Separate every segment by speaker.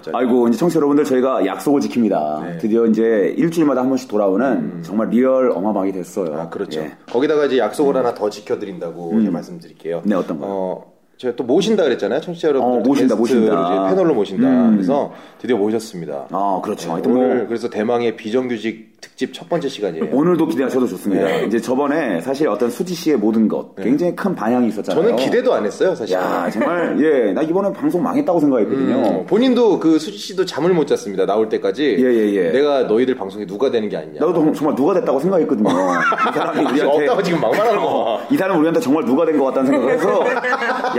Speaker 1: 진짜.
Speaker 2: 아이고 이제 청취 자 여러분들 저희가 약속을 지킵니다.
Speaker 1: 네. 음.
Speaker 2: 드디어 이제 일주일마다 한 번씩 돌아오는 정말 리얼 어마방이 됐어요.
Speaker 1: 아, 그렇죠.
Speaker 2: 예. 음.
Speaker 1: 거기다가 이제 약속을 하나 더 지켜드린다고 이제 말씀드릴게요.
Speaker 2: 네, 어떤 거요?
Speaker 1: 어, 제가 또 모신다 그랬잖아요. 청취자 여러분들.
Speaker 2: 어, 모신다, 모신다.
Speaker 1: 패널로 모신다.
Speaker 2: 음.
Speaker 1: 그래서 드디어 모셨습니다.
Speaker 2: 아 그렇죠. 하여튼 뭐
Speaker 1: 네, 오늘 그래서 대망의 비정규직 특집 첫 번째 시간이에요.
Speaker 2: 오늘도 기대하셔도 좋습니다.
Speaker 1: 네.
Speaker 2: 이제 저번에 사실 어떤 수지 씨의 모든 것 굉장히 큰 방향이 있었잖아요.
Speaker 1: 저는 기대도 안 했어요, 사실.
Speaker 2: 야 정말 예나 이번에 방송 망했다고 생각했거든요.
Speaker 1: 어, 본인도 그 수지 씨도 잠을 못 잤습니다. 나올 때까지.
Speaker 2: 예, 예, 예.
Speaker 1: 내가 너희들 방송에 누가 되는 게 아니냐.
Speaker 2: 나도 정말 누가 됐다고 생각했거든요. 이 사람이
Speaker 1: 아직
Speaker 2: 우리한테
Speaker 1: 없다고 지금 막말하는 거.
Speaker 2: 이 사람 우리한테 정말 누가 된 것 같다는 생각을 해서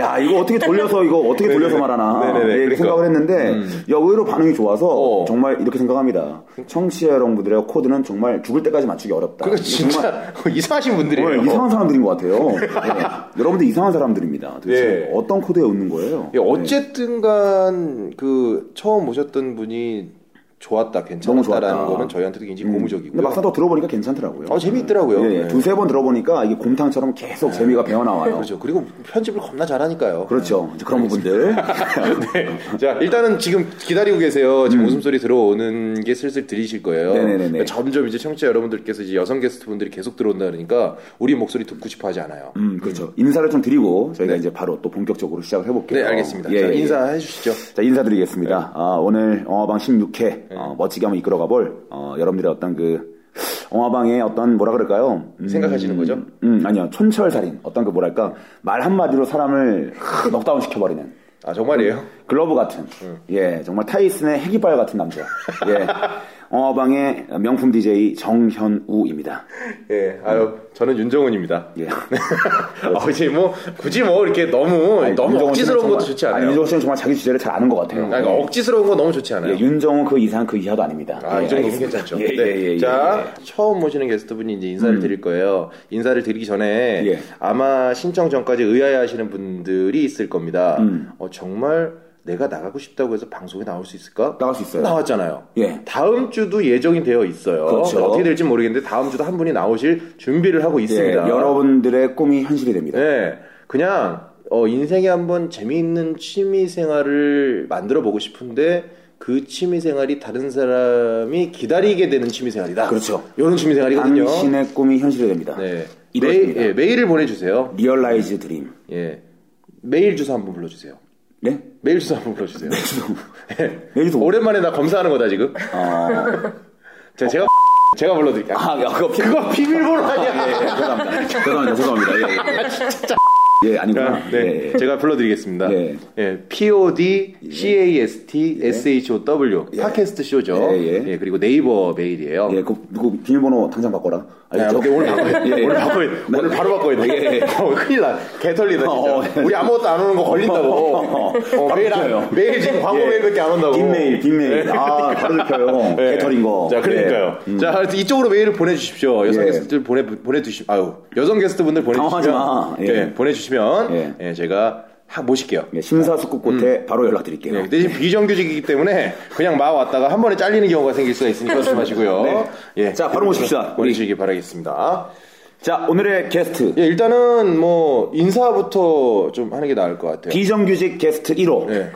Speaker 2: 야 이거 어떻게 돌려서 이거 어떻게 돌려서 말하나
Speaker 1: 네네네,
Speaker 2: 예, 이렇게
Speaker 1: 그러니까. 음.
Speaker 2: 생각을 했는데 야 의외로 반응이 좋아서
Speaker 1: 어. 그러니까.
Speaker 2: 정말 이렇게 생각합니다 청취자 여러분들의 코드는 정말 죽을 때까지 맞추기 어렵다
Speaker 1: 그거
Speaker 2: 정말
Speaker 1: 진짜 네. 이상하신 분들이에요.
Speaker 2: 정말 이상한 사람들인 것 같아요 예. 여러분들 이상한 사람들입니다 도대체
Speaker 1: 예.
Speaker 2: 어떤 코드에 웃는 거예요
Speaker 1: 예, 어쨌든간 그 처음 모셨던 분이 좋았다,
Speaker 2: 너무 좋았다. 음.
Speaker 1: 괜찮았다라는 거는 저희한테도 굉장히 고무적이고.
Speaker 2: 근데 막상 또 들어보니까 괜찮더라고요
Speaker 1: 어, 재미있더라고요.
Speaker 2: 예, 예.
Speaker 1: 네.
Speaker 2: 두세 번 들어보니까 이게 곰탕처럼 계속 재미가 배어나와요
Speaker 1: 그렇죠. 그리고 편집을 겁나 잘하니까요.
Speaker 2: 그렇죠. 이제 그런 부분들.
Speaker 1: 자, 일단은 지금 기다리고 계세요. 지금 웃음소리 들어오는 게 슬슬 들리실 거예요.
Speaker 2: 네네네네.
Speaker 1: 그러니까 점점 이제 청취자 여러분들께서 이제 여성 게스트 분들이 계속 들어온다 그러니까 우리 목소리 듣고 싶어 하지 않아요.
Speaker 2: 음, 그렇죠. 인사를 좀 드리고 저희가 이제 바로 또 본격적으로 시작을 해볼게요.
Speaker 1: 네, 알겠습니다.
Speaker 2: 예,
Speaker 1: 자,
Speaker 2: 예, 예.
Speaker 1: 인사해 네. 주시죠.
Speaker 2: 자, 인사드리겠습니다. 아, 오늘 영화방 16회
Speaker 1: 네.
Speaker 2: 어, 멋지게 한번 이끌어가 볼 어, 여러분들의 어떤 그 영화방의 어떤 뭐라 그럴까요? 음,
Speaker 1: 생각하시는 거죠?
Speaker 2: 음, 아니요. 촌철살인. 어떤 그 뭐랄까 말 한마디로 사람을 확 넉다운 시켜버리는
Speaker 1: 아, 정말이에요?
Speaker 2: 글러브 같은,
Speaker 1: 음.
Speaker 2: 예, 정말 타이슨의 핵이발 같은 남자, 예, 영화방의 명품 DJ 정현우입니다.
Speaker 1: 예, 아유, 저는 윤정훈입니다.
Speaker 2: 예.
Speaker 1: 아, 이제 뭐, 굳이 뭐, 이렇게 너무,
Speaker 2: 아니, 윤정훈
Speaker 1: 너무
Speaker 2: 씨는
Speaker 1: 억지스러운
Speaker 2: 정말-
Speaker 1: 것도 좋지 않아요.
Speaker 2: 아니, 윤정훈 씨는 정말 자기 주제를 잘 아는 것 같아요.
Speaker 1: 아니, 그러니까 억지스러운 거 너무 좋지 않아요.
Speaker 2: 예, 윤정훈 그 이상 그 이하도 아닙니다.
Speaker 1: 아,
Speaker 2: 예,
Speaker 1: 이 정도면
Speaker 2: 알겠습니다.
Speaker 1: 괜찮죠.
Speaker 2: 예,
Speaker 1: 네.
Speaker 2: 예, 예, 예. 음.
Speaker 1: 자, 처음 모시는 게스트분이 이제 인사를 드릴 거예요. 인사를 드리기 전에
Speaker 2: 예.
Speaker 1: 아마 신청 전까지 의아해 하시는 분들이 있을 겁니다.
Speaker 2: 음.
Speaker 1: 어, 정말 내가 나가고 싶다고 해서 방송에 나올 수 있을까?
Speaker 2: 나갈 수 있어요.
Speaker 1: 나왔잖아요.
Speaker 2: 예.
Speaker 1: 다음 주도 예정이 되어 있어요.
Speaker 2: 그렇죠.
Speaker 1: 어떻게 될지 모르겠는데 다음 주도 한 분이 나오실 준비를 하고
Speaker 2: 예,
Speaker 1: 있습니다.
Speaker 2: 여러분들의 꿈이 현실이 됩니다.
Speaker 1: 네, 그냥 어, 인생에 한번 재미있는 취미 생활을 만들어 보고 싶은데 그 취미 생활이 다른 사람이 기다리게 되는 취미 생활이다.
Speaker 2: 그렇죠.
Speaker 1: 이런 취미 생활이거든요.
Speaker 2: 당신의 꿈이 현실이 됩니다.
Speaker 1: 네. 메일,
Speaker 2: 이루어집니다.
Speaker 1: 예, 메일을 보내주세요.
Speaker 2: 리얼라이즈 드림.
Speaker 1: 예. 메일 주소 한번 불러주세요.
Speaker 2: 네?
Speaker 1: 메일 주소 한번 불러주세요.
Speaker 2: 메일 주소.
Speaker 1: 오랜만에 나 검사하는 거다 지금.
Speaker 2: 아,
Speaker 1: 자, 제가 제가 불러드릴게요.
Speaker 2: 아, 야, 그거 피...
Speaker 1: 그거 비밀번호 아니야.
Speaker 2: 예, 예, 죄송합니다. 죄송합니다. 죄송합니다. 예, 예. 예, 아니구나.
Speaker 1: 아, 네,
Speaker 2: 예, 예.
Speaker 1: 제가 불러드리겠습니다.
Speaker 2: 예.
Speaker 1: 예, POD, CAST, SHOW, 팟캐스트 쇼죠.
Speaker 2: 예, 예.
Speaker 1: 그리고 네이버 메일이에요.
Speaker 2: 예, 그, 그 비밀번호 당장 바꿔라.
Speaker 1: 야,
Speaker 2: 알겠죠?
Speaker 1: 근데 네, 오늘 바꿔야 돼.
Speaker 2: 예, 예.
Speaker 1: 오늘 바꿔야 돼. 오늘 바로 바꿔야 돼.
Speaker 2: 예, 예.
Speaker 1: 어, 큰일 나. 개털리다, 진짜.
Speaker 2: 어, 예.
Speaker 1: 우리 아무것도 안 오는 거 걸린다고.
Speaker 2: 어,
Speaker 1: 어, 매일,
Speaker 2: 바꿔요.
Speaker 1: 안, 매일 지금 광고
Speaker 2: 예.
Speaker 1: 메일밖에 안 온다고.
Speaker 2: 빈메일, 빈메일. 아, 바로 들켜요.
Speaker 1: 예.
Speaker 2: 개털인 거.
Speaker 1: 네. 자, 그러니까요.
Speaker 2: 예. 음.
Speaker 1: 자, 하여튼 이쪽으로 메일을 보내주십시오. 여성
Speaker 2: 예.
Speaker 1: 게스트들 보내, 보내주시, 아유, 여성 게스트분들 보내주시면.
Speaker 2: 당황하지 마. 예.
Speaker 1: 예, 보내주시면.
Speaker 2: 예.
Speaker 1: 예, 제가 하- 모실게요.
Speaker 2: 예, 심사숙고곳에 바로 연락드릴게요.
Speaker 1: 네, 대신 비정규직이기 때문에 그냥 막 왔다가 한 번에 잘리는 경우가 생길 수가 있으니까 조심하시고요.
Speaker 2: 네.
Speaker 1: 예,
Speaker 2: 자, 바로 모십시다. 예. 우리.
Speaker 1: 모시기 바라겠습니다.
Speaker 2: 자, 오늘의 게스트.
Speaker 1: 예, 일단은 뭐 인사부터 좀 하는 게 나을 것 같아요.
Speaker 2: 비정규직 게스트 1호.
Speaker 1: 예.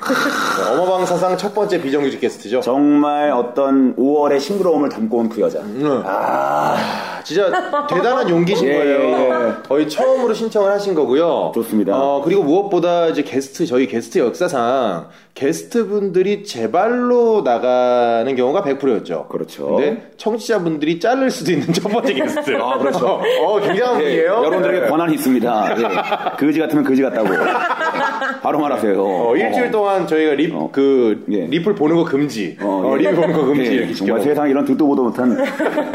Speaker 1: 어마방 사상 첫 번째 비정규직 게스트죠.
Speaker 2: 정말 어떤 5월의 싱그러움을 담고 온 그 여자.
Speaker 1: 네. 아, 진짜 대단한 용기신
Speaker 2: 예,
Speaker 1: 거예요.
Speaker 2: 예, 예.
Speaker 1: 거의 처음으로 신청을 하신 거고요.
Speaker 2: 좋습니다.
Speaker 1: 어, 그리고 무엇보다 이제 게스트 저희 게스트 역사상 게스트 분들이 제발로 나가는 경우가 100%였죠.
Speaker 2: 그렇죠.
Speaker 1: 근데 청취자분들이 자를 수도 있는 첫 번째 게스트. 아,
Speaker 2: 그렇죠.
Speaker 1: 어, 어, 굉장한
Speaker 2: 예,
Speaker 1: 분이에요.
Speaker 2: 여러분들에게
Speaker 1: 네.
Speaker 2: 권한이 있습니다. 예. 그지 같으면 그지 같다고. 바로 말하세요.
Speaker 1: 어, 일주일 동안 저희가 립,
Speaker 2: 어.
Speaker 1: 그,
Speaker 2: 예.
Speaker 1: 립을 보는 거 금지.
Speaker 2: 어, 예.
Speaker 1: 어, 립 보는 거 금지.
Speaker 2: 예,
Speaker 1: 이렇게
Speaker 2: 정말
Speaker 1: 시켜요.
Speaker 2: 세상 이런 듣도 보도 못한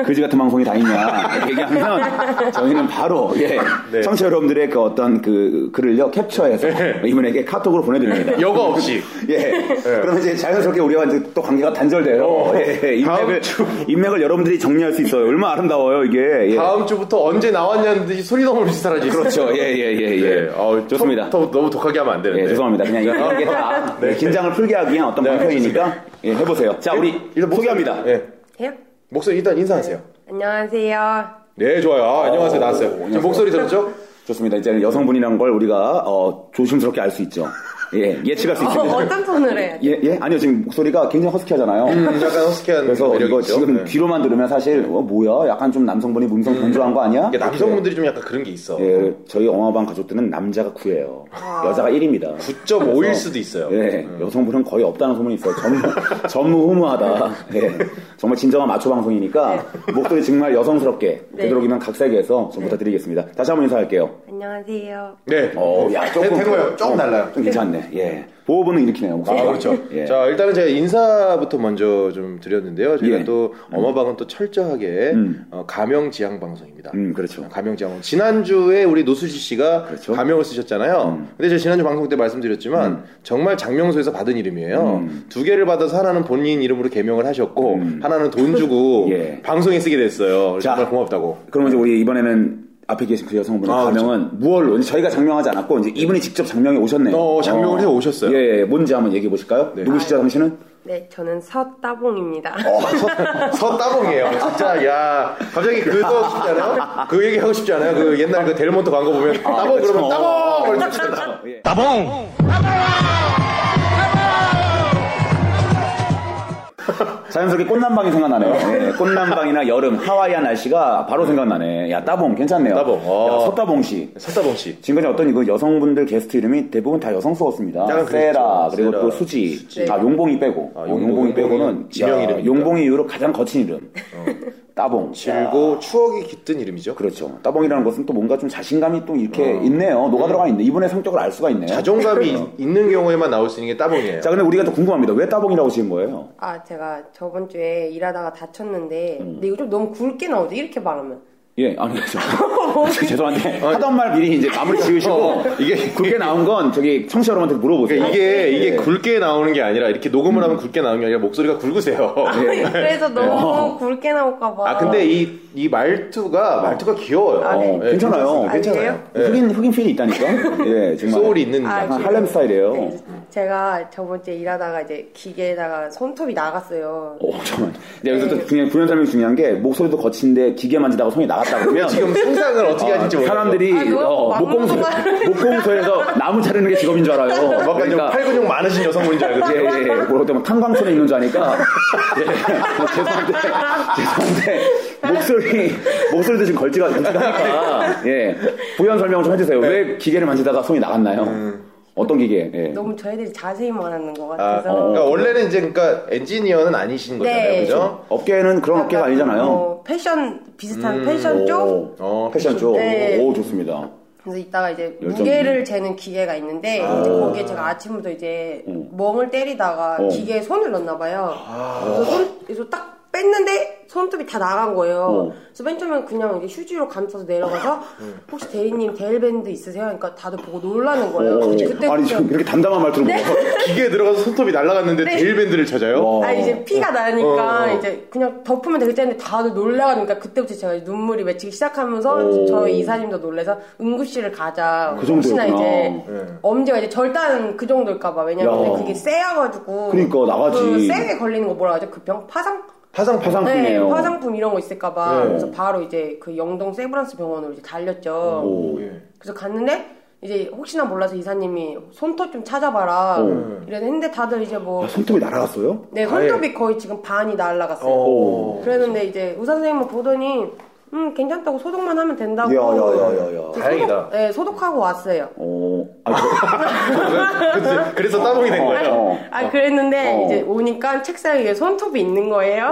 Speaker 2: 그지 같은 방송이 다 있냐 이렇게 얘기하면 저희는 바로 예,
Speaker 1: 네.
Speaker 2: 청취자 여러분들의 그 어떤 그 글을요 캡처해서 이분에게 카톡으로 보내드립니다.
Speaker 1: 여과 없이.
Speaker 2: 예. 그러면 이제 자연스럽게 우리와 이제 또 관계가 단절돼요.
Speaker 1: 네. 어.
Speaker 2: 예, 예.
Speaker 1: 다음
Speaker 2: 인맥을,
Speaker 1: 주.
Speaker 2: 인맥을 여러분들이 정리할 수 있어요. 얼마나 아름다워요, 이게. 예.
Speaker 1: 다음 주부터 언제 나왔냐는 듯이 소리 너무 없이 사라지죠.
Speaker 2: 그렇죠. 예, 예, 예, 예.
Speaker 1: 네, 어,
Speaker 2: 좋습니다.
Speaker 1: 더, 더, 너무 독하게 하면 안 되는데.
Speaker 2: 예, 죄송합니다. 그냥
Speaker 1: 네.
Speaker 2: 이거 이게 다 예, 긴장을 풀게 하기 위한 어떤 방송이니까 예, 해보세요. 자, 우리
Speaker 1: 일단 목소리-
Speaker 2: 소개합니다.
Speaker 1: 예.
Speaker 3: 해요?
Speaker 1: 목소리 일단 인사하세요.
Speaker 3: 안녕하세요.
Speaker 1: 네, 좋아요. 아, 안녕하세요. 나왔어요. 지금 목소리 들었죠?
Speaker 2: 좋습니다. 이제 여성분이란 걸 우리가 어, 조심스럽게 알 수 있죠. 예, 예측할 수 있습니다.
Speaker 3: 어, 떤 톤을 해야 돼?
Speaker 2: 예, 예? 아니요, 지금 목소리가 굉장히 허스키하잖아요.
Speaker 1: 약간 허스키한
Speaker 2: 그래서
Speaker 1: 음, 매력이
Speaker 2: 이거
Speaker 1: 있죠.
Speaker 2: 지금
Speaker 1: 네. 음.
Speaker 2: 귀로만 들으면 사실 어, 뭐야 약간 좀 남성분이 문성 건조한 거 아니야?
Speaker 1: 이게 남성분들이 좀 약간 그런 게 있어.
Speaker 2: 예, 저희 영화방 가족들은 남자가 9예요.
Speaker 1: 아.
Speaker 2: 여자가 1입니다.
Speaker 1: 9.5일 수도 있어요.
Speaker 2: 예, 여성분은 거의 없다는 소문이 있어요. 전무, 전무후무하다.
Speaker 1: 네.
Speaker 2: 예, 정말 진정한 마초 방송이니까 목소리 정말 여성스럽게
Speaker 3: 네.
Speaker 2: 되도록이면 각색해서 좀 부탁드리겠습니다. 다시 한번 인사할게요.
Speaker 3: 안녕하세요.
Speaker 1: 네.
Speaker 2: 어, 야, 조금
Speaker 1: 태고요. 조금
Speaker 2: 어,
Speaker 1: 달라요.
Speaker 2: 좀 괜찮네. 예, 보호분은 일으키네요. 목소리.
Speaker 1: 아, 그렇죠.
Speaker 2: 예.
Speaker 1: 자, 일단은 제가 인사부터 먼저 좀 드렸는데요. 저희가
Speaker 2: 예.
Speaker 1: 또 어마방은 또 철저하게
Speaker 2: 음.
Speaker 1: 어, 가명 지향 방송입니다.
Speaker 2: 음, 그렇죠.
Speaker 1: 가명 지향. 지난주에 우리 노수지 씨가
Speaker 2: 그렇죠. 음.
Speaker 1: 가명을 쓰셨잖아요. 근데 제가 지난주 방송 때 말씀드렸지만 정말 장명소에서 받은 이름이에요.
Speaker 2: 음.
Speaker 1: 두 개를 받아서 하나는 본인 이름으로 개명을 하셨고 하나는 돈 주고
Speaker 2: 예.
Speaker 1: 방송에 쓰게 됐어요.
Speaker 2: 자.
Speaker 1: 정말 고맙다고.
Speaker 2: 그러면 이제 우리 이번에는 앞에 계신 그 여성분의
Speaker 1: 아,
Speaker 2: 가명은 무얼로 이제 저희가 장명하지 않았고 이제 이분이 직접 장명해 오셨네요.
Speaker 1: 어, 장명을 해 오셨어요.
Speaker 2: 예, 예, 뭔지 한번 얘기해 보실까요? 누구시죠, 당신은?
Speaker 3: 네, 저는 서따봉입니다.
Speaker 1: 어, 서따봉이에요. 진짜 야 갑자기 그거 싶지 않아요? 그 얘기 하고 싶지 않아요? 그 옛날 그 델몬트 광고 보면 따봉
Speaker 2: 그렇죠.
Speaker 1: 그러면
Speaker 2: 어.
Speaker 1: 따봉 그러면 진짜 따봉.
Speaker 2: 자연스럽게 꽃난방이 생각나네요. 예, 꽃난방이나 여름 하와이안 날씨가 바로 생각나네. 야, 따봉 괜찮네요.
Speaker 1: 따봉, 어.
Speaker 2: 야, 서따봉 씨.
Speaker 1: 서따봉 씨.
Speaker 2: 지금까지 어떤 이거 여성분들 게스트 이름이 대부분 다 여성스러웠습니다.
Speaker 1: 약간
Speaker 2: 세라
Speaker 1: 그랬죠.
Speaker 2: 그리고
Speaker 1: 세라,
Speaker 2: 또 수지,
Speaker 1: 수지.
Speaker 2: 아 용봉이 빼고
Speaker 1: 아,
Speaker 2: 어,
Speaker 1: 용봉,
Speaker 2: 용봉이, 빼고는
Speaker 1: 용봉이 지명
Speaker 2: 야,
Speaker 1: 이름이니까. 어.
Speaker 2: 용봉이 이후로 가장 거친 이름 따봉
Speaker 1: 즐고 추억이 깃든 이름이죠.
Speaker 2: 그렇죠. 따봉이라는 것은 또 뭔가 좀 자신감이 또 이렇게 있네요. 녹아 들어가 있는데 이분의 성격을 알 수가 있네요.
Speaker 1: 자존감이
Speaker 2: 그렇죠.
Speaker 1: 있- 있는 경우에만 나올 수 있는 게 따봉이에요.
Speaker 2: 자, 근데 우리가 또 궁금합니다. 왜 따봉이라고 지은 거예요?
Speaker 3: 아, 제가 저번 주에 일하다가 다쳤는데, 근데 요즘 너무 굵게 나오죠? 이렇게 말하면.
Speaker 2: 예, 아니, 그렇죠. 죄송한데, 하던 말 미리 이제 마무리 지으시고,
Speaker 1: 어,
Speaker 2: 이게 굵게 나온 건 저기 청취자 여러분한테 물어보세요.
Speaker 1: 그러니까 이게 이게
Speaker 2: 예.
Speaker 1: 굵게 나오는 게 아니라 이렇게 녹음을 하면 굵게 나오는 게 아니라 목소리가 굵으세요. 네.
Speaker 3: 그래서 너무 굵게 나올까봐.
Speaker 1: 어. 아 근데 이 이 말투가 말투가 귀여워요.
Speaker 3: 아, 네.
Speaker 2: 어, 괜찮아요.
Speaker 3: 아,
Speaker 1: 괜찮아요.
Speaker 2: 흑인, 흑인 필이 있다니까? 예, 정말.
Speaker 1: 소울이 있는
Speaker 3: 아,
Speaker 1: 약간
Speaker 2: 약간 할렘 스타일이에요.
Speaker 3: 네, 제가 저번 주에 일하다가 이제 기계에다가 손톱이 나갔어요.
Speaker 2: 오, 잠깐만. 근데 여기서 또 중요한, 부연 설명이 중요한 게, 목소리도 거친데 기계 만지다가 손이 나갔다 그러면.
Speaker 1: 지금 상상을 어떻게 하실지 모르겠어요.
Speaker 2: 사람들이
Speaker 3: 아, 그거
Speaker 2: 어, 목공소,
Speaker 3: 막무가내.
Speaker 2: 목공소에서 나무 자르는 게 직업인 줄 알아요.
Speaker 1: 뭔가
Speaker 2: 그러니까.
Speaker 1: 좀 팔근육 많으신 여성분인 줄 알고
Speaker 2: 예,
Speaker 1: 요
Speaker 2: 예, 예. 뭐라고 때면 탄광촌에 있는 줄 아니까. 예. 죄송한데, 죄송한데, 목소리, 목소리도 지금 걸지가, 걸지가니까. 예. 부연 설명 좀 해주세요. 왜 기계를 만지다가 손이 나갔나요? 어떤 기계? 예.
Speaker 3: 너무 저희들이 자세히 말하는 것
Speaker 1: 아,
Speaker 3: 같아서.
Speaker 1: 그러니까 원래는 이제 그러니까 엔지니어는 아니신 거잖아요,
Speaker 3: 네.
Speaker 1: 그죠?
Speaker 2: 업계는 그런 업계가
Speaker 3: 약간
Speaker 2: 아니잖아요.
Speaker 3: 뭐 패션,
Speaker 1: 음.
Speaker 3: 비슷한 패션 쪽?
Speaker 2: 오,
Speaker 1: 어,
Speaker 2: 패션 쪽.
Speaker 3: 네.
Speaker 2: 오, 좋습니다.
Speaker 3: 그래서 이따가 이제
Speaker 2: 열정이.
Speaker 3: 무게를 재는 기계가 있는데
Speaker 2: 아.
Speaker 3: 이제 거기에 제가 아침부터 이제 멍을 때리다가
Speaker 2: 어. 아.
Speaker 3: 기계에 손을 넣나 봐요. 그래서 손 그래서 딱 뺐는데 손톱이 다 나간 거예요.
Speaker 2: 어.
Speaker 3: 그래서 맨 처음에 그냥 이게 휴지로 감싸서 내려가서 혹시 대리님 데일밴드 있으세요? 그러니까 다들 보고 놀라는 거예요.
Speaker 2: 오,
Speaker 3: 그때
Speaker 2: 어. 아니, 지금 이렇게 담담한 말투로 네.
Speaker 1: 기계에 들어가서 손톱이 날아갔는데
Speaker 3: 네.
Speaker 1: 데일밴드를 찾아요?
Speaker 2: 와.
Speaker 3: 아니 이제 피가 나니까
Speaker 1: 어.
Speaker 3: 이제 그냥 덮으면 되겠다는데 다들 놀라니까 그때부터 제가 이제 눈물이 맺히기
Speaker 2: 오.
Speaker 3: 시작하면서 저희 이사님도 놀래서 응급실을 가자
Speaker 2: 그 정도였구나. 예.
Speaker 3: 혹시나 이제
Speaker 1: 네.
Speaker 3: 엄지가 이제 절단 그 정도일까봐 왜냐면
Speaker 2: 야.
Speaker 3: 그게 세여가지고
Speaker 2: 그러니까, 나가지.
Speaker 3: 그 세게 걸리는 거 뭐라 하죠? 그 병 파상?
Speaker 1: 파상 파상.
Speaker 2: 화상품이에요. 예.
Speaker 3: 네, 화상품 이런 거 있을까봐
Speaker 1: 네.
Speaker 3: 그래서 바로 이제 그 영동 세브란스 병원으로 이제 달렸죠.
Speaker 2: 오.
Speaker 1: 예.
Speaker 3: 그래서 갔는데 이제 혹시나 몰라서 이사님이 손톱 좀 찾아봐라
Speaker 2: 오.
Speaker 3: 이랬는데 다들 이제 뭐
Speaker 2: 아, 손톱이 날아갔어요?
Speaker 3: 네, 손톱이 거의 지금 반이 날라갔어요.
Speaker 1: 오.
Speaker 3: 그랬는데 이제 의사 선생님을 보더니 음 괜찮다고 소독만 하면 된다고.
Speaker 2: 야, 야, 야, 야, 야.
Speaker 3: 소독-
Speaker 1: 다행이다.
Speaker 3: 네, 소독하고 왔어요.
Speaker 2: 오. 아, 저-
Speaker 1: 그래서, 그래서 따봉이 된 거예요.
Speaker 2: 어.
Speaker 3: 아 그랬는데
Speaker 2: 어.
Speaker 3: 이제 오니까 책상 위에 손톱이 있는 거예요.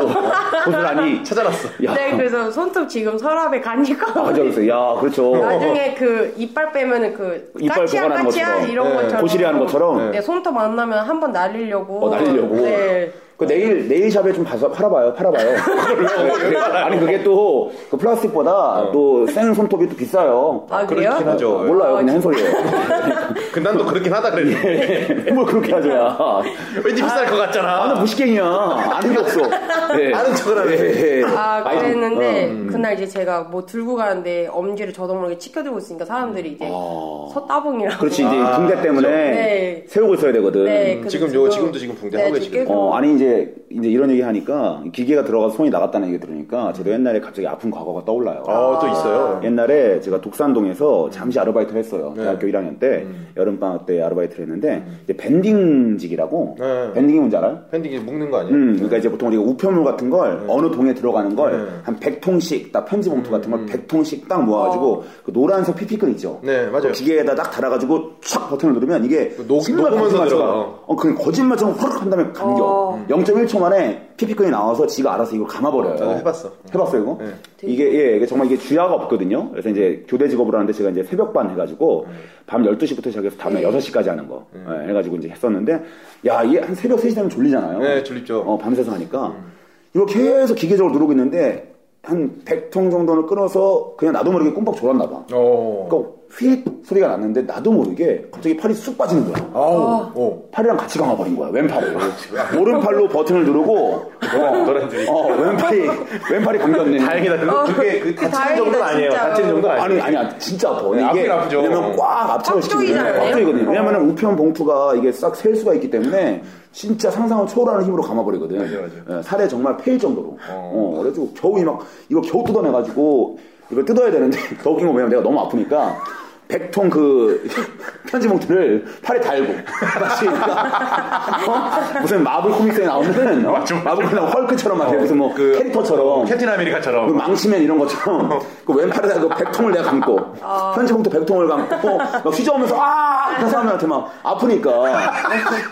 Speaker 2: 고스란히
Speaker 1: 찾아놨어.
Speaker 2: 야.
Speaker 3: 네, 그래서 손톱 지금 서랍에 가니까.
Speaker 2: 맞아, 그래서 야, 그렇죠.
Speaker 3: 나중에 그 이빨 빼면은 그
Speaker 2: 이빨
Speaker 3: 까치야
Speaker 2: 보관하는
Speaker 3: 까치야
Speaker 2: 것처럼.
Speaker 3: 이런
Speaker 1: 네,
Speaker 3: 것처럼
Speaker 2: 고시리 하는 것처럼.
Speaker 3: 네, 손톱 안 나면 한 번 날리려고
Speaker 2: 어, 날리려고.
Speaker 3: 네.
Speaker 2: 그 네일 네일샵에 좀 봐서 팔아봐요, 팔아봐요. 네, 네. 아니 그게 또 그 플라스틱보다 또 생 손톱이 또 비싸요.
Speaker 3: 어.
Speaker 2: 뭐,
Speaker 3: 아 그래요?
Speaker 1: 그렇긴 하죠. 저,
Speaker 2: 몰라요,
Speaker 3: 아,
Speaker 2: 그냥 한 소리예요.
Speaker 1: 그 난도 그렇긴 하다 그랬는데.
Speaker 2: 뭘 그렇게 하죠, 야.
Speaker 1: 왠지 비쌀 것
Speaker 2: 아,
Speaker 1: 같잖아.
Speaker 2: 무식갱이야. 아는 게 없어. 네.
Speaker 1: 아는 척을 하네.
Speaker 2: 예, 예.
Speaker 3: 아,
Speaker 2: 아니,
Speaker 3: 그랬는데,
Speaker 2: 어, 음.
Speaker 3: 그날 이제 제가 뭐 들고 가는데, 엄지를 저도 모르게 치켜들고 있으니까 사람들이 이제, 서따봉이라고.
Speaker 2: 아. 어. 그렇지 이제
Speaker 1: 아,
Speaker 2: 등대 때문에
Speaker 3: 네.
Speaker 2: 세우고 있어야 되거든.
Speaker 3: 네,
Speaker 1: 음,
Speaker 3: 근데
Speaker 1: 지금 요- 지금도 지금 붕대 하고
Speaker 3: 네,
Speaker 1: 계시겠네요.
Speaker 3: 지금
Speaker 2: 어, 아니 이제 이제 이제 이런 얘기 하니까 기계가 들어가서 손이 나갔다는 얘기 들으니까 저도 옛날에 갑자기 아픈 과거가 떠올라요.
Speaker 1: 아, 또 있어요. 네.
Speaker 2: 옛날에 제가 독산동에서 잠시 아르바이트를 했어요. 대학교 1학년 때
Speaker 1: 음.
Speaker 2: 여름방학 때 아르바이트를 했는데 이제 밴딩직이라고
Speaker 1: 네.
Speaker 2: 밴딩이 뭔지 알아요?
Speaker 1: 팬딩이 묶는 거 아니에요?
Speaker 2: 음, 그러니까 이제 보통 우리가 우편물 같은 걸 어느 동에 들어가는 걸
Speaker 1: 네. 음,
Speaker 2: 한 100통씩 딱 편지 봉투 같은 걸 100통씩 딱 모아가지고 그 노란색 피피끈 있죠.
Speaker 1: 네, 맞아요. 그
Speaker 2: 그 기계에다 딱 달아가지고 촥 버튼을 누르면 이게
Speaker 1: 녹-
Speaker 2: 정말
Speaker 1: 녹으면서
Speaker 2: 거짓말처럼-
Speaker 1: 들어가요.
Speaker 2: 어, 그냥 거짓말처럼 확 한 다음에 감겨.
Speaker 3: 어.
Speaker 2: 0.1초 만에 피피끈이 나와서 지가 알아서 이걸 감아버려요.
Speaker 1: 저도 해봤어.
Speaker 2: 해봤어요 이거?
Speaker 1: 네.
Speaker 2: 이게 예, 이게 정말 이게 주야가 없거든요. 그래서 이제 교대 직업을 하는데 제가 이제 새벽반 해가지고
Speaker 1: 음.
Speaker 2: 밤 12시부터 시작해서 다음날 6시까지 하는 거 예, 해가지고 이제 했었는데 야 이게 한 새벽 3시 되면 졸리잖아요.
Speaker 1: 네, 음. 졸립죠.
Speaker 2: 어, 밤새서 하니까 이걸 계속 기계적으로 누르고 있는데 한 100통 정도는 끊어서 그냥 나도 모르게 꿈뻑 졸았나 봐.
Speaker 1: 어.
Speaker 2: 그러니까 휙 소리가 났는데 나도 모르게 갑자기 팔이 쑥 빠지는 거야.
Speaker 1: 아우. 어.
Speaker 2: 팔이랑 같이 감아버린 거야 왼팔을 오른팔로 버튼을 누르고 어,
Speaker 1: 노란들이.
Speaker 2: 어, 왼팔이 왼팔이 감겼네
Speaker 1: 다행이다. 그,
Speaker 3: 어.
Speaker 1: 그게 그
Speaker 3: 그
Speaker 1: 다치는
Speaker 3: 다행이다,
Speaker 1: 정도는 아니에요.
Speaker 3: 진짜로.
Speaker 1: 다치는 정도는
Speaker 2: 아니
Speaker 1: 아니에요.
Speaker 2: 아니야 진짜 아파 근데
Speaker 1: 네,
Speaker 2: 이게
Speaker 1: 아프긴 아프죠.
Speaker 2: 왜냐면 꽉 압착을 시키는
Speaker 3: 압도이잖아요.
Speaker 2: 압도이거든요
Speaker 3: 어.
Speaker 2: 왜냐면 우편 봉투가 이게 싹 셀 수가 있기 때문에 진짜 상상을 초월하는 힘으로 감아버리거든
Speaker 1: 맞아요, 맞아요.
Speaker 2: 예, 살에 정말 패일 정도로
Speaker 1: 어.
Speaker 2: 어. 그래가지고 겨우 이막 이거 겨우 뜯어내가지고 이걸 뜯어야 되는데 더 웃긴 건 뭐냐면 내가 너무 아프니까 100통 그 편지 봉투를 팔에 달고 다시 어? 무슨 마블 코믹스에 나오는 어? 마블 코믹스 헐크처럼 말이야 무슨 뭐
Speaker 1: 그-
Speaker 2: 캐릭터처럼
Speaker 1: 캡틴 아메리카처럼.
Speaker 2: 그 망치맨 이런 것처럼 그 왼팔에다 그 백통을 내가 감고 편지봉투 백통을 감고 막 휘저으면서 아 그런 사람들한테 막 아프니까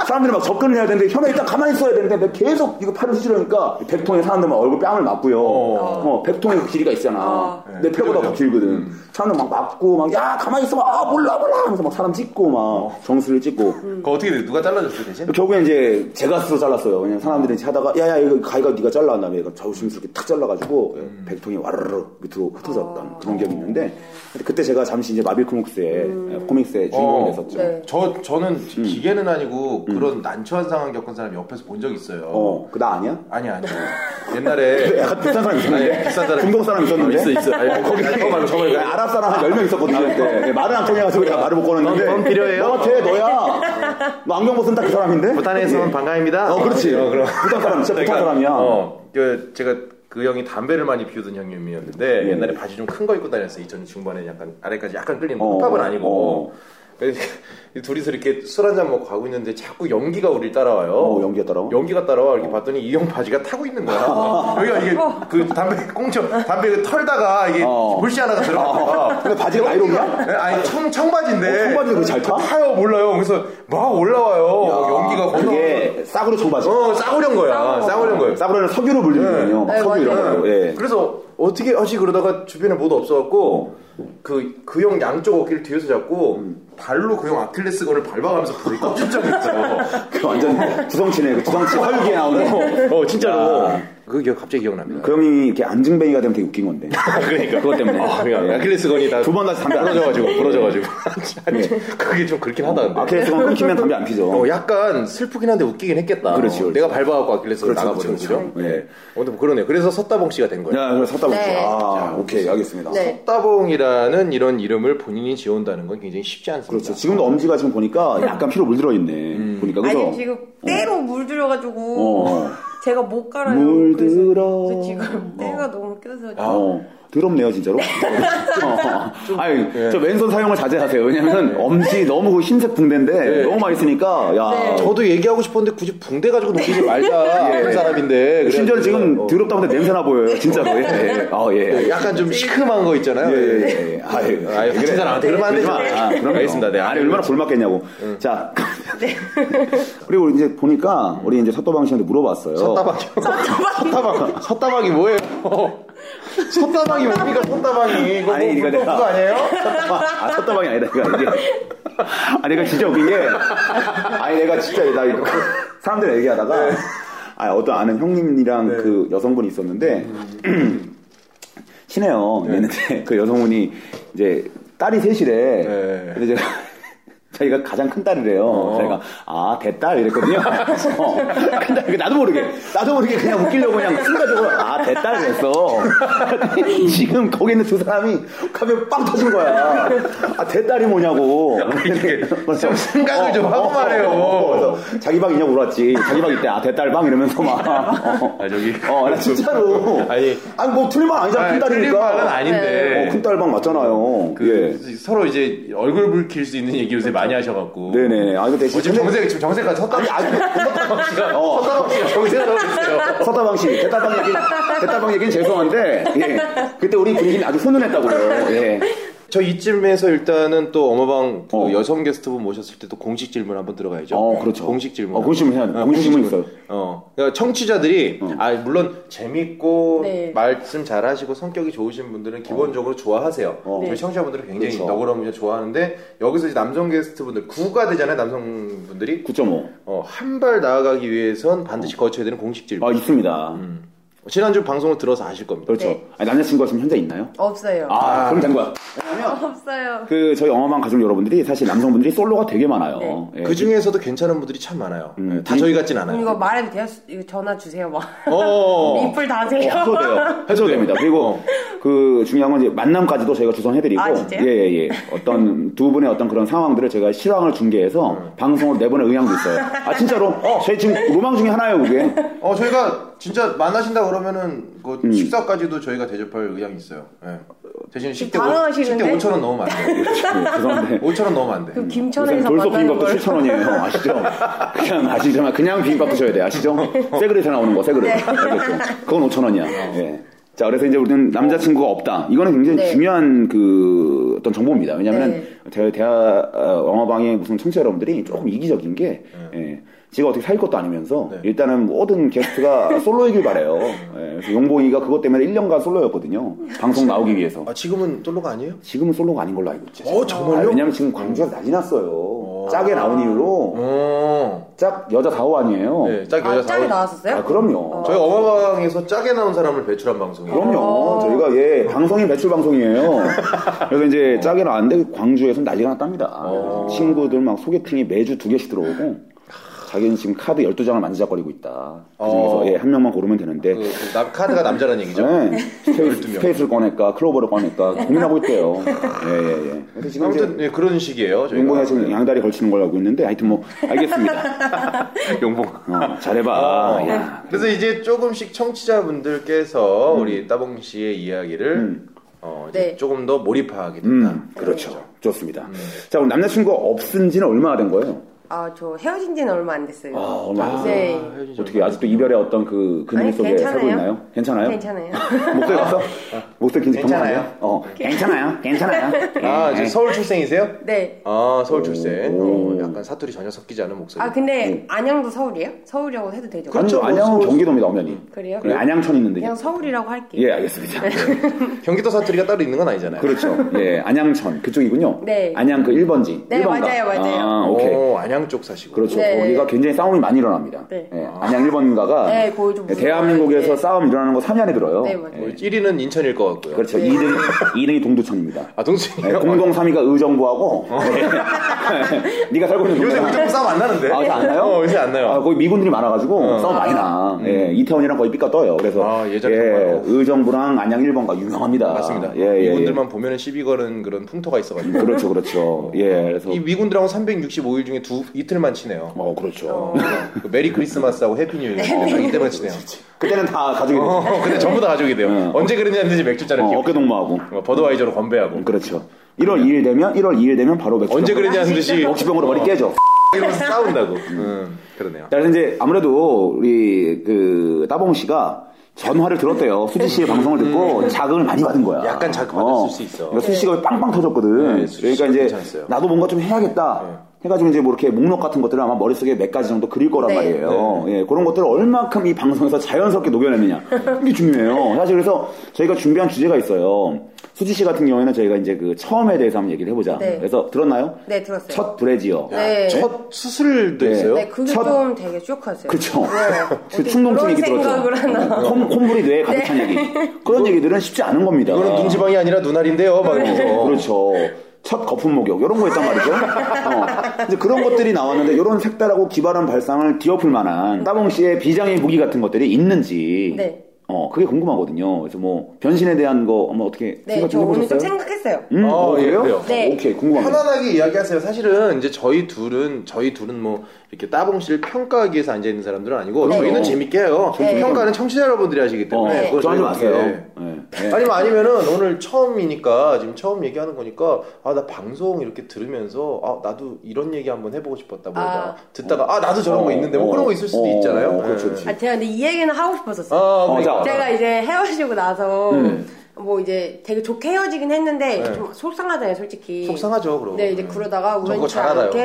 Speaker 2: 사람들이 막 접근을 해야 되는데 혀에 일단 가만히 있어야 되는데 내가 계속 이거 팔을 휘저으니까 백통에 사람들 막 얼굴 뺨을 맞고요 어, 백통의 그 길이가 있잖아 내 폐보다 더 길거든 사람들 막 맞고 막 야 가만히 있어 막아 몰라 몰라 하면서 막 사람 찍고 막 정수를 찍고
Speaker 3: 음.
Speaker 1: 그거 어떻게 돼? 누가 잘라줬어 대신?
Speaker 2: 결국엔 이제 제가 스스로 잘랐어요. 그냥 사람들이 이제 하다가 야야 이거 가위가 네가 잘라 한 다음에 이거 조심스럽게 탁 잘라가지고
Speaker 1: 음.
Speaker 2: 예, 백통이 와르르 밑으로 흩어졌던 그런 기억이 있는데 근데 그때 제가 잠시 이제 마빌 코믹스의 예, 코믹스의 주인공이
Speaker 1: 어.
Speaker 2: 됐었죠.
Speaker 3: 네.
Speaker 1: 저 저는 기계는 아니고 그런 난처한 상황 겪은 사람 옆에서 본 적 음. 있어요.
Speaker 2: 어, 그 나 아니야?
Speaker 1: 아니 아니. 옛날에
Speaker 2: 약간 비싼 사람 있었는데?
Speaker 1: 아니, 예, 비싼 사람.
Speaker 2: 중동 사람 있었는데?
Speaker 1: 있어 있어. 아니 거기 거 말고 저
Speaker 2: 네,
Speaker 1: 말고.
Speaker 2: 아랍 사람 한 10명 있었거든요, 그때. 네, 말을 안 통해가지고 내가 말을 못 거는데.
Speaker 1: 아, 예. 넌 필요해요?
Speaker 2: 너 같아, 너야. 너 안경 벗은 딱 그 사람인데?
Speaker 1: 부탄에서는 반가입니다. 네.
Speaker 2: 어, 그렇지.
Speaker 1: 그럼.
Speaker 2: 부탄 사람, 진짜 부탄 사람이야.
Speaker 1: 어, 그 제가 그 형이 담배를 많이 피우던 형님이었는데
Speaker 2: 예.
Speaker 1: 옛날에 바지 좀 큰 거 입고 다녔어요. 2000년 중반에 약간 아래까지 약간 끌리는
Speaker 2: 어,
Speaker 1: 힙합은 아니고.
Speaker 2: 어.
Speaker 1: 그래서 둘이서 이렇게 술 한잔 먹고 가고 있는데 자꾸 연기가 우리를 따라와요.
Speaker 2: 어, 연기가 따라와? 어. 아.
Speaker 1: 연기가 따라와. 이렇게 봤더니 이 형 바지가 타고 있는 거야. 여기가 이게 그 담배 꽁초 담배 그 털다가 이게
Speaker 2: 어.
Speaker 1: 불씨 하나가 들어가.
Speaker 2: 근데 바지가 나이로비야?
Speaker 1: 아니 청 청바지인데.
Speaker 2: 어, 청바지를 그렇게 잘 타?
Speaker 1: 타요 몰라요. 그래서 막 올라와요. 어, 연기가 거기서
Speaker 2: 아, 그게 싸구려 청바지.
Speaker 1: 어, 싸구려인 거야. 싸구려인 거예요.
Speaker 2: 싸구려는 석유로 불리거든요.
Speaker 3: 네,
Speaker 2: 석유 이런
Speaker 3: 맞아요.
Speaker 2: 걸로. 예.
Speaker 1: 그래서 어떻게 하지 그러다가 주변에 모두 없어갖고 그 그 형 양쪽 어깨를 뒤에서 잡고 발로 그 형 아킬레스건을 밟아가면서 불을 꺼진적있어
Speaker 2: 그 완전 구성치네. 그 구성치 설기에 나오는.
Speaker 1: 어 진짜로.
Speaker 2: 야.
Speaker 1: 그 기억 갑자기 기억납니다.
Speaker 2: 그 형이 이렇게 안증뱅이가 되면 되게 웃긴 건데.
Speaker 1: 그러니까
Speaker 2: 그것 때문에.
Speaker 1: 아, 그러니까
Speaker 2: 예.
Speaker 1: 아킬레스건이 다
Speaker 2: 두번
Speaker 1: 다
Speaker 2: 다시 담배 안
Speaker 1: 부러져가지고 부러져가지고 예. 아니, 그게 좀 그렇긴 하다. 근데.
Speaker 2: 아킬레스건 뭐 끊기면 담배 안 피죠.
Speaker 1: 어, 약간 슬프긴 한데 웃기긴 했겠다.
Speaker 2: 그렇죠,
Speaker 1: 내가 밟아갖고 아킬레스건
Speaker 2: 그렇죠,
Speaker 1: 나가버린
Speaker 2: 그렇죠,
Speaker 1: 거죠.
Speaker 2: 그렇죠.
Speaker 1: 예. 근데 뭐 그러네요. 그래서 섰다봉 씨가 된 거예요.
Speaker 2: 야, 그래 섰다 보죠.
Speaker 3: 네.
Speaker 2: 아, 오케이, 알겠습니다.
Speaker 3: 네.
Speaker 1: 섰다봉이라는 이런 이름을 본인이 지어온다는 건 굉장히 쉽지 않습니다.
Speaker 2: 그렇죠. 지금도 엄지가 지금 보니까
Speaker 1: 네.
Speaker 2: 약간 피로 물들어 있네.
Speaker 1: 음.
Speaker 2: 보니까 그죠?
Speaker 3: 아니 지금 때로 물들여가지고
Speaker 2: 어,
Speaker 3: 제가 못 갈아요.
Speaker 2: 물들어.
Speaker 3: 그래서 지금 때가 너무 껴서
Speaker 2: 어. 어. 더럽네요, 진짜로. 어. 아니,
Speaker 1: 네.
Speaker 2: 저 왼손 사용을 자제하세요. 왜냐면 엄지 너무 그 흰색 붕대인데
Speaker 1: 네.
Speaker 2: 너무 많이 쓰니까, 야.
Speaker 3: 네.
Speaker 1: 저도 얘기하고 싶었는데 굳이 붕대 가지고 놀리지 말자 그런 사람인데
Speaker 2: 심지어
Speaker 1: 예. 그래가지고
Speaker 2: 지금
Speaker 1: 어. 네.
Speaker 2: 더럽다 보다 냄새나 보여요, 진짜로. 예, 예. 어, 예.
Speaker 1: 약간 좀 시큼한 거 있잖아요.
Speaker 2: 예예예. 아유,
Speaker 1: 네. 아유, 같은 사람한테 그러면 안 되죠.
Speaker 2: 아, 그럼
Speaker 1: 알겠습니다. 네,
Speaker 2: 아니
Speaker 1: 알겠습니다. 음. 네.
Speaker 2: 얼마나 골맞겠냐고. 자. 그리고 이제 보니까 우리 이제 섰다방 씨한테 물어봤어요.
Speaker 1: 섰다방이요. 섰다방. 섰다방이 뭐예요? 섰다방이 뭡니까? 섰다방이. 이거
Speaker 2: 아니,
Speaker 1: 아니,
Speaker 2: 이거 내가-
Speaker 1: 뭐 불법 그거 아니에요?
Speaker 2: 섰다방. 아, 섰다방이 아니다. 그러니까 이게. 아니, 내가 진짜 웃긴 게. 아니, 내가 진짜, 나 이거. 사람들 얘기하다가. 아, 어떤 아는 형님이랑 그 여성분이 있었는데.
Speaker 1: 네.
Speaker 2: 친해요. 그랬는데 그 여성분이 이제 딸이 셋이래.
Speaker 1: 네.
Speaker 2: 근데 제가 자기가 가장 큰 딸이래요.
Speaker 1: 어.
Speaker 2: 자기가 아 대딸 이랬거든요. 어, 큰딸 이게 나도 모르게 나도 모르게 그냥 웃기려고 그냥 순간적으로 아 대딸 그랬어. 지금 거기 있는 두 사람이 가면 빵 터진 거야. 아 대딸이 뭐냐고. 그래서 어,
Speaker 1: 좀 생각을 좀 하고 말해요.
Speaker 2: 그래서 자기 방 있냐고 울었지. 자기 방 이때 아 대딸 방 이러면서 막. 어,
Speaker 1: 아, 저기.
Speaker 2: 어, 나 진짜로.
Speaker 1: 아니.
Speaker 2: 아니, 뭐, 틀린 말 아니잖아, 큰
Speaker 1: 틀린
Speaker 2: 딸이니까.
Speaker 1: 말은 아닌데.
Speaker 2: 어, 큰 딸 방 맞잖아요.
Speaker 1: 그
Speaker 2: 예.
Speaker 1: 서로 이제 얼굴 붉힐 수 있는 얘기 요새 많이 하셔갖고.
Speaker 2: 네네. 아, 이거 대신.
Speaker 1: 어, 지금 정색 지금 정색까지 섰다.
Speaker 2: 아니, 아니,
Speaker 1: 씨가 섰다 씨가 정색을 하고 있어요.
Speaker 2: 서다방 씨, 대다방 얘기, 대다방 얘기는 죄송한데, 예. 그때 우리 분위기는 아주 훈훈했다고 그래요. 예.
Speaker 1: 저 이쯤에서 일단은 또 어머방 그
Speaker 2: 어.
Speaker 1: 여성 게스트분 모셨을 때 또 공식 질문 한번 들어가야죠.
Speaker 2: 어, 그렇죠.
Speaker 1: 공식 질문. 아,
Speaker 2: 어, 공식 질문 해야 돼. 공식 질문 어. 있어요.
Speaker 1: 어, 그러니까 청취자들이 아 물론 재밌고
Speaker 3: 네.
Speaker 1: 말씀 잘하시고 성격이 좋으신 분들은 기본적으로 좋아하세요. 저희
Speaker 3: 네.
Speaker 1: 청취자분들은 굉장히
Speaker 2: 어. 그렇죠.
Speaker 1: 너그러움을 좋아하는데 여기서 이제 남성 게스트분들 구가 되잖아요. 남성분들이
Speaker 2: 9.5.
Speaker 1: 어, 한 발 나아가기 위해선 반드시 거쳐야 되는 공식 질문.
Speaker 2: 아, 있습니다.
Speaker 1: 음. 지난주 방송을 들어서 아실 겁니다.
Speaker 2: 그렇죠.
Speaker 3: 네.
Speaker 2: 아니, 남자친구가 지금 현재 있나요?
Speaker 3: 없어요.
Speaker 2: 아, 그럼 된 거야.
Speaker 3: 없어요.
Speaker 2: 그, 저희 어마방 가족 여러분들이 사실 남성분들이 솔로가 되게 많아요. 예.
Speaker 1: 그 중에서도 괜찮은 분들이 참 많아요.
Speaker 2: 음.
Speaker 1: 다 저희 같진
Speaker 3: 그럼
Speaker 1: 않아요.
Speaker 3: 이거 말해도 돼요? 수- 이거 전화 주세요. 막.
Speaker 1: 어.
Speaker 3: 리플 다세요.
Speaker 2: 해도 돼요. 해도 됩니다. 그리고 그 중요한 건 이제 만남까지도 저희가 조성해드리고
Speaker 3: 아, 진짜요?
Speaker 2: 예, 예, 예. 어떤 두 분의 어떤 그런 상황들을 제가 실황을 중계해서 방송을 내보낼 의향도 있어요. 아 진짜로? 저희 지금 로망 중에 하나예요, 그게.
Speaker 1: 어, 저희가 진짜 만나신다 그러면은 그
Speaker 2: 음.
Speaker 1: 식사까지도 저희가 대접할 의향이 있어요. 예. 대신 식대, 오, 식대
Speaker 3: 당황하시는데?
Speaker 1: 5천 원 넣으면 안 돼요.
Speaker 2: 예, 죄송한데.
Speaker 1: 5천 원 넣으면 안 돼.
Speaker 3: 그럼
Speaker 2: 요새
Speaker 3: 김천에서
Speaker 2: 돌솥
Speaker 3: 만나는
Speaker 2: 비빔밥도
Speaker 3: 걸.
Speaker 2: 7천 원이에요, 어, 아시죠? 그냥 아시지만 그냥 비빔밥 드셔야 돼, 아시죠? 새 그릇에 나오는 거, 새 그릇.
Speaker 3: 네.
Speaker 2: 알겠죠? 그건 5천 원이야. 예. 자, 그래서 이제 우리는 남자친구가 없다. 이거는 굉장히
Speaker 3: 네.
Speaker 2: 중요한 그 어떤 정보입니다. 왜냐하면
Speaker 3: 네.
Speaker 2: 대, 대화 어, 영화방의 무슨 청취자 여러분들이 조금 이기적인 게 예, 지가 어떻게 살 것도 아니면서 일단은 모든 게스트가 솔로이길 바래요. 예, 그래서 용봉이가 그것 때문에 1년간 솔로였거든요. 방송 나오기 위해서.
Speaker 1: 아, 지금은 솔로가 아니에요?
Speaker 2: 지금은 솔로가 아닌 걸로 알고 있죠.
Speaker 1: 어, 정말요?
Speaker 2: 아, 왜냐면 지금 광주가 난리 났어요. 짝에 나온 이후로
Speaker 1: 어.
Speaker 2: 짝 여자 4호 아니에요.
Speaker 1: 네, 짝
Speaker 3: 아,
Speaker 1: 여자
Speaker 3: 짝이
Speaker 1: 사원.
Speaker 3: 나왔었어요?
Speaker 2: 아 그럼요.
Speaker 1: 저희 어마방에서 짝에 나온 사람을 배출한 방송이에요.
Speaker 2: 그럼요.
Speaker 3: 어.
Speaker 2: 저희가 예 방송이 배출 방송이에요. 그래서 이제 짝이 나왔는데 광주에서 난리가 났답니다.
Speaker 1: 어.
Speaker 2: 그래서 친구들 막 소개팅이 매주 두 개씩 들어오고 자기는 지금 카드 12장을 만지작거리고 있다. 그중에서
Speaker 1: 어.
Speaker 2: 예, 한 명만 고르면 되는데
Speaker 1: 그, 그 남- 카드가 남자라는 얘기죠.
Speaker 2: 네, 스페이스,
Speaker 1: 12명.
Speaker 2: 스페이스를 꺼낼까 클로버를 꺼낼까 고민하고 있대요. 예예예. 그래서 지금 이제
Speaker 1: 아무튼 예, 그런 식이에요. 저희가.
Speaker 2: 용봉이 지금 양다리 걸치는 걸 알고 있는데 하여튼 뭐 알겠습니다.
Speaker 1: 용봉.
Speaker 2: 어, 잘해봐. 야.
Speaker 1: 그래서 이제 조금씩 청취자분들께서
Speaker 2: 음.
Speaker 1: 우리 따봉 씨의 이야기를 어, 이제
Speaker 3: 네.
Speaker 1: 조금 더 몰입하게 된다.
Speaker 2: 음, 그렇죠. 좋습니다. 자, 그럼 남자친구가 없은 지는 얼마나 된 거예요?
Speaker 3: 아, 저 헤어진 지는 얼마 안 됐어요.
Speaker 2: 아, 얼마 안 됐어요.
Speaker 3: 네.
Speaker 2: 어떻게 아직도 이별의 어떤 그 그늘
Speaker 3: 아니,
Speaker 2: 속에 살고 있나요? 괜찮아요?
Speaker 3: 괜찮아요.
Speaker 2: 목소리 봤어? 목소리 굉장히
Speaker 1: 괜찮아요?
Speaker 2: 경쾌하네요. 어, 괜찮아요. 아, 예. 괜찮아요.
Speaker 1: 아, 이제 서울 출생이세요?
Speaker 3: 네.
Speaker 1: 아, 서울 출생. 어, 약간 사투리 전혀 섞이지 않은 목소리.
Speaker 3: 아, 근데 안양도 서울이에요? 서울이라고 해도 되죠?
Speaker 1: 그렇죠.
Speaker 2: 안양, 안양은
Speaker 1: 서울-
Speaker 2: 경기도입니다, 엄연히.
Speaker 3: 그래요?
Speaker 2: 예, 안양천 있는데.
Speaker 3: 그냥 서울이라고 할게요.
Speaker 2: 예, 알겠습니다.
Speaker 1: 경기도 사투리가 따로 있는 건 아니잖아요.
Speaker 2: 그렇죠. 예, 안양천 그쪽이군요.
Speaker 3: 네.
Speaker 2: 안양 그 1번지.
Speaker 3: 네,
Speaker 2: 1번가.
Speaker 3: 맞아요, 맞아요.
Speaker 2: 아, 오케이.
Speaker 1: 오, 어, 안양 쪽 사시고.
Speaker 2: 그렇죠.
Speaker 3: 네.
Speaker 2: 거기가 굉장히 싸움이 많이 일어납니다.
Speaker 3: 네.
Speaker 2: 예, 안양 1번가가 예,
Speaker 3: 네, 거기 좀 무서워요.
Speaker 2: 대한민국에서
Speaker 3: 네.
Speaker 2: 싸움 일어나는 거 3위 안에 들어요. 예,
Speaker 3: 네, 맞아요. 네.
Speaker 1: 뭐 1위는 인천일 것 같고요.
Speaker 2: 그렇죠. 2등, 2등이 동두천입니다. 네,
Speaker 1: 아, 동생이요?
Speaker 2: 공동 3위가 의정부하고 네. 가 살고 있는
Speaker 1: 어. 요새
Speaker 2: 동네가-
Speaker 1: 무조건 싸움 안 나는데?
Speaker 2: 아, 요새 안 나요?
Speaker 1: 어, 요새 안 나요.
Speaker 2: 아, 거기 미군들이 많아가지고 싸움 많이 나. 예, 이태원이랑 거의 삐까 떠요. 그래서
Speaker 1: 아, 예전에
Speaker 2: 예,
Speaker 1: 정말.
Speaker 2: 의정부랑 안양 1번가 유명합니다.
Speaker 1: 맞습니다.
Speaker 2: 예, 예,
Speaker 1: 미군들만 보면은 시비 거는 그런 풍토가
Speaker 2: 예.
Speaker 1: 있어가지고.
Speaker 2: 그렇죠, 그렇죠. 예, 그래서
Speaker 1: 이 미군들하고 365일 중에 두 이틀만 치네요.
Speaker 2: 어, 그렇죠.
Speaker 1: 그 메리 크리스마스하고 해피 뉴 이어 이때만 치네요.
Speaker 2: 그때는 다 가족이 됐죠.
Speaker 1: 어, 근데 전부 다 가족이 돼요.
Speaker 2: 어.
Speaker 1: 언제 그랬냐는지 맥주잔을
Speaker 2: 어,
Speaker 1: 끼고
Speaker 2: 어깨 동무하고.
Speaker 1: 어, 버드와이저로 건배하고
Speaker 2: 그렇죠. 1월 2일 되면 1월 2일 되면 바로 맥주.
Speaker 1: 언제 그랬냐는 듯이 어,
Speaker 2: 억시병으로 머리 깨져.
Speaker 1: 이러면서 싸운다고. 음, 그러네요.
Speaker 2: 자, 그래서 이제 아무래도 우리 그 따봉 씨가 전화를 들었대요. 수지 씨의 방송을 듣고 자극을 많이 받은 거야.
Speaker 1: 음. 약간 자극 받았을 수 있어.
Speaker 2: 그러니까 수지 씨가 빵빵 터졌거든.
Speaker 1: 네, 수지
Speaker 2: 그러니까
Speaker 1: 씨가
Speaker 2: 이제
Speaker 1: 괜찮았어요. 네.
Speaker 2: 나도 뭔가 좀 해야겠다. 해가지고 이제 뭐 이렇게 목록 같은 것들을 아마 머릿속에 몇 가지 정도 그릴 거란
Speaker 3: 네.
Speaker 2: 말이에요. 예, 그런 것들을 얼만큼 이 방송에서 자연스럽게 녹여내느냐. 이게 중요해요. 사실 그래서 저희가 준비한 주제가 있어요. 수지 씨 같은 경우에는 저희가 이제 그 처음에 대해서 한번 얘기를 해보자.
Speaker 3: 네.
Speaker 2: 그래서 들었나요?
Speaker 3: 네, 들었어요.
Speaker 2: 첫 브레지어.
Speaker 3: 네.
Speaker 1: 첫 수술도
Speaker 2: 네.
Speaker 1: 있어요?
Speaker 3: 네, 그게
Speaker 2: 첫-
Speaker 3: 좀 되게 쇼크였어요.
Speaker 2: 그쵸.
Speaker 3: 네.
Speaker 2: 그 충동증 얘기
Speaker 3: 그런
Speaker 2: 들었죠.
Speaker 3: 생각을 하나.
Speaker 2: 콧- 콧물이 뇌에 가득 찬 얘기. 그런 얘기들은 쉽지 않은 겁니다.
Speaker 1: 이거는 눈지방이 아니라 눈알인데요. 막 이러면서.
Speaker 2: 네. 그렇죠. 첫 거품 목욕 이런 거 있단 말이죠. 어. 이제 그런 것들이 나왔는데 이런 색다르고 기발한 발상을 뒤엎을 만한 따봉 씨의 비장의 무기 같은 것들이 있는지
Speaker 3: 네.
Speaker 2: 어 그게 궁금하거든요. 그래서 뭐 변신에 대한 거 한번 어떻게
Speaker 3: 네,
Speaker 2: 생각
Speaker 3: 저
Speaker 2: 좀
Speaker 3: 오늘 좀
Speaker 2: 해보셨어요?
Speaker 3: 생각했어요.
Speaker 2: 음,
Speaker 1: 아,
Speaker 2: 어,
Speaker 1: 예,
Speaker 2: 그래요?
Speaker 1: 그래요.
Speaker 3: 네.
Speaker 2: 오케이 궁금합니다.
Speaker 1: 편안하게 이야기하세요. 사실은 이제 저희 둘은 저희 둘은 뭐 이렇게 따봉 씨를 평가하기 위해서 앉아 있는 사람들은 아니고
Speaker 3: 네.
Speaker 1: 저희는 재밌게 해요.
Speaker 3: 네.
Speaker 1: 평가는 청취자 여러분들이 하시기
Speaker 2: 어,
Speaker 1: 때문에
Speaker 2: 좋아하지
Speaker 1: 그거 저희는
Speaker 2: 마세요.
Speaker 1: 네.
Speaker 2: 예, 예.
Speaker 1: 아니면 아니면은 오늘 처음이니까 지금 처음 얘기하는 거니까 아 나 방송 이렇게 들으면서 아 나도 이런 얘기 한번 해보고 싶었다 뭐
Speaker 3: 아.
Speaker 1: 듣다가 아 나도 저런 거
Speaker 2: 어,
Speaker 1: 있는데 뭐 그런 거 있을 수도
Speaker 2: 어,
Speaker 1: 있잖아요. 네.
Speaker 2: 어, 그렇죠, 그렇죠.
Speaker 3: 아, 제가 근데 이 얘기는 하고 싶었었어요.
Speaker 1: 예. 아,
Speaker 2: 어,
Speaker 1: 그러니까.
Speaker 2: 자,
Speaker 3: 제가 이제 헤어지고 나서
Speaker 2: 음.
Speaker 3: 뭐 이제 되게 좋게 헤어지긴 했는데
Speaker 1: 네.
Speaker 3: 좀 속상하잖아요, 솔직히.
Speaker 1: 속상하죠, 그럼.
Speaker 3: 네, 이제 그러다가
Speaker 1: 저 그거
Speaker 3: 우연치
Speaker 1: 잘 알아요.
Speaker 3: 않게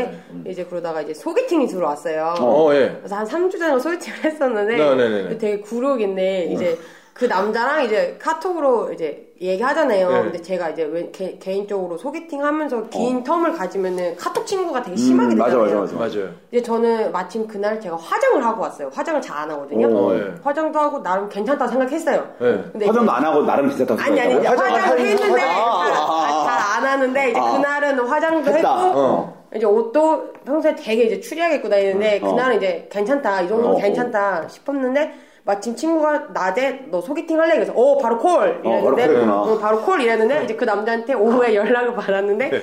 Speaker 1: 네.
Speaker 3: 이제 그러다가 이제 소개팅이 들어왔어요.
Speaker 1: 어, 예.
Speaker 3: 그래서 한 3주 전에 소개팅을 했었는데
Speaker 2: 아,
Speaker 1: 네, 네, 네, 네.
Speaker 3: 되게 굴욕인데 이제 그 남자랑 이제 카톡으로 이제 얘기하잖아요.
Speaker 1: 네.
Speaker 3: 근데 제가 이제 왜 개, 인적으로 소개팅 하면서 긴 텀을 가지면은 카톡 친구가 되게 심하게
Speaker 2: 어. 음, 맞아,
Speaker 3: 되잖아요.
Speaker 2: 맞아, 맞아.
Speaker 1: 맞아요.
Speaker 3: 이제 저는 마침 그날 제가 화장을 하고 왔어요. 화장을 잘 안 하거든요.
Speaker 2: 오,
Speaker 1: 예.
Speaker 3: 화장도 하고 나름 괜찮다 생각했어요.
Speaker 1: 네.
Speaker 3: 근데
Speaker 2: 어, 네. 화장도 안 하고 나름 괜찮다고
Speaker 3: 아니 아니
Speaker 2: 생각했다고요?
Speaker 3: 이제
Speaker 1: 화장-
Speaker 3: 화장을
Speaker 1: 화장-
Speaker 3: 했는데
Speaker 1: 화장-
Speaker 2: 아, 아,
Speaker 3: 잘 안 하는데 이제
Speaker 2: 아.
Speaker 3: 그날은 화장도
Speaker 2: 했다.
Speaker 3: 했고
Speaker 1: 어.
Speaker 3: 이제 옷도 평소에 되게 이제 추리하게 입고 다니는데
Speaker 2: 어.
Speaker 3: 그날은 이제 괜찮다 이 정도면
Speaker 2: 어.
Speaker 3: 괜찮다 싶었는데 마침 친구가 낮에 너 소개팅 할래 그래서 어 바로 콜
Speaker 2: 어, 바로
Speaker 3: 이랬는데
Speaker 2: 콜이구나. 아.
Speaker 3: 어, 바로 콜 이랬는데 이제 그 남자한테 오후에 연락을 받았는데
Speaker 2: 네.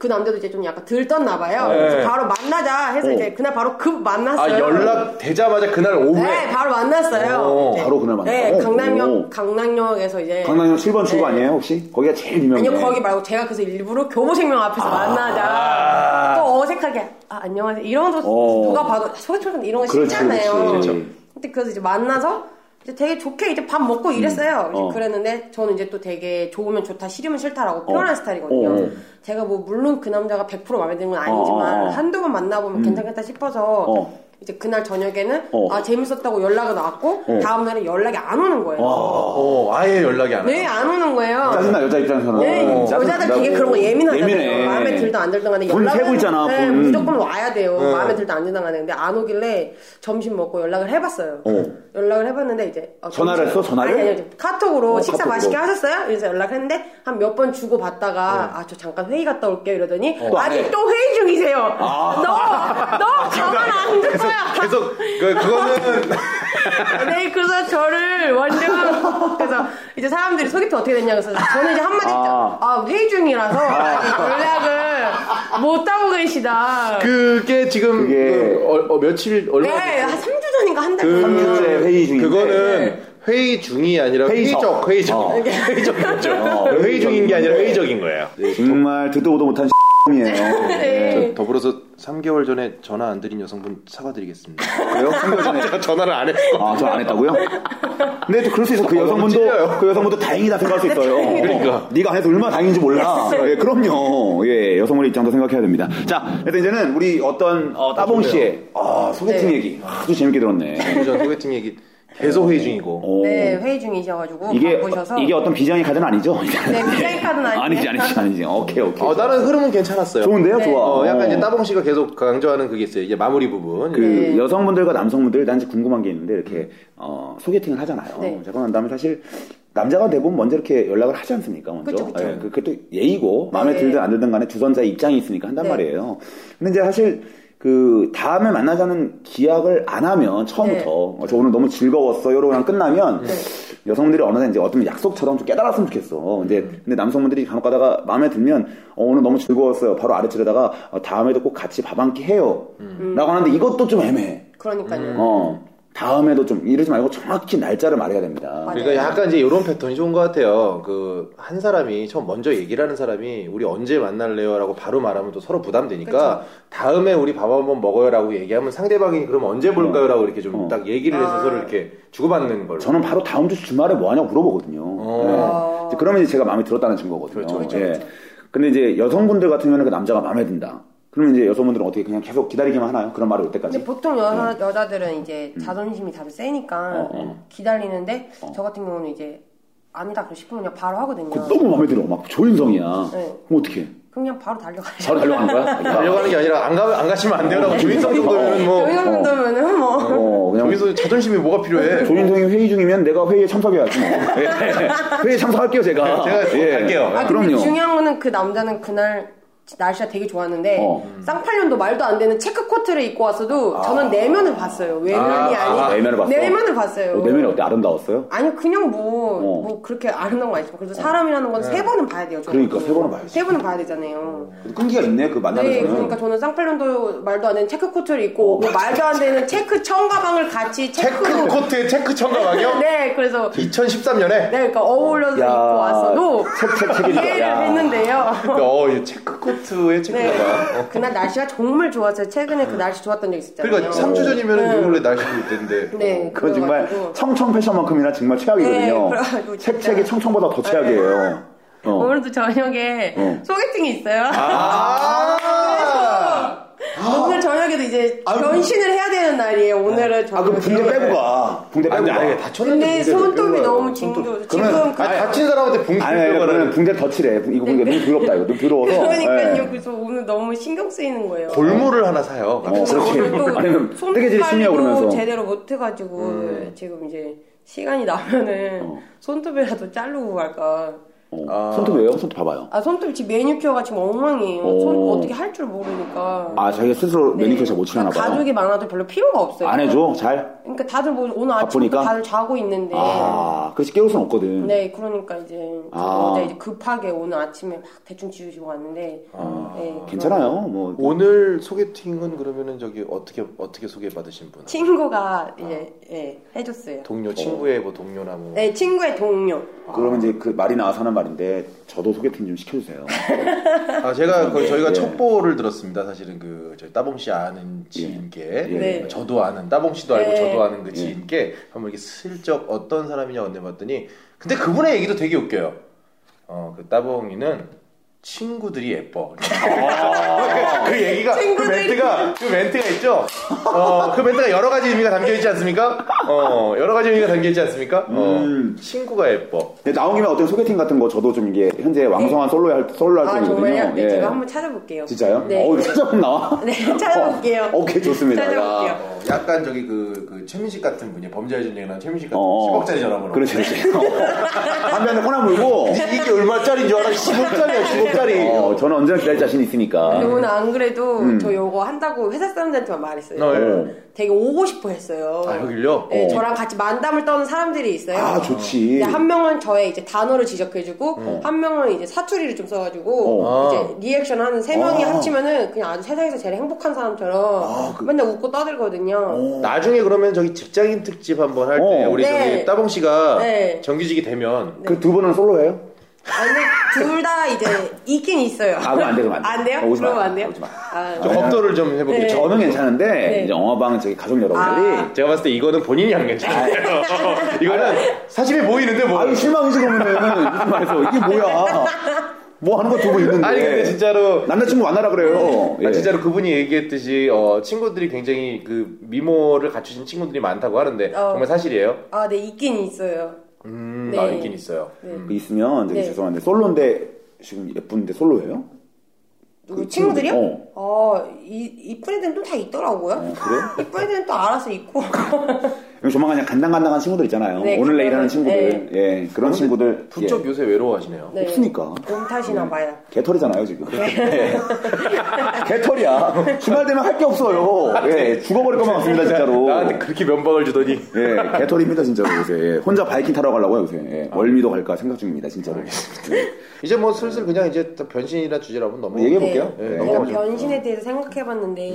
Speaker 3: 그 남자도 이제 좀 약간 들떴나 봐요.
Speaker 1: 네.
Speaker 3: 그래서 바로 만나자 해서
Speaker 2: 어.
Speaker 3: 이제 그날 바로 급 만났어요.
Speaker 1: 아 연락 되자마자 그날 오후에
Speaker 3: 네, 바로 만났어요.
Speaker 1: 오,
Speaker 3: 네.
Speaker 2: 바로 그날 만났어요?
Speaker 3: 네,
Speaker 2: 오.
Speaker 3: 강남역 강남역에서 이제
Speaker 2: 강남역 7번 출구
Speaker 3: 네.
Speaker 2: 아니에요 혹시? 거기가 제일 유명해.
Speaker 3: 아니요 거기 말고 제가 그래서 일부러 교보생명 앞에서
Speaker 1: 아.
Speaker 3: 만나자 또 어색하게 아 안녕하세요 이런 거
Speaker 2: 어.
Speaker 3: 누가 봐도 소개팅 이런 거
Speaker 2: 그렇지,
Speaker 3: 싫잖아요
Speaker 2: 그렇지. 그렇죠.
Speaker 3: 근데 그래서 이제 만나서 이제 되게 좋게 이제 밥 먹고 이랬어요 이제
Speaker 2: 어.
Speaker 3: 그랬는데 저는 이제 또 되게 좋으면 좋다 싫으면 싫다라고 표현한 스타일이거든요
Speaker 2: 어.
Speaker 3: 제가 뭐 물론 그 남자가 100% 마음에 드는 건 아니지만
Speaker 2: 어.
Speaker 3: 한두 번 만나보면 괜찮겠다 싶어서
Speaker 2: 어.
Speaker 3: 이제 그날 저녁에는
Speaker 2: 어.
Speaker 3: 아 재밌었다고 연락은 왔고
Speaker 2: 어.
Speaker 3: 다음날에 연락이 안 오는 거예요
Speaker 1: 어, 아예 연락이 안 와요.
Speaker 3: 네 안 오는 거예요
Speaker 2: 짜증나 여자 입장에서는.
Speaker 3: 네,
Speaker 2: 어,
Speaker 3: 여자들
Speaker 2: 짜증난다고.
Speaker 3: 되게 그런 거 예민하잖아요.
Speaker 2: 예민해.
Speaker 3: 마음에 들든 안 들든 간에
Speaker 2: 돈
Speaker 3: 연락을
Speaker 2: 세고 있잖아,
Speaker 3: 네,
Speaker 2: 돈.
Speaker 3: 무조건 와야 돼요.
Speaker 1: 네.
Speaker 3: 마음에 들든 안 들든 간에 근데 안 오길래 점심 먹고 연락을 해봤어요.
Speaker 2: 어.
Speaker 3: 연락을 해봤는데 이제 어,
Speaker 2: 전화를
Speaker 3: 점심-
Speaker 2: 했어? 전화를?
Speaker 3: 아니, 아니, 카톡으로
Speaker 2: 어,
Speaker 3: 식사
Speaker 2: 카톡으로.
Speaker 3: 맛있게 하셨어요? 이래서 연락했는데 한 몇 번 주고 받다가
Speaker 2: 어.
Speaker 3: 아 저 잠깐 회의 갔다 올게 요 이러더니
Speaker 2: 또안 해.
Speaker 3: 아직 또 회의 중이세요.
Speaker 2: 어. 아.
Speaker 3: 너너 가만 안둘 거야.
Speaker 1: 계속 그, 그거는
Speaker 3: 네, 그래서 저를 완전 그래서 이제 사람들이 소개팅 어떻게 됐냐고 해서 저는 이제 한마디 했죠.
Speaker 2: 아.
Speaker 3: 아, 회의 중이라서 아직 연락을 못 하고 계시다.
Speaker 1: 그게 지금
Speaker 2: 그게-
Speaker 1: 그 어, 어, 며칠 얼마
Speaker 3: 네, 한 네. 3주 전인가 한 달
Speaker 1: 그-
Speaker 3: 전에
Speaker 2: 삼주째 회의 중인데.
Speaker 1: 그거는 회의 중이 아니라
Speaker 2: 회의적.
Speaker 1: 회의적 회의적
Speaker 2: 어.
Speaker 1: 회의적이죠.
Speaker 2: 어,
Speaker 1: 회의 네. 중인 게 아니라 회의적인 거예요.
Speaker 2: 음. 정말 듣도 보도 못한 X이에요.
Speaker 3: 네.
Speaker 1: 더불어서 3개월 전에 전화 안 드린 여성분 사과드리겠습니다.
Speaker 2: 그래요? 생각 전에.
Speaker 1: 제가 전화를 안 했고.
Speaker 2: 아, 저 안 했다고요? 근데 또 그럴 수 있어. 그
Speaker 1: 어,
Speaker 2: 여성분도,
Speaker 1: 찔려요.
Speaker 2: 그 여성분도 다행이다 생각할 수 있어요. 어,
Speaker 1: 그러니까.
Speaker 2: 네가 안 해서 얼마나 다행인지 몰라.
Speaker 3: 네.
Speaker 2: 예, 그럼요. 예, 여성분의 입장도 생각해야 됩니다. 자, 일단 이제는 우리 어떤, 어, 따봉 씨의, 아, 소개팅
Speaker 3: 네.
Speaker 2: 얘기. 아주 재밌게 들었네.
Speaker 1: 전 소개팅 얘기 계속 회의 중이고.
Speaker 2: 오.
Speaker 3: 네, 회의 중이셔가지고
Speaker 2: 이게,
Speaker 3: 바쁘셔서
Speaker 2: 이게 어떤 비장의 카드는 아니죠?
Speaker 3: 네, 비장의 카드는 아니에요.
Speaker 2: 아니지, 아니지, 아니지. 오케이, 오케이.
Speaker 1: 어, 나는 흐름은 괜찮았어요.
Speaker 2: 좋은데요?
Speaker 3: 네.
Speaker 2: 좋아.
Speaker 1: 어, 약간 이제
Speaker 2: 어.
Speaker 1: 따봉 씨가 계속 강조하는 그게 있어요. 이제 마무리 부분.
Speaker 2: 그
Speaker 3: 네.
Speaker 2: 여성분들과 남성분들 난 이제 궁금한 게 있는데 이렇게 어, 소개팅을 하잖아요.
Speaker 3: 네.
Speaker 2: 자, 그런 다음에 사실 남자가 대부분 먼저 이렇게 연락을 하지 않습니까? 먼저.
Speaker 3: 그쵸, 그쵸.
Speaker 2: 예, 그- 그게 또 예의고 마음에
Speaker 3: 네.
Speaker 2: 들든 안 들든 간에 주선자의 입장이 있으니까 한단
Speaker 3: 네.
Speaker 2: 말이에요. 근데 이제 사실 그 다음에 만나자는 기약을 안 하면 처음부터
Speaker 3: 네.
Speaker 2: 어, 저 오늘 너무 즐거웠어 요러고 난 끝나면
Speaker 3: 네.
Speaker 2: 여성들이 어느새 이제 어떤 약속처럼 좀 깨달았으면 좋겠어. 근데, 근데 남성분들이 간혹 가다가 마음에 들면, 어, 오늘 너무 즐거웠어요. 바로 아래치려다가, 어, 다음에도 꼭 같이 밥 한 끼 해요.
Speaker 3: 음.
Speaker 2: 라고 하는데 이것도 좀 애매해.
Speaker 3: 그러니까요.
Speaker 2: 어, 다음에도 좀, 이러지 말고 정확히 날짜를 말해야 됩니다.
Speaker 3: 맞아요.
Speaker 1: 그러니까 약간 이제 이런 패턴이 좋은 것 같아요. 그 한 사람이 처음 먼저 얘기를 하는 사람이 우리 언제 만날래요라고 바로 말하면 또 서로 부담되니까 다음에 우리 밥 한번 먹어요라고 얘기하면 상대방이 그럼 언제 볼까요라고 이렇게 좀
Speaker 2: 어.
Speaker 1: 딱 얘기를 해서
Speaker 3: 아.
Speaker 1: 서로 이렇게 주고받는 걸로.
Speaker 2: 저는 바로 다음 주 주말에 뭐 하냐고 물어보거든요.
Speaker 1: 어.
Speaker 2: 네. 이제 그러면 이제 제가 마음에 들었다는 증거거든요.
Speaker 1: 그렇죠, 그렇죠,
Speaker 2: 예. 근데 이제 여성분들 같은 경우는 그 남자가 마음에 든다. 그러면 이제 여성분들은 어떻게 그냥 계속 기다리기만 하나요? 그런 말이 올 때까지?
Speaker 3: 근데 보통 여, 여자들은 이제 자존심이 다들 세니까
Speaker 2: 음. 어, 어.
Speaker 3: 기다리는데 저 같은 경우는 이제 아니다 그럼 싶으면 그냥 바로 하거든요.
Speaker 2: 그 너무 마음에 들어. 막 조인성이야.
Speaker 3: 네.
Speaker 2: 그럼 어떻게?
Speaker 3: 그냥 바로 달려가야죠.
Speaker 2: 바로 달려가는 거야? 야.
Speaker 1: 달려가는 게 아니라 안, 가, 안 가시면 안 돼요라고 조인성 정도면 뭐
Speaker 3: 저희 정도면은 뭐
Speaker 2: 어, 그냥
Speaker 1: 거기서 자존심이 뭐가 필요해?
Speaker 2: 어, 조인성이 회의 중이면 내가 회의에 참석해야지. 예. 회의에 참석할게요, 네, 제가. 예.
Speaker 1: 제가 갈게요.
Speaker 3: 아, 근데
Speaker 2: 그럼요.
Speaker 3: 중요한 거는 그 남자는 그날 날씨가 되게 좋았는데
Speaker 2: 어.
Speaker 3: 쌍팔년도 말도 안 되는 체크 코트를 입고 왔어도 저는 내면을 봤어요. 외면이
Speaker 1: 아,
Speaker 3: 아, 니
Speaker 2: 아, 내면을 봤어.
Speaker 3: 봤어요.
Speaker 2: 어, 내면이 어때? 아름다웠어요?
Speaker 3: 아니 그냥 뭐 뭐
Speaker 2: 어.
Speaker 3: 그렇게 아름다운 거 아니지만 그래도 사람이라는 건 세 번은 봐야 돼요. 저는.
Speaker 2: 그러니까, 세 번은 봐야지.
Speaker 3: 세 번은 봐야 되잖아요.
Speaker 2: 끈기가 있네, 그
Speaker 3: 네,
Speaker 2: 만남에서는. 어.
Speaker 3: 그러니까 저는 쌍팔년도 말도 안 되는 체크 코트를 입고 뭐 말도 안 되는 체크 청 가방을 같이 체크
Speaker 1: 체크 코트에 체크 청가방이요?
Speaker 3: 네, 그래서
Speaker 1: 2013년에?
Speaker 3: 네, 그러니까 어울려서
Speaker 2: 야,
Speaker 3: 입고 왔어도
Speaker 2: 책, 책, 책이다. 야.
Speaker 3: 이해를 했는데요.
Speaker 1: 어, 이 체크 코트에 체크
Speaker 3: 네.
Speaker 1: 청가방. 어.
Speaker 3: 그날 날씨가 정말 좋았어요. 최근에 그 날씨 좋았던 적 있었잖아요.
Speaker 1: 그러니까 3주 전이면
Speaker 3: 네.
Speaker 1: 은 이걸로 날씨도 있던데.
Speaker 3: 네,
Speaker 2: 그건 정말
Speaker 3: 그래가지고.
Speaker 2: 청청 패션만큼이나 정말
Speaker 3: 네,
Speaker 2: 최악이거든요.
Speaker 3: 그래가지고
Speaker 2: 책,
Speaker 3: 진짜.
Speaker 2: 책이 청청보다 더 최악이에요. 어.
Speaker 3: 오늘도 저녁에
Speaker 2: 어.
Speaker 3: 소개팅이 있어요.
Speaker 1: 아!
Speaker 3: 오늘 저녁에도 이제 변신을 해야 되는 날이에요. 오늘은
Speaker 2: 아, 그럼 붕대 빼고 가. 붕대 빼고
Speaker 1: 아니,
Speaker 2: 가.
Speaker 1: 아니, 다쳤는데. 붕대를 왜
Speaker 3: 근데 손톱이
Speaker 1: 뺀 거야?
Speaker 3: 너무
Speaker 1: 손톱.
Speaker 3: 징그러.
Speaker 2: 그러면-
Speaker 3: 지금 그
Speaker 1: 아니, 다친 사람한테 붕대
Speaker 2: 아니, 아니, 그러면
Speaker 1: 빼거는
Speaker 2: 붕대 더 칠해. 이거 붕대 너무 부럽다, 이거. 너무 부러워서.
Speaker 3: 그러니까요.
Speaker 2: 예.
Speaker 3: 그래서 오늘 너무 신경 쓰이는 거예요.
Speaker 1: 골무를 하나 사요.
Speaker 2: 어, 그렇지. 아니면 뜨개질이 심해요,
Speaker 3: 손발도
Speaker 2: 그러면서. 음.
Speaker 3: 제대로 못 해가지고 지금 이제 시간이 나면은 손톱이라도 자르고 갈까.
Speaker 2: 어.
Speaker 1: 아.
Speaker 2: 손톱 왜요? 손톱 봐봐요.
Speaker 3: 아 손톱이 지금 매니큐어가 지금 엉망이에요. 손
Speaker 2: 오.
Speaker 3: 어떻게 할 줄 모르니까.
Speaker 2: 아, 자기가 스스로
Speaker 3: 네.
Speaker 2: 매니큐어 잘못 칠하나 봐요.
Speaker 3: 가족이 많아도 별로 필요가 없어요.
Speaker 2: 안 해줘? 잘?
Speaker 3: 그러니까 다들 뭐 오늘 아침부터
Speaker 2: 바쁘니까?
Speaker 3: 다들 자고 있는데.
Speaker 2: 아, 그렇지. 깨울 순 없거든.
Speaker 3: 네, 그러니까 이제 저도
Speaker 2: 아.
Speaker 3: 어제 이제 급하게 오늘 아침에 막 대충 지우시고 왔는데. 네,
Speaker 2: 아, 괜찮아요. 뭐.
Speaker 1: 오늘 소개팅은 그러면은 저기 어떻게 어떻게 소개받으신 분?
Speaker 3: 친구가 이제 예, 해줬어요.
Speaker 1: 동료 친구의 뭐 동료나 뭐.
Speaker 3: 네, 친구의 동료.
Speaker 2: 그러면 이제 그 말이 나와서 하는 말인데, 저도 소개팅 좀 시켜주세요.
Speaker 1: 아 제가 그 저희가
Speaker 2: 예.
Speaker 1: 첩보를 들었습니다. 사실은 그 저희 따봉 씨 아는 지인께
Speaker 2: 예.
Speaker 3: 네.
Speaker 1: 저도 아는 따봉 씨도 알고
Speaker 3: 네.
Speaker 1: 저도 아는 그 지인께 한번 이렇게 슬쩍 어떤 사람이냐 건네봤더니 근데 그분의 얘기도 되게 웃겨요. 어그 따봉이는 친구들이 예뻐. 그, 그 얘기가
Speaker 3: 친구들이.
Speaker 1: 그 멘트가 그 멘트가 있죠. 어그 멘트가 여러 가지 의미가 담겨 있지 않습니까? 어 여러 가지 의미가 담겨 있지 않습니까? 어
Speaker 2: 음.
Speaker 1: 친구가 예뻐.
Speaker 2: 근데 나온 김에 어떤 소개팅 같은 거 저도 좀 이게 현재 왕성한 솔로 할 솔로
Speaker 3: 아
Speaker 2: 활동이거든요.
Speaker 3: 정말요? 네,
Speaker 2: 예.
Speaker 3: 제가 한번 찾아볼게요.
Speaker 2: 진짜요?
Speaker 3: 네.
Speaker 2: 어, 찾아보면 나와.
Speaker 3: 네, 찾아볼게요.
Speaker 2: 어, 오케이 좋습니다.
Speaker 3: 찾아볼게요.
Speaker 2: 야.
Speaker 1: 어, 약간 저기 그, 그 최민식 같은 분이 범죄의 전쟁이나 최민식 같은
Speaker 2: 어,
Speaker 1: 10억짜리 전화번호. 네.
Speaker 2: 그렇지, 그렇지. 담배 한대 코나 물고.
Speaker 1: 이게 얼마짜리인 줄 알아? 10억짜리야, 10억짜리.
Speaker 2: 어, 저는 언제나 기다릴 자신 있으니까.
Speaker 3: 근데 오늘 안 그래도
Speaker 2: 음.
Speaker 3: 저 요거 한다고 회사 사람들한테만 말했어요.
Speaker 1: 어,
Speaker 2: 어.
Speaker 1: 예.
Speaker 3: 되게 오고 싶어 했어요.
Speaker 1: 아, 여길요?
Speaker 3: 네,
Speaker 2: 어.
Speaker 3: 저랑 같이 만담을 떠는 사람들이 있어요.
Speaker 2: 아, 좋지.
Speaker 3: 근데 네, 한 명은 저의 이제 단어를 지적해주고
Speaker 2: 음.
Speaker 3: 한 명은 이제 사투리를 좀 써가지고
Speaker 1: 어.
Speaker 3: 이제 리액션 하는 세 명이
Speaker 2: 아.
Speaker 3: 합치면은 그냥 아주 세상에서 제일 행복한 사람처럼
Speaker 2: 그-
Speaker 3: 맨날 웃고 떠들거든요.
Speaker 1: 나중에 그러면 저기 직장인 특집 한번 할 때
Speaker 2: 어.
Speaker 1: 우리
Speaker 3: 네.
Speaker 1: 저기 따봉 씨가
Speaker 3: 네.
Speaker 1: 정규직이 되면
Speaker 2: 그 두 분은 솔로예요?
Speaker 3: 아니 둘 다 이제 있긴 있어요.
Speaker 2: 아, 그럼 안 돼, 그럼 안 돼.
Speaker 3: 돼요?
Speaker 2: 오지 마,
Speaker 3: 그러면 안 돼요?
Speaker 2: 오지 마.
Speaker 3: 아,
Speaker 1: 좀 검토를 좀 해보겠죠.
Speaker 3: 네.
Speaker 2: 저는 괜찮은데
Speaker 3: 네.
Speaker 2: 이제 영화방 저기 가족 여러분들이
Speaker 3: 아.
Speaker 1: 제가 봤을 때 이거는 본인이 안 괜찮아요. 이거는 사심이 보이는데 뭐.
Speaker 2: 아유 실망 의식 없는 무슨 말이죠? 이게 뭐야? 뭐 하는 거 두고 있는데.
Speaker 1: 아니, 근데 진짜로.
Speaker 2: 남자친구 만나라 그래요.
Speaker 1: 아, 진짜로 그분이 얘기했듯이 어, 친구들이 굉장히 그 미모를 갖추신 친구들이 많다고 하는데
Speaker 3: 어.
Speaker 1: 정말 사실이에요?
Speaker 3: 아, 네 있긴 있어요.
Speaker 1: 음,
Speaker 3: 네.
Speaker 1: 아, 있긴 있어요.
Speaker 2: 그 있으면 저기
Speaker 3: 네.
Speaker 2: 죄송한데 솔로인데 지금 예쁜데 솔로예요?
Speaker 3: 누구
Speaker 2: 그
Speaker 3: 친구들이요?
Speaker 2: 친구들, 어,
Speaker 3: 어, 이, 이쁜 애들은 또 다 있더라고요.
Speaker 2: 그래?
Speaker 3: 이쁜 애들은 또 알아서 있고.
Speaker 2: 여기 조만간 그냥 간당간당한 친구들 있잖아요.
Speaker 3: 네,
Speaker 2: 오늘 내일
Speaker 3: 그거는-
Speaker 2: 하는 친구들. 예, 그런 친구들.
Speaker 1: 북쪽
Speaker 2: 예.
Speaker 1: 요새 외로워하시네요.
Speaker 3: 네.
Speaker 2: 없으니까. 음.
Speaker 3: 봄 탓이나 봐요.
Speaker 2: 개털이잖아요, 지금.
Speaker 3: 네.
Speaker 2: 예. 개털이야. 주말 되면 할 게 없어요. 예, 죽어버릴 것만 같습니다, 진짜로.
Speaker 1: 나한테 아, 그렇게 면박을 주더니
Speaker 2: 예, 개털입니다, 진짜로, 요새. 예, 혼자 바이킹 타러 가려고요, 요새. 예, 월미도 갈까 생각 중입니다, 진짜로. 예.
Speaker 1: 이제 뭐 슬슬 그냥 이제 다 변신이라 주제로 한번 넘어.
Speaker 2: 얘기해 볼게요.
Speaker 1: 네.
Speaker 2: 예,
Speaker 1: 네.
Speaker 3: 그냥
Speaker 2: 넘어가죠. 음,
Speaker 3: 변신에 대해서 생각해봤는데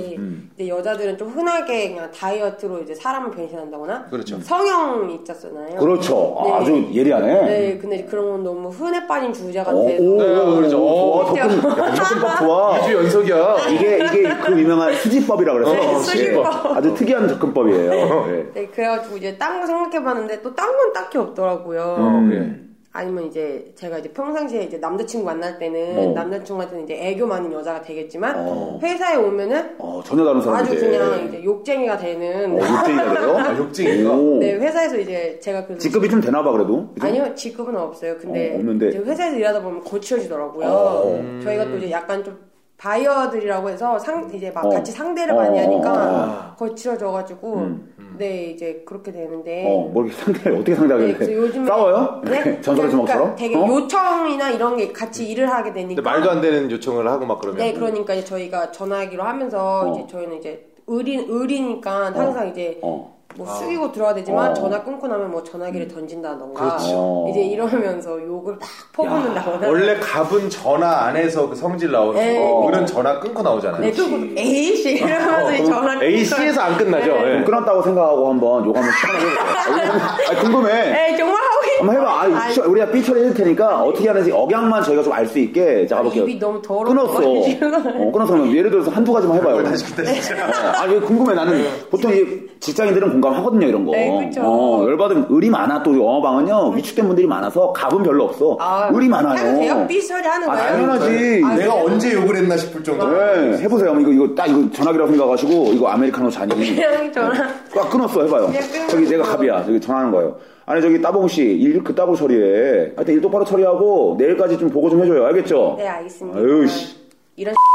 Speaker 3: 이제 여자들은 좀 흔하게 그냥 다이어트로 이제 사람을 변신한다거나
Speaker 1: 그렇죠.
Speaker 3: 성형 있잖아요.
Speaker 2: 그렇죠. 아,
Speaker 3: 네.
Speaker 2: 아주 예리하네.
Speaker 3: 네, 근데 이제 그런 건 너무 흔해 빠진 주의자가
Speaker 2: 오,
Speaker 3: 돼서
Speaker 2: 어, 오,
Speaker 1: 네,
Speaker 2: 그렇죠.
Speaker 1: 그렇죠.
Speaker 2: 오,
Speaker 1: 오,
Speaker 2: 접근, 야, 접근법 좋아.
Speaker 1: 주 연속이야.
Speaker 2: 이게 이게 그 유명한 수지법이라 그래서
Speaker 3: 네,
Speaker 2: 예,
Speaker 3: 수지법.
Speaker 2: 아주 특이한 접근법이에요. 예.
Speaker 3: 네, 그래가지고 이제 딴 거 생각해봤는데 또 딴 건 딱히 없더라고요.
Speaker 2: 음,
Speaker 3: 아니면 이제 제가 이제 평상시에 이제 남자친구 만날 때는
Speaker 2: 어.
Speaker 3: 남자친구한테는 이제 애교 많은 여자가 되겠지만
Speaker 2: 어.
Speaker 3: 회사에 오면은
Speaker 2: 어, 전혀 다른
Speaker 3: 아주
Speaker 2: 사람인데.
Speaker 3: 그냥 이제 욕쟁이가 되는
Speaker 2: 어, 욕쟁이가 그래요?
Speaker 1: 아, 욕쟁이가?
Speaker 2: 오.
Speaker 3: 네 회사에서 이제 제가 그
Speaker 2: 직급이 좀 되나 봐 그래도. 그죠?
Speaker 3: 아니요 직급은 없어요 근데
Speaker 2: 어, 없는데.
Speaker 3: 이제 회사에서 일하다 보면 거칠어지더라고요
Speaker 2: 어.
Speaker 3: 저희가 또 이제 약간 좀 바이어들이라고 해서 상 이제 막
Speaker 2: 어.
Speaker 3: 같이 상대를
Speaker 2: 어,
Speaker 3: 많이
Speaker 2: 어,
Speaker 3: 하니까
Speaker 2: 어,
Speaker 3: 거칠어져가지고
Speaker 2: 음,
Speaker 3: 네 이제 그렇게 되는데
Speaker 2: 어, 뭘 이렇게 상대를 어떻게 상대하길래
Speaker 3: 네, 그래서 요즘에
Speaker 2: 싸워요?
Speaker 3: 네?
Speaker 2: 전설의 주먹처럼?
Speaker 3: 되게
Speaker 2: 어? 음.
Speaker 3: 요청이나 이런 게 같이 일을 하게
Speaker 1: 근데
Speaker 3: 되니까
Speaker 1: 말도 안 되는 요청을 하고 막 그러면
Speaker 3: 네, 그러니까 이제 저희가 전화하기로 하면서
Speaker 2: 어.
Speaker 3: 이제 저희는 이제 의리 의리니까 항상 이제
Speaker 2: 어.
Speaker 3: 뭐 숙이고 들어야 되지만
Speaker 2: 어.
Speaker 3: 전화 끊고 나면 뭐 전화기를 던진다던가
Speaker 1: 그렇죠.
Speaker 3: 이제 이러면서 욕을 막 퍼붓는다거나
Speaker 1: 원래 갑은 전화 안에서 그 성질 나오는
Speaker 3: 네.
Speaker 1: 거 이런 전화 끊고 나오잖아요.
Speaker 3: 네, 조금 에이씨 이러면서 이제 전화 끊고
Speaker 1: AC에서 안 끝나죠.
Speaker 3: 네.
Speaker 1: 예.
Speaker 2: 좀 끊었다고 생각하고 한번 욕 한번 시원하게 해보세요. 아, 궁금해.
Speaker 3: 에 정말 하고 있는
Speaker 2: 한번 해봐. 아, 이 시- 우리가 삐 처리해줄 테니까 어떻게 하는지 억양만 저희가 좀 알 수 있게 자 가볼게요.
Speaker 3: 입이 너무 더러워.
Speaker 2: 끊었어. 어, 끊었어. 그러면 예를 들어서 한두 가지만 해봐요.
Speaker 1: 그걸 다시 네. 그때 진짜.
Speaker 2: 아, 이거 궁금해. 나는 보통 이 직장인들은 공감하거든요, 이런 거.
Speaker 3: 네, 그쵸.
Speaker 2: 어, 열받은 의리 많아. 또 영어방은요, 위축된 분들이 많아서 갑은 별로 없어.
Speaker 3: 아,
Speaker 2: 의리
Speaker 3: 해도 돼요?
Speaker 2: 많아요.
Speaker 3: 삐 처리하는
Speaker 2: 아,
Speaker 3: 거예요?
Speaker 2: 당연하지.
Speaker 3: 아,
Speaker 1: 내가
Speaker 3: 그래요?
Speaker 1: 언제 욕을 했나 싶을 정도로.
Speaker 2: 네, 해보세요. 그럼 이거, 이거 딱 이거 전화기라고 생각하시고, 이거 아메리카노 잔이.
Speaker 3: 그냥 전화
Speaker 2: 꽉 끊었어 해봐요.
Speaker 3: 그냥 네, 끊었어.
Speaker 2: 저기 내가 갑이야. 저기 전화하는 거예요. 아니 저기 따봉 씨, 일 그따구 처리해. 하여튼 일 똑바로 처리하고 내일까지 좀 보고 좀 해줘요. 알겠죠?
Speaker 3: 네 알겠습니다
Speaker 2: 아유 씨.
Speaker 3: 이런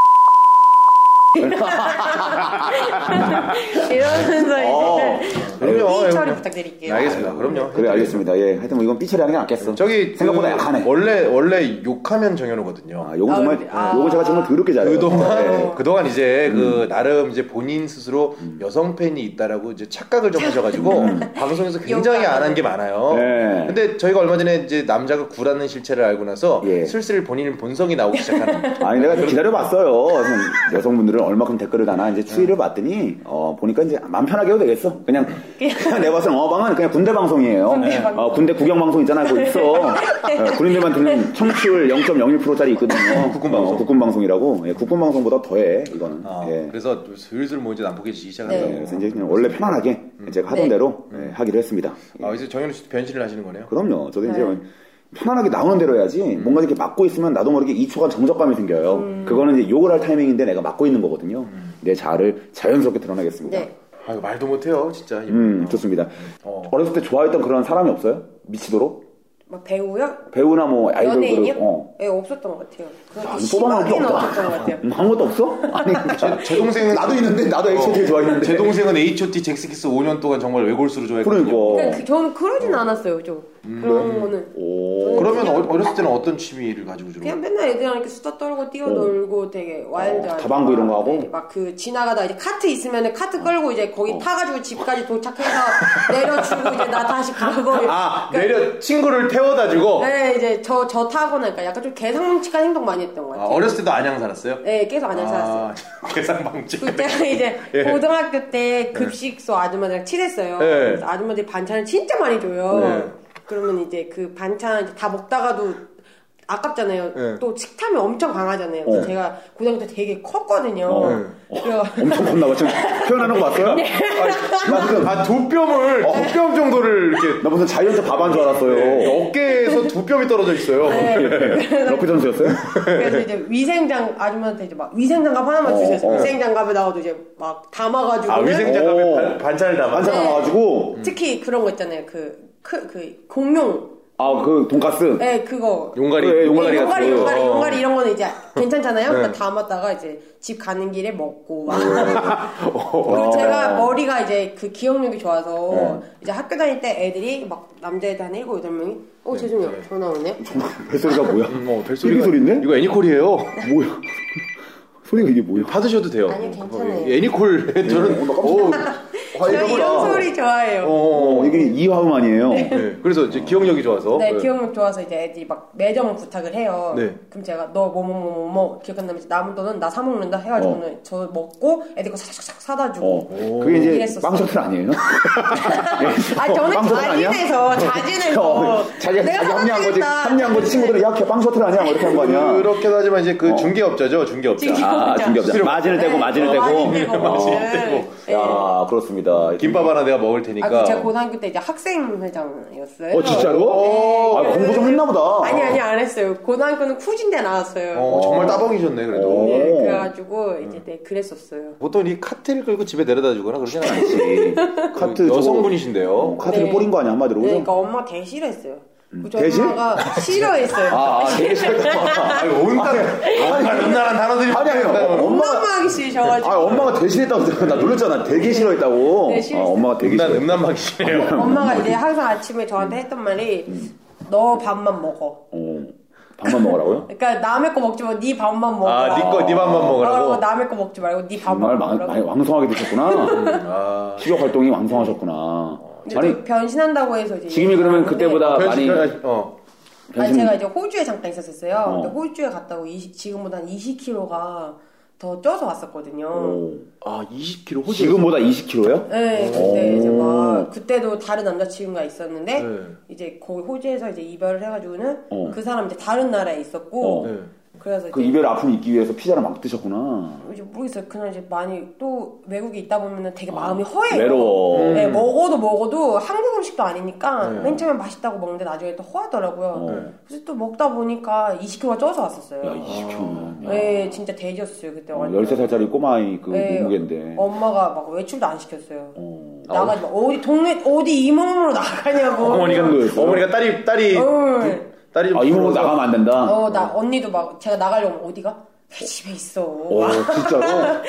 Speaker 3: 이러면서
Speaker 2: 어.
Speaker 3: 이제
Speaker 1: 그럼요.
Speaker 3: 삐 처리
Speaker 1: 그럼요.
Speaker 3: 네. 부탁드릴게요
Speaker 1: 알겠습니다. 그럼요. 네.
Speaker 2: 그래 알겠습니다. 예. 하여튼 뭐 이건 삐 처리하는 게 낫겠어.
Speaker 1: 저기 그
Speaker 2: 생각보다 약하네.
Speaker 1: 원래 원래 욕하면 정현우거든요.
Speaker 2: 아, 요건 정말
Speaker 3: 아.
Speaker 2: 요건 제가 정말 더럽게 잘해요.
Speaker 1: 그동안
Speaker 2: 네.
Speaker 1: 그동안 이제
Speaker 2: 음.
Speaker 1: 그 나름 이제 본인 스스로 여성 팬이 있다라고 이제 착각을 좀 하셔가지고 방송에서 굉장히 안 한 게 많아요.
Speaker 2: 음. 네.
Speaker 1: 근데 저희가 얼마 전에 이제 남자가 구라는 실체를 알고 나서
Speaker 2: 예.
Speaker 1: 슬슬 본인 본성이 나오기 시작하는.
Speaker 2: 아니 내가 좀 기다려봤어요. 그냥 여성분들은 얼마큼 댓글을 다나 이제 추이를 봤더니 어 보니까 이제 마음 편하게 해도 되겠어. 그냥 그냥 내가 봤을 때 어방은 그냥 군대 방송이에요.
Speaker 3: 군대 방송.
Speaker 2: 어, 군대 구경 방송 있잖아. 그거 있어. 예, 군인들만 듣는 청취율 0.01%짜리 있거든요.
Speaker 1: 국군 방송.
Speaker 2: 어, 국군 방송이라고. 예, 국군 방송보다 더해 이거는.
Speaker 1: 아,
Speaker 2: 예.
Speaker 1: 그래서 좀 슬슬 뭐 이제 남북해지기
Speaker 2: 예,
Speaker 1: 시작한다고.
Speaker 2: 그래서 이제 그냥 원래 편안하게 제가 하던
Speaker 3: 네.
Speaker 2: 대로 예, 하기로 했습니다.
Speaker 1: 아 이제 정현우 씨도 변신을 하시는 거네요.
Speaker 2: 그럼요. 저도 이제
Speaker 3: 네. 음.
Speaker 2: 편안하게 나오는 대로 해야지 뭔가 이렇게 막고 있으면 나도 모르게 2초간 정적감이 생겨요. 그거는 이제 욕을 할 타이밍인데 내가 막고 있는 거거든요. 내 자아를 자연스럽게 드러내겠습니다.
Speaker 3: 음. 네
Speaker 1: 아 이거 말도 못해요 진짜.
Speaker 2: 음, 좋습니다.
Speaker 1: 어.
Speaker 2: 어렸을 때 좋아했던 그런 사람이 없어요? 미치도록?
Speaker 3: 막뭐 배우요?
Speaker 2: 배우나 뭐 아이돌
Speaker 3: 연예인이요?
Speaker 2: 그룹? 어.
Speaker 3: 예, 없었던 것 같아요.
Speaker 2: 아,
Speaker 3: 그렇게
Speaker 2: 뽑아놓을 게
Speaker 3: 심하게는
Speaker 2: 없다.
Speaker 3: 없었던 것 같아요.
Speaker 2: 음, 아무것도 없어? 아니, 어,
Speaker 1: 제, 제 동생은
Speaker 2: 나도 있는데 나도 H.O.T. 아, 좋아했는데.
Speaker 1: 제 동생은 H.O.T. 잭스키스 5년 동안 정말 외골수로 좋아했거든요.
Speaker 2: 그러니까.
Speaker 3: 그러니까 그, 저는 그러진 않았어요, 좀.
Speaker 2: 음.
Speaker 3: 그런
Speaker 2: 네.
Speaker 3: 거는.
Speaker 2: 오.
Speaker 1: 그러면 어- 어렸을 때는 어떤 취미를 가지고 주로?
Speaker 3: 그냥 맨날 애들이랑 이렇게 수다 떨고 뛰어놀고 되게 와일드하게.
Speaker 2: 어, 다방구 이런 거 하고? 어.
Speaker 3: 막 그 지나가다 이제 카트 있으면 카트 끌고 이제 거기 타가지고 집까지 도착해서 내려주고 이제 나 다시 가고.
Speaker 1: 아
Speaker 3: 그러니까
Speaker 1: 내려 친구를 태워다 주고
Speaker 3: 네, 이제 저, 저 타거나 그러니까 약간 좀 개성칙한 행동 많이 했던 것
Speaker 1: 아,
Speaker 3: 같아요.
Speaker 1: 어렸을 때도 안양 살았어요?
Speaker 3: 네, 계속 안에서 살았어요.
Speaker 1: 아, 계산방지
Speaker 3: 그때가 이제
Speaker 1: 예.
Speaker 3: 고등학교 때 급식소 아줌마들이랑 친했어요.
Speaker 1: 예.
Speaker 3: 그래서 아줌마들이 반찬을 진짜 많이 줘요.
Speaker 1: 예.
Speaker 3: 그러면 이제 그 반찬 이제 다 먹다가도 아깝잖아요.
Speaker 1: 예.
Speaker 3: 또 식탐이 엄청 강하잖아요. 그래서 제가 고등학교 때 되게 컸거든요.
Speaker 1: 어.
Speaker 3: 그래서
Speaker 2: 엄청 겁나 봐. 지금 표현하는 거 봤어요?
Speaker 3: 네.
Speaker 1: 아 두뼘을 어, 두뼘 정도를 이렇게
Speaker 2: 나 무슨 자이언트 바바인 줄
Speaker 3: 네.
Speaker 2: 알았어요.
Speaker 1: 어깨에서 두 뼘이 떨어져 있어요.
Speaker 2: 럭비 선수였어요?
Speaker 3: 그래서 이제 위생장 아줌마한테 이제 막 위생장갑 하나만
Speaker 2: 어,
Speaker 3: 주셨어요.
Speaker 2: 어.
Speaker 3: 위생장갑에 나와도 이제 막 담아가지고
Speaker 1: 아
Speaker 2: 오.
Speaker 1: 위생장갑에 반, 찬을 담아.
Speaker 2: 반찬
Speaker 3: 네.
Speaker 2: 나와가지고
Speaker 3: 특히 그런 거 있잖아요. 그, 그, 그 공룡,
Speaker 2: 아 그 돈가스.
Speaker 3: 예, 그거
Speaker 1: 용가리. 어.
Speaker 2: 그래, 용가리.
Speaker 3: 용가리,
Speaker 2: 같은 거.
Speaker 3: 용가리,
Speaker 2: 어.
Speaker 3: 용가리, 용가리 이런 거는 이제 괜찮잖아요.
Speaker 1: 네.
Speaker 3: 그러니까 담았다가 이제 집 가는 길에 먹고 막.
Speaker 2: 어.
Speaker 3: 그리고 제가 머리가 이제 그 기억력이 좋아서
Speaker 2: 어.
Speaker 3: 이제 학교 다닐 때 애들이 막 남자애들 한 일곱 여덟 명이 어
Speaker 2: 네.
Speaker 3: 죄송해요 전화 오네.
Speaker 2: 벨소리가 뭐야?
Speaker 1: 음, 어,
Speaker 2: 삐리 소리인데?
Speaker 1: 이거 애니콜이에요.
Speaker 2: 뭐야? 소리가 이게 뭐야?
Speaker 1: 받으셔도 돼요. 어,
Speaker 3: 아니요, 괜찮아요. 네. 어,
Speaker 1: 애니콜 저는 오. 아,
Speaker 3: 저 이런
Speaker 1: 거구나.
Speaker 3: 소리 좋아해요.
Speaker 1: 어, 어,
Speaker 2: 어,
Speaker 1: 어.
Speaker 2: 이게 이화음 아니에요?
Speaker 1: 네, 그래서 이제 기억력이 좋아서.
Speaker 3: 네,
Speaker 1: 네.
Speaker 3: 기억력 좋아서 이제 애들이 막 매점 부탁을 해요.
Speaker 1: 네.
Speaker 3: 그럼 제가 너 뭐 뭐 뭐 뭐뭐 기억한다면 남은 돈은 나 사 먹는다 해가지고는 저 먹고 애들 거 사삭삭 사다
Speaker 2: 어,
Speaker 3: 주고.
Speaker 2: 그게 이제
Speaker 3: 이랬었어.
Speaker 2: 빵셔틀 아니에요?
Speaker 3: 아 저는
Speaker 2: 빵 터널 아니야? 어.
Speaker 3: 자진해서 자진해서
Speaker 2: 자기가
Speaker 3: 내가
Speaker 2: 자기 합리한 거지.
Speaker 3: 사다 주겠다.
Speaker 2: 합리한 거지. 친구들은 야, 걔 빵셔틀 아니야? 뭐 이렇게 한 거 아니야?
Speaker 1: 그렇긴 하지만 이제 그 중개업자죠, 중개업자.
Speaker 3: 어. 중개업자.
Speaker 2: 아, 중개업자. 마진을 떼고, 마진을
Speaker 3: 네,
Speaker 2: 떼고.
Speaker 3: 마진을 떼고,
Speaker 2: 어.
Speaker 3: 마진을 떼고.
Speaker 2: 야, 그렇습니다.
Speaker 1: 김밥 하나 내가 먹을
Speaker 3: 아,
Speaker 1: 테니까.
Speaker 3: 그 제가 고등학교 때 이제 학생회장이었어요.
Speaker 2: 어, 진짜로?
Speaker 1: 어.
Speaker 2: 아, 공부 좀 했나 보다.
Speaker 3: 아니, 아니, 안 했어요. 고등학교는 쿠진대 나왔어요.
Speaker 1: 어, 정말 따봉이셨네 그래도.
Speaker 2: 어.
Speaker 3: 네, 그래가지고, 이제, 네, 그랬었어요.
Speaker 1: 보통 이 카트를 끌고 집에 내려다 주거나 그러진 않아요.
Speaker 2: 아니. 카트 저거-
Speaker 1: 여성분이신데요.
Speaker 2: 카트를
Speaker 3: 네.
Speaker 2: 뿌린 거 아니야, 한마디로.
Speaker 3: 네,
Speaker 2: 그죠?
Speaker 3: 그러니까 엄마 되게 싫어했어요. 그
Speaker 2: 음. 대신?
Speaker 3: 전화가 싫어했어요.
Speaker 2: 아, 아, 되게 싫다.
Speaker 1: 아니 온갖 온갖 음란한 단어들이
Speaker 2: 아니, 아니,
Speaker 1: 막
Speaker 2: 엄마.
Speaker 3: 엄마 하기 싫으셔가지고
Speaker 2: 아, 엄마가 대신했다고 들었- 나 놀랐잖아. 되게 싫어했다고.
Speaker 3: 네, 싫어했어요.
Speaker 2: 아, 엄마가 되게
Speaker 1: 음란
Speaker 2: 싫어.
Speaker 1: 음란 막이에요.
Speaker 3: 엄마가 이제 항상 아침에 저한테 했던 말이
Speaker 2: 음.
Speaker 3: 너 밥만 먹어.
Speaker 2: 어, 밥만 먹으라고요?
Speaker 3: 그러니까 남의 거 먹지 말고 네 밥만 먹어.
Speaker 1: 아, 네 거, 네 밥만
Speaker 3: 먹으라고
Speaker 1: 먹으라고.
Speaker 3: 남의 거 먹지 말고 네
Speaker 2: 정말
Speaker 3: 밥만
Speaker 2: 많이,
Speaker 3: 먹으라고.
Speaker 2: 많이 왕성하게 드셨구나.
Speaker 1: 아,
Speaker 2: 식욕 활동이 왕성하셨구나.
Speaker 3: 근데
Speaker 2: 아니,
Speaker 3: 저 변신한다고 해서 이제
Speaker 2: 지금이 그러면 그때보다 아, 많이
Speaker 1: 변신, 변 어.
Speaker 3: 아니
Speaker 2: 변신-
Speaker 3: 제가 이제 호주에 잠깐 있었었어요.
Speaker 2: 어.
Speaker 3: 근데 호주에 갔다고 20 지금보다 한 20kg가 더 쪄서 왔었거든요.
Speaker 2: 오.
Speaker 1: 아 20kg 호주.
Speaker 2: 어, 지금보다 20kg요?
Speaker 3: 네, 근데
Speaker 2: 오.
Speaker 3: 이제 막 그때도 다른 남자친구가 있었는데
Speaker 1: 네.
Speaker 3: 이제 거기 호주에서 이제 이별을 해가지고는
Speaker 2: 어.
Speaker 3: 그 사람 이제 다른 나라에 있었고
Speaker 2: 어.
Speaker 1: 네.
Speaker 3: 그래서
Speaker 2: 그
Speaker 3: 이제
Speaker 2: 이별 아픔 잊기 위해서 피자를 막 드셨구나.
Speaker 3: 이제 모르겠어요. 그날 이제 많이 또 외국에 있다 보면은 되게 마음이 허해요.
Speaker 2: 아, 외로워. 음.
Speaker 3: 네, 먹어도 먹어도 한국 음식도 아니니까
Speaker 1: 네.
Speaker 3: 맨 처음엔 맛있다고 먹는데 나중에 또 허하더라고요.
Speaker 2: 어.
Speaker 3: 그래서 또 먹다 보니까 20kg가 쪄서 왔었어요.
Speaker 2: 야, 20kg. 야.
Speaker 3: 네, 진짜 돼지였어요 그때
Speaker 2: 어,
Speaker 3: 완전.
Speaker 2: 13살짜리 꼬마아이 그
Speaker 3: 네.
Speaker 2: 몸무게인데.
Speaker 3: 엄마가 막 외출도 안 시켰어요.
Speaker 2: 어.
Speaker 3: 나가지 마. 어디 동네 어디 이 몸으로 나가냐고.
Speaker 1: 어머니가
Speaker 2: 정도였어요?
Speaker 1: 어머니가 딸이 딸이
Speaker 3: 응.
Speaker 1: 딸이 좀
Speaker 2: 아, 이몸으로
Speaker 1: 부러워서
Speaker 2: 나가면 안 된다?
Speaker 3: 어, 나 언니도 막 제가 나가려고 하면 어디가? 내 집에 있어.
Speaker 2: 오, 진짜로?
Speaker 1: 어,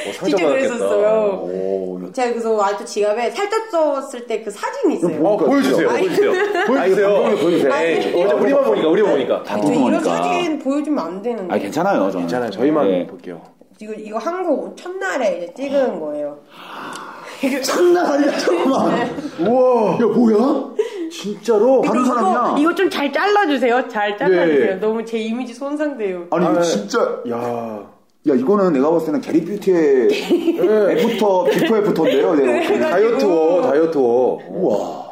Speaker 3: 진짜
Speaker 1: 상처받았겠다.
Speaker 3: 그랬었어요.
Speaker 2: 오,
Speaker 3: 제가 그래서 아직도 지갑에 살짝 쪘을 때 그 사진이 있어요.
Speaker 2: 뭐
Speaker 1: 어, 보여주세요.
Speaker 2: 아니,
Speaker 1: 보여주세요. 보여주세요.
Speaker 2: 방송으로 보여주세요.
Speaker 1: 에이, 어제 우리만 보니까 우리만 보니까.
Speaker 2: 다
Speaker 3: 저 이런
Speaker 2: 궁금하니까.
Speaker 3: 사진 보여주면 안 되는데.
Speaker 2: 아, 괜찮아요, 저는.
Speaker 1: 괜찮아요. 저희만
Speaker 2: 네.
Speaker 1: 볼게요.
Speaker 3: 이거, 이거 한국 첫날에 이제
Speaker 2: 아.
Speaker 3: 찍은 거예요.
Speaker 2: 장난 아니야, 잠깐만. 우와. 야, 뭐야?
Speaker 1: 진짜로?
Speaker 2: 다른 어, 사람이야?
Speaker 3: 이거 좀 잘 잘라주세요. 잘
Speaker 1: 예, 예.
Speaker 3: 너무 제 이미지 손상돼요.
Speaker 2: 아니, 이거
Speaker 1: 아,
Speaker 2: 진짜.
Speaker 1: 야.
Speaker 2: 야, 이거는 내가 봤을 때는 게리 뷰티의 애프터, 비포 애프터인데요, 내가 네.
Speaker 1: 네.
Speaker 2: 봤을 때.
Speaker 1: 다이어트워, 다이어트워.
Speaker 2: 우와.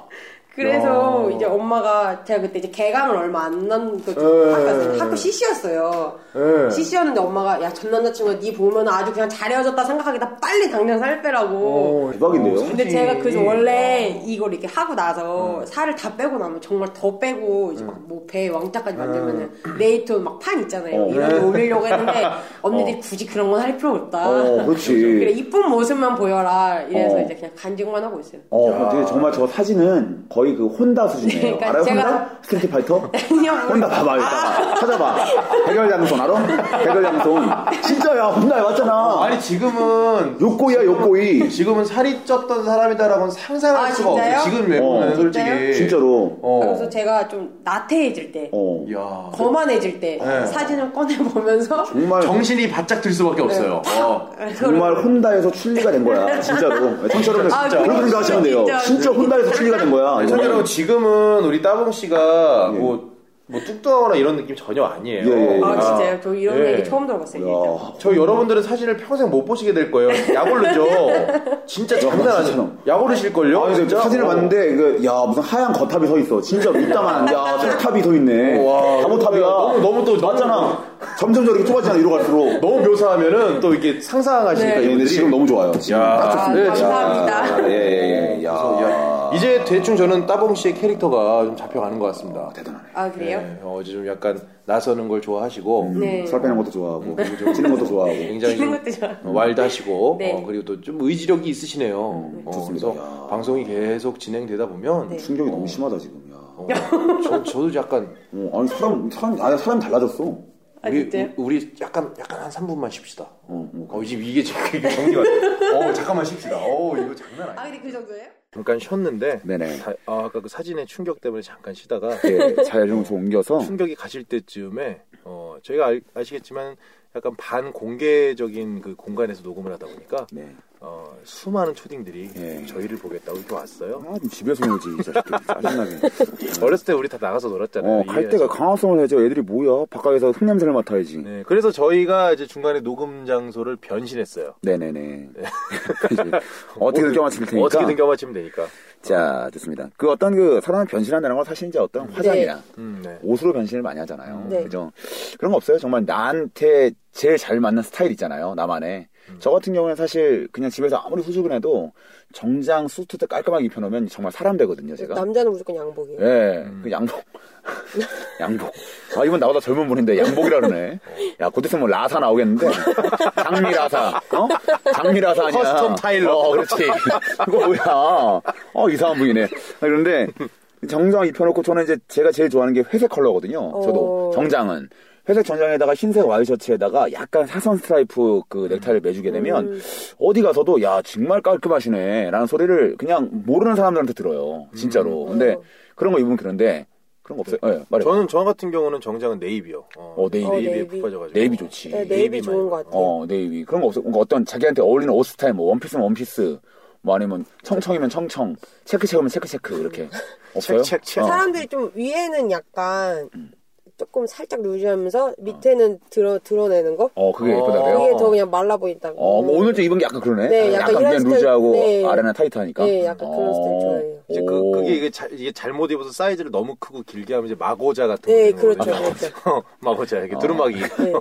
Speaker 3: 그래서 이제 엄마가 제가 그때 이제 개강을 얼마 안 남고
Speaker 1: 예.
Speaker 3: 학교 학교 CC였어요.
Speaker 1: 예.
Speaker 3: CC였는데 엄마가 야 전 남자친구가 네 보면 아주 그냥 잘 헤어졌다 생각하겠다 빨리 당장 살 빼라고.
Speaker 2: 어,
Speaker 1: 오,
Speaker 2: 대박인데요?
Speaker 1: 사진.
Speaker 3: 어. 근데 제가 그래서 원래
Speaker 2: 어.
Speaker 3: 이걸 이렇게 하고 나서 살을 다 빼고 나면 정말 더 빼고 이제
Speaker 2: 어.
Speaker 3: 뭐배 왕자까지 만들면은 네이트 막 판 있잖아요
Speaker 2: 아. 어.
Speaker 3: 이런 거 올리려고 했는데 언니들이 굳이 그런 건 할 필요 없다
Speaker 2: 어,
Speaker 3: 그래
Speaker 2: 그렇지.
Speaker 3: 이쁜 모습만 보여라 이래서
Speaker 2: 어.
Speaker 3: 이제 그냥 간직만 하고 있어요
Speaker 2: 어, 근데 정말 저 사진은 거의 그 혼다 수준이에요.
Speaker 3: 그러니까
Speaker 2: 알아요,
Speaker 3: 제가-
Speaker 2: 혼다? 스트리트 파이터?
Speaker 3: 그냥
Speaker 2: 혼다 어, 봐봐, 이따가. 찾아봐. 백열장손 알아? 백열장손. 진짜야, 혼다야, 맞잖아.
Speaker 1: 아니 지금은
Speaker 2: 욕고이야, 욕고이.
Speaker 1: 지금은 살이 쪘던 사람이다라고는 상상할
Speaker 3: 아,
Speaker 1: 수가
Speaker 3: 진짜요? 아,
Speaker 1: 없어요. 지금 외모는
Speaker 2: 어.
Speaker 1: 솔직히
Speaker 2: 진짜로.
Speaker 1: 어.
Speaker 3: 그래서 제가 좀 나태해질 때
Speaker 2: 어.
Speaker 1: 야.
Speaker 3: 거만해질 때
Speaker 1: 네.
Speaker 3: 사진을 꺼내 보면서
Speaker 2: 정말
Speaker 1: 정신이 바짝 들
Speaker 3: 네.
Speaker 1: 수밖에 없어요.
Speaker 3: 아,
Speaker 1: 어.
Speaker 2: 정말 혼다에서 출리가 된 거야. 진짜로. 청취자 여러분들
Speaker 3: 아,
Speaker 2: 진짜 그렇게
Speaker 3: 그렇죠.
Speaker 2: 생각하시면 돼요.
Speaker 3: 진짜.
Speaker 2: 진짜 혼다에서 출리가 된 거야.
Speaker 1: 아니,
Speaker 2: 이거는.
Speaker 1: 참 여러분 지금은 우리 따봉 씨가 뭐 뭐 뚝뚝하거나 이런 느낌 전혀 아니에요.
Speaker 2: 예, 예, 예.
Speaker 3: 아 진짜요 저 이런
Speaker 1: 예.
Speaker 3: 얘기 처음 들어봤어요 진짜.
Speaker 2: 야,
Speaker 1: 저 여러분들은 사진을 평생 못 보시게 될 거예요. 약올르죠. 진짜 장난 아니에요.
Speaker 2: 진짜로.
Speaker 1: 약올르실걸요?
Speaker 2: 아니, 근데
Speaker 1: 진짜?
Speaker 2: 사진을
Speaker 1: 어.
Speaker 2: 봤는데, 그, 야, 무슨 하얀 거탑이 서 있어. 진짜 밑다만, 야, 탑탑이 서 있네.
Speaker 1: 와, 어,
Speaker 2: 다모탑이야.
Speaker 1: 너무, 너무 또, 너무-
Speaker 2: 맞잖아. 점점 저렇게 좁아지잖아, 이로 갈수록.
Speaker 1: 너무 묘사하면은 또 이렇게 상상하시니까
Speaker 3: 네.
Speaker 2: 예, 근데
Speaker 1: 이분들이.
Speaker 2: 지금 너무 좋아요. 지금
Speaker 1: 야.
Speaker 2: 딱 좋습니다.
Speaker 3: 아, 감사합니다.
Speaker 2: 야, 예, 예, 예. 야.
Speaker 1: 그래서 야, 이제 대충 저는 따봉 씨의 캐릭터가 좀 잡혀가는 것 같습니다.
Speaker 2: 대단하네.
Speaker 3: 아 그래요?
Speaker 1: 네, 어제 좀 약간 나서는 걸 좋아하시고
Speaker 3: 네.
Speaker 2: 살 빼는 것도
Speaker 1: 음,
Speaker 2: 좋아하고, 찌는 것도 좋아하고.
Speaker 1: 굉장히
Speaker 3: 있는
Speaker 1: 좀
Speaker 3: 것도 좋아.
Speaker 1: 어, 와일드하시고
Speaker 3: 네.
Speaker 1: 어, 그리고 또 좀 의지력이 있으시네요. 어,
Speaker 2: 좋습니다.
Speaker 1: 그래서
Speaker 2: 야.
Speaker 1: 방송이 계속 진행되다 보면
Speaker 3: 네.
Speaker 2: 충격이 너무 심하다, 지금. 야.
Speaker 1: 어, 저, 저도 약간
Speaker 2: 어, 아니, 사람, 사람, 아니, 사람 달라졌어.
Speaker 3: 아
Speaker 1: 우리
Speaker 3: 진짜요?
Speaker 1: 우- 우리 약간 약간 한 3분만 쉽시다. 어, 지금 이게 지금 이게 정리가. 어 잠깐만 쉽시다. 어 이거 장난
Speaker 3: 아
Speaker 1: 아니야.
Speaker 3: 근데 그 정도예요?
Speaker 1: 잠깐 쉬었는데
Speaker 2: 네네.
Speaker 1: 다- 아, 아까 그 사진의 충격 때문에 잠깐 쉬다가
Speaker 2: 예, 자료를 좀 옮겨서.
Speaker 1: 충격이 가실 때쯤에 어 저희가 아, 시겠지만 약간 반공개적인 그 공간에서 녹음을 하다 보니까
Speaker 2: 네.
Speaker 1: 어, 수많은 초딩들이
Speaker 2: 예.
Speaker 1: 저희를 보겠다고 이렇게 왔어요.
Speaker 2: 아, 좀 집에서 놀지, 이 자식들. 짜증나게.
Speaker 1: 어렸을 때 우리 다 나가서 놀았잖아요.
Speaker 2: 네. 어,
Speaker 1: 이
Speaker 2: 갈 때가
Speaker 1: 회사.
Speaker 2: 강화성을 해야죠. 애들이 뭐야? 바깥에서 흙냄새를 맡아야지.
Speaker 1: 네, 그래서 저희가 이제 중간에 녹음 장소를 변신했어요. 뭐,
Speaker 2: 네네네. 어떻게든 껴맞힐 테니까.
Speaker 1: 어떻게든 껴맞추면 되니까.
Speaker 2: 자, 좋습니다. 그 어떤 그 사람을 변신한다는 건 사실 이제 어떤 화장이나
Speaker 1: 음, 네.
Speaker 2: 옷으로 변신을 많이 하잖아요.
Speaker 3: 네.
Speaker 2: 그죠? 그런 거 없어요. 정말 나한테 제일 잘 맞는 스타일 있잖아요. 나만의. 저 같은 경우는 사실 그냥 집에서 아무리 후죽을 해도 정장 수트 때 깔끔하게 입혀놓으면 정말 사람 되거든요, 제가.
Speaker 3: 남자는 무조건 양복이에요.
Speaker 2: 예, 그 양복. 양복. 아, 이분 나보다 젊은 분인데 양복이라 그러네.
Speaker 3: 어.
Speaker 2: 야, 곧 있으면 라사 나오겠는데. 장미 라사. 어? 장미 라사 아니야.
Speaker 1: 커스텀 타일러.
Speaker 2: 어, 아, 그렇지. 그거 뭐야. 어, 이상한 분이네. 그런데 정장 입혀놓고 저는 이제 제가 제일 좋아하는 게 회색 컬러거든요. 저도
Speaker 3: 어.
Speaker 4: 오.
Speaker 2: 정장은 회색 정장에다가 흰색 와이셔츠에다가 약간 사선 스트라이프
Speaker 3: 음.
Speaker 2: 그 넥타이를 매주게 되면 어디 가서도 야 정말 깔끔하시네라는 소리를 그냥 모르는 사람들한테 들어요.
Speaker 3: 음.
Speaker 2: 진짜로. 근데
Speaker 4: 어.
Speaker 2: 그런 거 입으면 그런데 그런 거 없어요.
Speaker 3: 네.
Speaker 2: 예, 말해.
Speaker 1: 저는 저 같은 경우는 정장은 네이비요. 어,
Speaker 2: 어, 네이비.
Speaker 1: 네이비에
Speaker 4: 네이비.
Speaker 1: 푹 빠져가지고.
Speaker 2: 네이비 좋지.
Speaker 4: 네, 네이비
Speaker 1: 네이비만
Speaker 4: 좋은 것
Speaker 1: 입어요.
Speaker 4: 같아요.
Speaker 2: 어, 네이비. 그런 거 없어. 뭔가 어떤 자기한테 어울리는 옷 스타일, 뭐, 원피스면 원피스, 뭐 아니면 청청이면 청청, 체크체크면 체크체크, 이렇게. 없어요?
Speaker 1: 체크체크.
Speaker 2: 어.
Speaker 3: 사람들이 좀 위에는 약간
Speaker 2: 음.
Speaker 3: 조금 살짝 루즈하면서 밑에는 드러 드러내는 거
Speaker 2: 어, 그게 예쁘다 그래요?
Speaker 3: 그게 더 그냥 말라 보인다고.
Speaker 2: 어, 뭐 오늘 좀 입은 게 약간 그러네?
Speaker 3: 네,
Speaker 2: 약간,
Speaker 3: 약간 이런
Speaker 2: 그냥
Speaker 3: 스타일.
Speaker 2: 루즈하고
Speaker 3: 네.
Speaker 2: 아래는 타이트하니까? 어.
Speaker 3: 네, 약간 그런 스타일 좋아해요.
Speaker 1: 이제 그,
Speaker 2: 오.
Speaker 1: 그게 이게, 자- 이게 잘못 입어서 사이즈를 너무 크고 길게 하면 이제 마고자 같은
Speaker 3: 네,
Speaker 1: 거 되는
Speaker 3: 그렇죠,
Speaker 1: 거거든요. 마고자
Speaker 2: 어.
Speaker 1: 이렇게 두루마기.
Speaker 2: 네.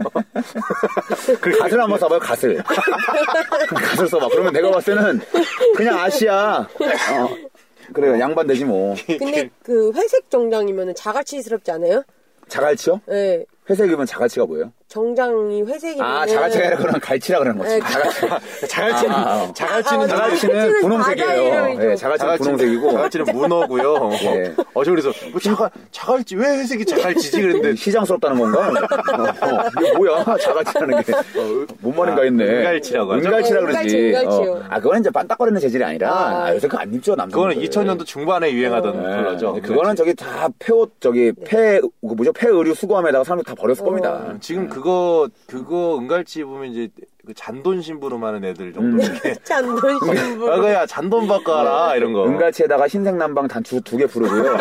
Speaker 2: 갓을 그 한번 써봐요, 갓을. 갓을 써봐. 그러면 내가 봤을 때는 그냥 아시아. 어, 그래요, 양반 되지 뭐.
Speaker 3: 근데 그 회색 정장이면 자갈치스럽지 않아요?
Speaker 2: 자갈치요?
Speaker 3: 네,
Speaker 2: 회색이면 자갈치가 뭐예요?
Speaker 3: 정장이 회색이면
Speaker 2: 아, 자갈치가 아니라 그런 갈치라 그러는 거지.
Speaker 3: 네,
Speaker 2: 자갈치가.
Speaker 1: 자갈치는
Speaker 2: 아, 아.
Speaker 1: 자갈치는
Speaker 2: 자갈치는
Speaker 3: 아, 자갈치는 바다
Speaker 2: 분홍색이에요.
Speaker 3: 이름이죠.
Speaker 2: 예, 자갈치는 분홍색이고.
Speaker 1: 자갈치는 문어고요.
Speaker 2: 예.
Speaker 1: 어제 그래서 뭐 자갈 자갈치 왜 회색이 자갈치지 그랬는데
Speaker 2: 시장스럽다는 건가? 어, 어, 이게 뭐야? 자갈치라는 게. 뭔 말인가 했네.
Speaker 1: 아, 은갈치라고 하죠?
Speaker 2: 은갈치라
Speaker 3: 네,
Speaker 2: 그러지.
Speaker 3: 은갈치, 은갈치요.
Speaker 2: 어. 아, 그거는 이제 반딱거리는 재질이 아니라, 아, 요새 그거 안 입죠, 남자.
Speaker 1: 그거는 2000년도 중반에 유행하던 컬러죠.
Speaker 2: 네.
Speaker 1: 네.
Speaker 2: 그거는 저기 다 폐옷, 저기
Speaker 3: 네.
Speaker 2: 폐, 그 뭐죠? 폐의류 수거함에다가 사람들 다
Speaker 3: 어.
Speaker 2: 버렸을 겁니다.
Speaker 1: 네. 지금 그거 그거 은갈치 보면 이제 그 잔돈 심부름 하는 애들
Speaker 2: 음.
Speaker 1: 정도. 이렇게
Speaker 3: 잔돈 신부.
Speaker 2: 뭐, 어.
Speaker 1: 아가야 잔돈 바꿔라 이런 거.
Speaker 2: 네. 은갈치에다가 흰색 남방 단추 두 개 부르고요.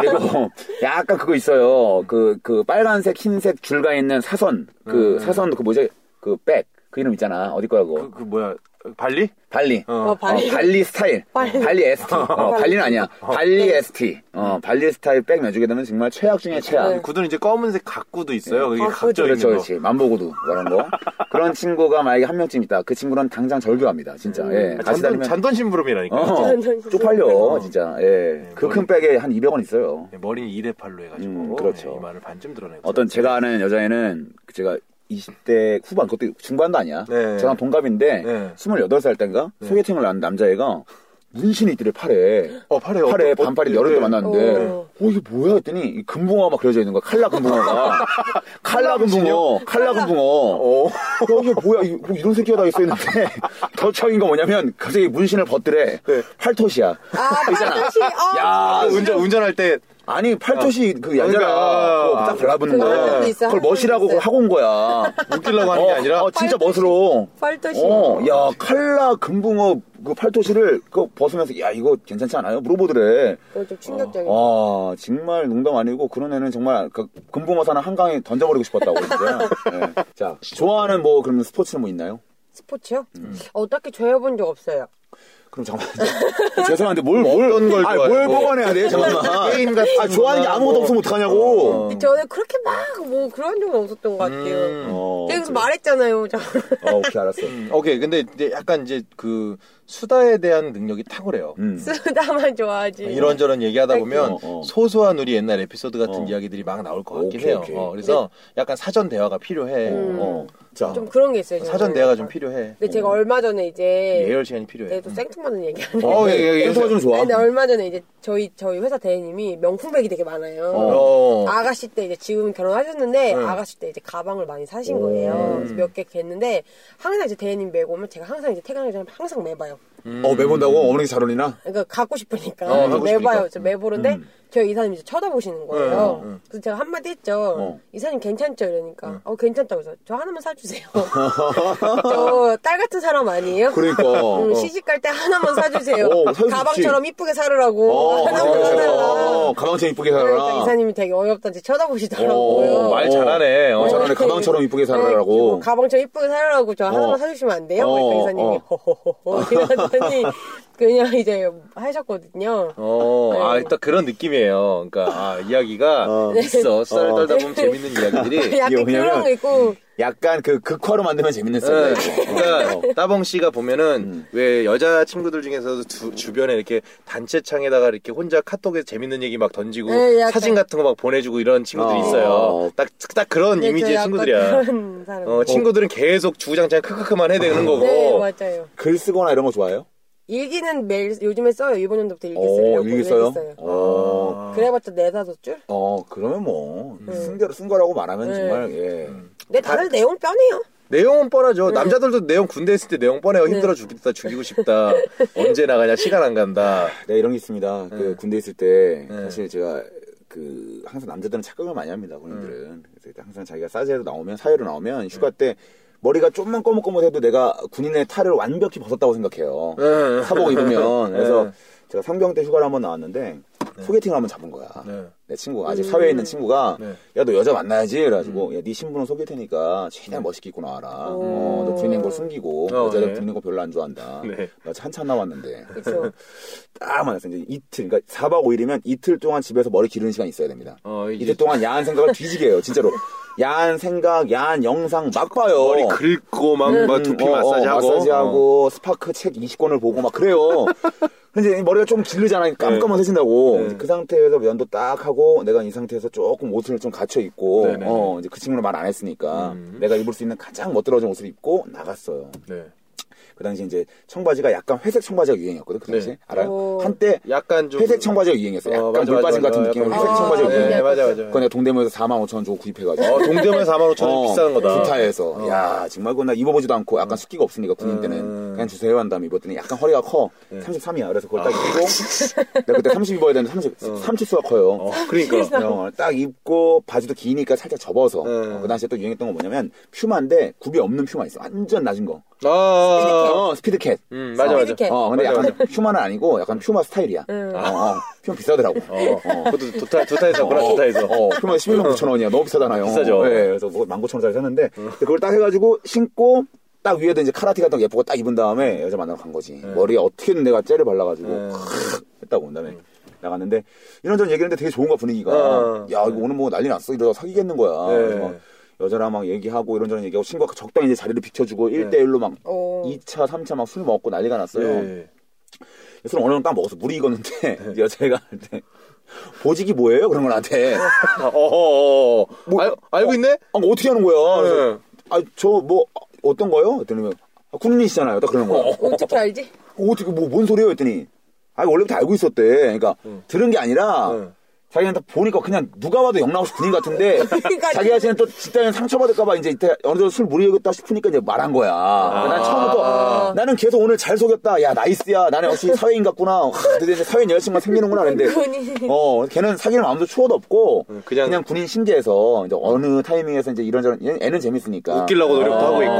Speaker 2: 그리고 약간 그거 있어요. 그, 그 빨간색, 흰색 줄가 있는 사선. 그 사선, 그 뭐죠? 그 백. 그 이름 있잖아. 어디 거야, 그거.
Speaker 1: 음. 그, 그 뭐야 발리?
Speaker 2: 발리.
Speaker 3: 어, 발리.
Speaker 2: 어, 발리 스타일.
Speaker 3: 발리. 네.
Speaker 2: 발리 ST. 어, 발리는 아니야. 발리 ST. 어, 발리 스타일 백 매주게 되면 정말 최악 중에 최악.
Speaker 3: 네.
Speaker 1: 구두는 이제 검은색 각구도 있어요. 그게
Speaker 3: 각구도
Speaker 1: 각져 있는
Speaker 2: 그렇죠,
Speaker 1: 거.
Speaker 2: 그렇지. 만보고도 그런 거. 그런 친구가 만약에 한 명쯤 있다. 그 친구는 당장 절교합니다, 진짜. 예.
Speaker 1: 아,
Speaker 2: 같이
Speaker 1: 잔돈,
Speaker 2: 다니면
Speaker 1: 잔돈 심부름이라니까.
Speaker 2: 어,
Speaker 3: 잔돈
Speaker 2: 쪽팔려, 진짜. 예. 그
Speaker 1: 머리.
Speaker 2: 큰 백에 한 200원 있어요.
Speaker 1: 네, 머리는 2대 8로 해가지고
Speaker 2: 음, 그렇죠.
Speaker 1: 네, 이마를 반쯤 드러내고
Speaker 2: 어떤 제가 아는 여자애는 제가 20대 후반, 그것도 중반도 아니야.
Speaker 1: 네.
Speaker 2: 저랑 동갑인데
Speaker 1: 네.
Speaker 2: 28살 땐가 소개팅을 한 남자애가 문신이띠를 팔에
Speaker 1: 어 팔에
Speaker 2: 팔에
Speaker 1: 어떤-
Speaker 2: 반팔이
Speaker 1: 어떤-
Speaker 2: 여름 때
Speaker 1: 네.
Speaker 2: 만났는데 어
Speaker 3: 어.
Speaker 2: 이게 뭐야 했더니 이 금붕어가 막 그려져 있는 거야 칼라 금붕어가 칼라 금붕어 칼라 금붕어 야, 이게 뭐야 이- 뭐 이런 새끼가 다 있어 있는데 더 처인 거 뭐냐면 갑자기 문신을 벗더래 팔토시야
Speaker 3: 아,
Speaker 2: 있잖아
Speaker 3: 팔토시. 아,
Speaker 2: 야
Speaker 1: 아, 운전 운전할 때
Speaker 2: 아니 팔토시 그 여자가
Speaker 1: 그러니까.
Speaker 2: 그거 딱 발라붙는
Speaker 3: 그거 한
Speaker 2: 거야
Speaker 3: 명도 있어,
Speaker 2: 그걸
Speaker 3: 한 명도
Speaker 2: 멋이라고
Speaker 3: 있어요.
Speaker 2: 하고 온 거야
Speaker 1: 웃기려고 하는 게
Speaker 2: 어,
Speaker 1: 아니라
Speaker 2: 어, 진짜 멋으로
Speaker 3: 팔토시.
Speaker 2: 어, 야, 칼라 금붕어 그 팔토시를 그 벗으면서 야, 이거 괜찮지 않아요? 물어보더래.
Speaker 3: 그거 좀 충격적이야.
Speaker 2: 아, 정말 농담 아니고 그런 애는 정말 그 금붕어 사는 한강에 던져버리고 싶었다고 진짜. 예. 자, 좋아하는 뭐 그러면 스포츠는 뭐 있나요?
Speaker 3: 스포츠요?
Speaker 2: 음.
Speaker 3: 어, 딱히 조여본 적 없어요.
Speaker 2: 그럼 잠깐만. 죄송한데 뭘 뭘
Speaker 1: 어떤 걸
Speaker 2: 아니, 뭘
Speaker 1: 좋아해요?
Speaker 2: 뽑아내야 돼? 잠깐만.
Speaker 1: 게임 같은
Speaker 2: 아, 좋아하는 뭐 게
Speaker 1: 거나
Speaker 2: 아무것도
Speaker 1: 뭐.
Speaker 2: 없으면 어떡하냐고. 어.
Speaker 3: 저는 그렇게 막 뭐 그런 적은 없었던 것 같아요.
Speaker 2: 음. 어,
Speaker 3: 제가 그래서 어, 말했잖아요. 저.
Speaker 2: 그래. 어, 오케이, 알았어.
Speaker 1: 음, 오케이 근데 이제 약간 이제 그 수다에 대한 능력이 탁월해요.
Speaker 2: 음.
Speaker 3: 쓰다만 좋아하지.
Speaker 1: 이런저런 얘기하다 보면
Speaker 2: 어, 어.
Speaker 1: 소소한 우리 옛날 에피소드 같은
Speaker 2: 어.
Speaker 1: 이야기들이 막 나올 것 같긴
Speaker 2: 오케이,
Speaker 1: 해요.
Speaker 2: 오케이. 네.
Speaker 1: 어, 그래서 약간 사전 대화가 필요해.
Speaker 2: 어. 자.
Speaker 3: 좀 그런 게 있어요.
Speaker 1: 어,
Speaker 2: 네.
Speaker 3: 저는.
Speaker 1: 사전 대화가 좀 필요해.
Speaker 3: 근데 제가 얼마 전에 이제
Speaker 1: 예열 시간이
Speaker 2: 네,
Speaker 1: 필요해.
Speaker 3: 내도 생뚱맞은 얘기 하네.
Speaker 1: 어, 예, 예, 예.
Speaker 2: 센터가 좀 좋아.
Speaker 3: 근데 얼마 전에 이제 저희 저희 회사 대리님이 명품백이 되게 많아요.
Speaker 1: 어. 네.
Speaker 3: 아가씨 때 이제 지금 결혼하셨는데 아가씨 때 이제 가방을 많이 사신 거예요. 그래서 몇 개 겠는데 항상 이제 대리님 메고 오면 제가 항상 이제 퇴근하기 전에 항상 매봐요.
Speaker 2: 어, 매본다고? 어머니 자론이나?
Speaker 3: 그러니까 갖고 싶으니까
Speaker 1: 어, 갖고 싶으니까.
Speaker 3: 매봐요. 그래서 매보는데 저희 이사님 이제 쳐다보시는 거예요. 그래서 제가 한마디 했죠.
Speaker 2: 어.
Speaker 3: 이사님 괜찮죠? 이러니까 어 괜찮다고 해서 저 하나만 사주세요. 저 딸 같은 사람 아니에요?
Speaker 2: 그러니까.
Speaker 3: 응,
Speaker 2: 어.
Speaker 3: 시집 갈 때 하나만 사주세요.
Speaker 2: 어, 사주지.
Speaker 3: 가방처럼 이쁘게 사르라고
Speaker 2: 어,
Speaker 3: 하나만
Speaker 2: 가방처럼.
Speaker 3: 사달라.
Speaker 2: 어, 가방처럼 이쁘게
Speaker 3: 그러니까
Speaker 2: 살아라.
Speaker 3: 이사님이 되게 어이없던지 쳐다보시더라고요.
Speaker 1: 어, 말 잘하네. 어.
Speaker 2: 어, 잘하네. 가방처럼 이쁘게 살아라고.
Speaker 3: 네, 어, 뭐 가방처럼 이쁘게 사르라고 저 하나만
Speaker 2: 어.
Speaker 3: 사주시면 안 돼요?
Speaker 2: 어,
Speaker 3: 그러니까 이사님이
Speaker 2: 어.
Speaker 3: 호호호호 이러더니 그냥 이제 하셨거든요.
Speaker 1: 어, 아,
Speaker 3: 네.
Speaker 1: 딱 그런 느낌이에요. 그러니까, 아, 이야기가 있어. 썰
Speaker 2: 어.
Speaker 1: 떨다 보면 재밌는 이야기들이.
Speaker 3: 약간
Speaker 2: 네, 이게 뭐냐면
Speaker 3: 그런 거 있고
Speaker 2: 약간 그 극화로 만들면 재밌는
Speaker 1: 네,
Speaker 2: 스타일이야. 어.
Speaker 1: 그러니까 따봉 씨가 보면은
Speaker 2: 음.
Speaker 1: 왜 여자 친구들 중에서도 주, 주변에 이렇게 단체 창에다가 이렇게 혼자 카톡에 재밌는 얘기 막 던지고
Speaker 3: 네, 약간.
Speaker 1: 사진 같은 거 막 보내주고 이런 친구들이
Speaker 2: 어.
Speaker 1: 있어요. 딱 딱 그런
Speaker 3: 네, 저
Speaker 1: 이미지의
Speaker 3: 약간
Speaker 1: 친구들이야.
Speaker 3: 그런 사람.
Speaker 1: 어, 친구들은 계속 주구장창 크크크만 해대는 거고.
Speaker 3: 네 맞아요.
Speaker 2: 글 쓰거나 이런 거 좋아해요?
Speaker 3: 일기는 매일 요즘에 써요. 이번 연도부터 일기
Speaker 2: 어,
Speaker 3: 쓰려고
Speaker 2: 일기 써요?
Speaker 3: 써요.
Speaker 2: 어,
Speaker 3: 그래봤자 네다섯 줄?
Speaker 2: 어, 그러면 뭐,
Speaker 3: 음.
Speaker 2: 쓴, 거, 쓴 거라고
Speaker 3: 네.
Speaker 2: 말하면 정말, 예.
Speaker 3: 근데 다들 내용 뻔해요.
Speaker 1: 내용은
Speaker 3: 네.
Speaker 1: 뻔하죠. 남자들도 내용 군대 있을 때 내용 뻔해요. 힘들어 죽겠다, 죽이고 싶다. 언제 나가냐, 시간 안 간다.
Speaker 2: 네, 이런 게 있습니다. 그 군대 있을 때,
Speaker 3: 네.
Speaker 2: 사실 제가, 그, 항상 남자들은 착각을 많이 합니다, 군인들은.
Speaker 3: 음.
Speaker 2: 그래서 항상 자기가 싸제로 나오면, 사회로 나오면, 휴가 때, 머리가 좀만 꼬뭇꼬뭇해도 내가 군인의 탈을 완벽히 벗었다고 생각해요.
Speaker 1: 네.
Speaker 2: 사복 입으면.
Speaker 1: 네.
Speaker 2: 그래서 제가 상병 때 휴가를 한번 나왔는데,
Speaker 3: 네.
Speaker 2: 소개팅을 한번 잡은 거야.
Speaker 1: 네.
Speaker 2: 내 친구가 아직 사회에 있는 친구가
Speaker 1: 네. 음.
Speaker 2: 야 너 여자 만나야지 그래가지고 야네 신분은 속일 테니까 최대한 멋있게 입고 나와라 어, 너 군인 걸 숨기고
Speaker 1: 네. 어,
Speaker 2: 여자들
Speaker 1: 네.
Speaker 2: 군인 거 별로 안 좋아한다
Speaker 1: 네.
Speaker 2: 나 한참 남았는데
Speaker 3: 그렇죠.
Speaker 2: 딱 만났어 이제 이틀 그러니까 4박 5일이면 이틀 동안 집에서 머리 기르는 시간이 있어야 됩니다
Speaker 1: 어, 이제-
Speaker 2: 이틀 동안 야한 생각을 뒤지게 해요 진짜로 야한 생각 야한 영상 막 봐요
Speaker 1: 머리 긁고, 막,
Speaker 2: 음,
Speaker 1: 막뭐 두피 마사지하고.
Speaker 2: 어,
Speaker 1: 어.
Speaker 2: 마사지하고 스파크 책 20권을 보고 막 그래요. 근데 이 머리가 좀 길르잖아.
Speaker 1: 네.
Speaker 2: 깜깜해진다고. 그 상태에서 면도 딱 하고 내가 이 상태에서 조금 옷을 좀 갖춰 입고
Speaker 1: 네네네. 음.
Speaker 2: 어, 이제 그 친구는 말 안 했으니까 내가 입을 수 있는 가장 멋들어진 옷을 입고 나갔어요.
Speaker 1: 네.
Speaker 2: 그 당시 이제 청바지가 약간 회색 청바지가 유행이었거든. 그 당시
Speaker 1: 네.
Speaker 2: 알아요.
Speaker 3: 오.
Speaker 2: 한때
Speaker 1: 약간 좀.
Speaker 2: 회색 청바지가 유행했어요. 약간 물 빠진 같은 느낌의 회색
Speaker 3: 아,
Speaker 2: 청바지가
Speaker 3: 네,
Speaker 2: 유행했어요.
Speaker 1: 예, 맞아, 맞아.
Speaker 2: 그거 내가 동대문에서 4만 5천 원 주고 구입해가지고.
Speaker 1: 어, 동대문 4만 5천 원
Speaker 2: 어,
Speaker 1: 비싼 거다.
Speaker 2: 구타에서. 야, 정말 그건 나 입어보지도 않고 약간 습기가 없으니까
Speaker 1: 음.
Speaker 2: 군인 때는 그냥 주세요 한 다음에 입었더니 약간 허리가 커.
Speaker 1: 예.
Speaker 2: 33이야. 그래서
Speaker 1: 아.
Speaker 2: 그걸 딱 입고 내가 그때 30 입어야 되는데 30, 30수가 커요.
Speaker 1: 어, 그러니까.
Speaker 2: 어, 딱 입고 바지도 기니까 살짝 접어서
Speaker 1: 음.
Speaker 2: 어, 그 당시에 또 유행했던 건 뭐냐면 퓨마인데 굽이 없는 퓨마 있어. 완전 낮은 거.
Speaker 1: 아, 아, 아, 아.
Speaker 2: 어, 스피드캣.
Speaker 1: 음, 맞아, 맞아.
Speaker 3: 이렇게.
Speaker 2: 어, 근데
Speaker 1: 맞아, 음.
Speaker 2: 약간 퓨마는 아니고 약간 퓨마 스타일이야. 어, 어, 퓨마 비싸더라고.
Speaker 1: 어, 그것도 두타, 두타에서, 구나 두타에서. 어,
Speaker 2: 어, 그러면 11만 9천 원이야. 너무 비싸잖아요.
Speaker 1: 비싸죠. 음.
Speaker 2: 예, 그래서 뭐 19,000원짜리 샀는데, 그걸 딱 해가지고 신고, 딱 위에다 이제 카라티 같은 거 예쁘고 딱 입은 다음에 여자 만나러 간 거지. 머리에 어떻게든 내가 째를 발라가지고,
Speaker 1: 음.
Speaker 2: 크 했다고 온 다음에. 나갔는데 이런저런 얘기했는데 되게 좋은 거야 분위기가
Speaker 1: 어.
Speaker 2: 야 이거 오늘 뭐 난리 났어 이러다 사귀겠는 거야
Speaker 1: 네.
Speaker 2: 그래서 막 여자랑 막 얘기하고 이런저런 얘기하고 친구가 적당히 이제 자리를 비켜주고
Speaker 1: 네.
Speaker 2: 1대1로 막
Speaker 3: 어.
Speaker 2: 2차 3차 막 술 먹고 난리가 났어요
Speaker 1: 예.
Speaker 2: 술 어느 정도 딱 먹어서 물이 익었는데
Speaker 1: 네.
Speaker 2: 여자애가 할 때 보직이 뭐예요? 그런 걸 나한테
Speaker 1: 아, 어어어.
Speaker 2: 뭐-
Speaker 1: 알, 알고 있네?
Speaker 2: 아, 뭐 어떻게 하는 거야? 그래서,
Speaker 1: 네.
Speaker 2: 아, 저 뭐 어떤 거요? 그랬더니 아, 군인이시잖아요. 딱 그러는 거야. 어,
Speaker 3: 어떻게 알지?
Speaker 2: 어떻게 뭐 뭔 소리예요? 했더니 아, 원래부터 알고 있었대. 그러니까 들은 게 아니라 자기한테 보니까 그냥 누가 봐도 영락없이 군인 같은데
Speaker 3: 그러니까.
Speaker 2: 자기가 지금 또 집단에 상처받을까봐 이제 이때 어느 정도 술 무리겠다 싶으니까 이제 말한 거야.
Speaker 3: 아.
Speaker 2: 난 처음부터 나는 계속 오늘 잘 속였다. 야 나이스야. 나는 역시 사회인 같구나. 하, 드디어 이제 사회인 여자친구가 생기는구나. 근데
Speaker 3: 군인.
Speaker 2: 어 걔는 사귀는 마음도 추워도 없고
Speaker 1: 그냥-
Speaker 2: 그냥, 군인 신기해서 이제 어느 타이밍에서 이제 이런저런 얘- 애는 재밌으니까
Speaker 1: 웃기려고 노력도 하고 있고.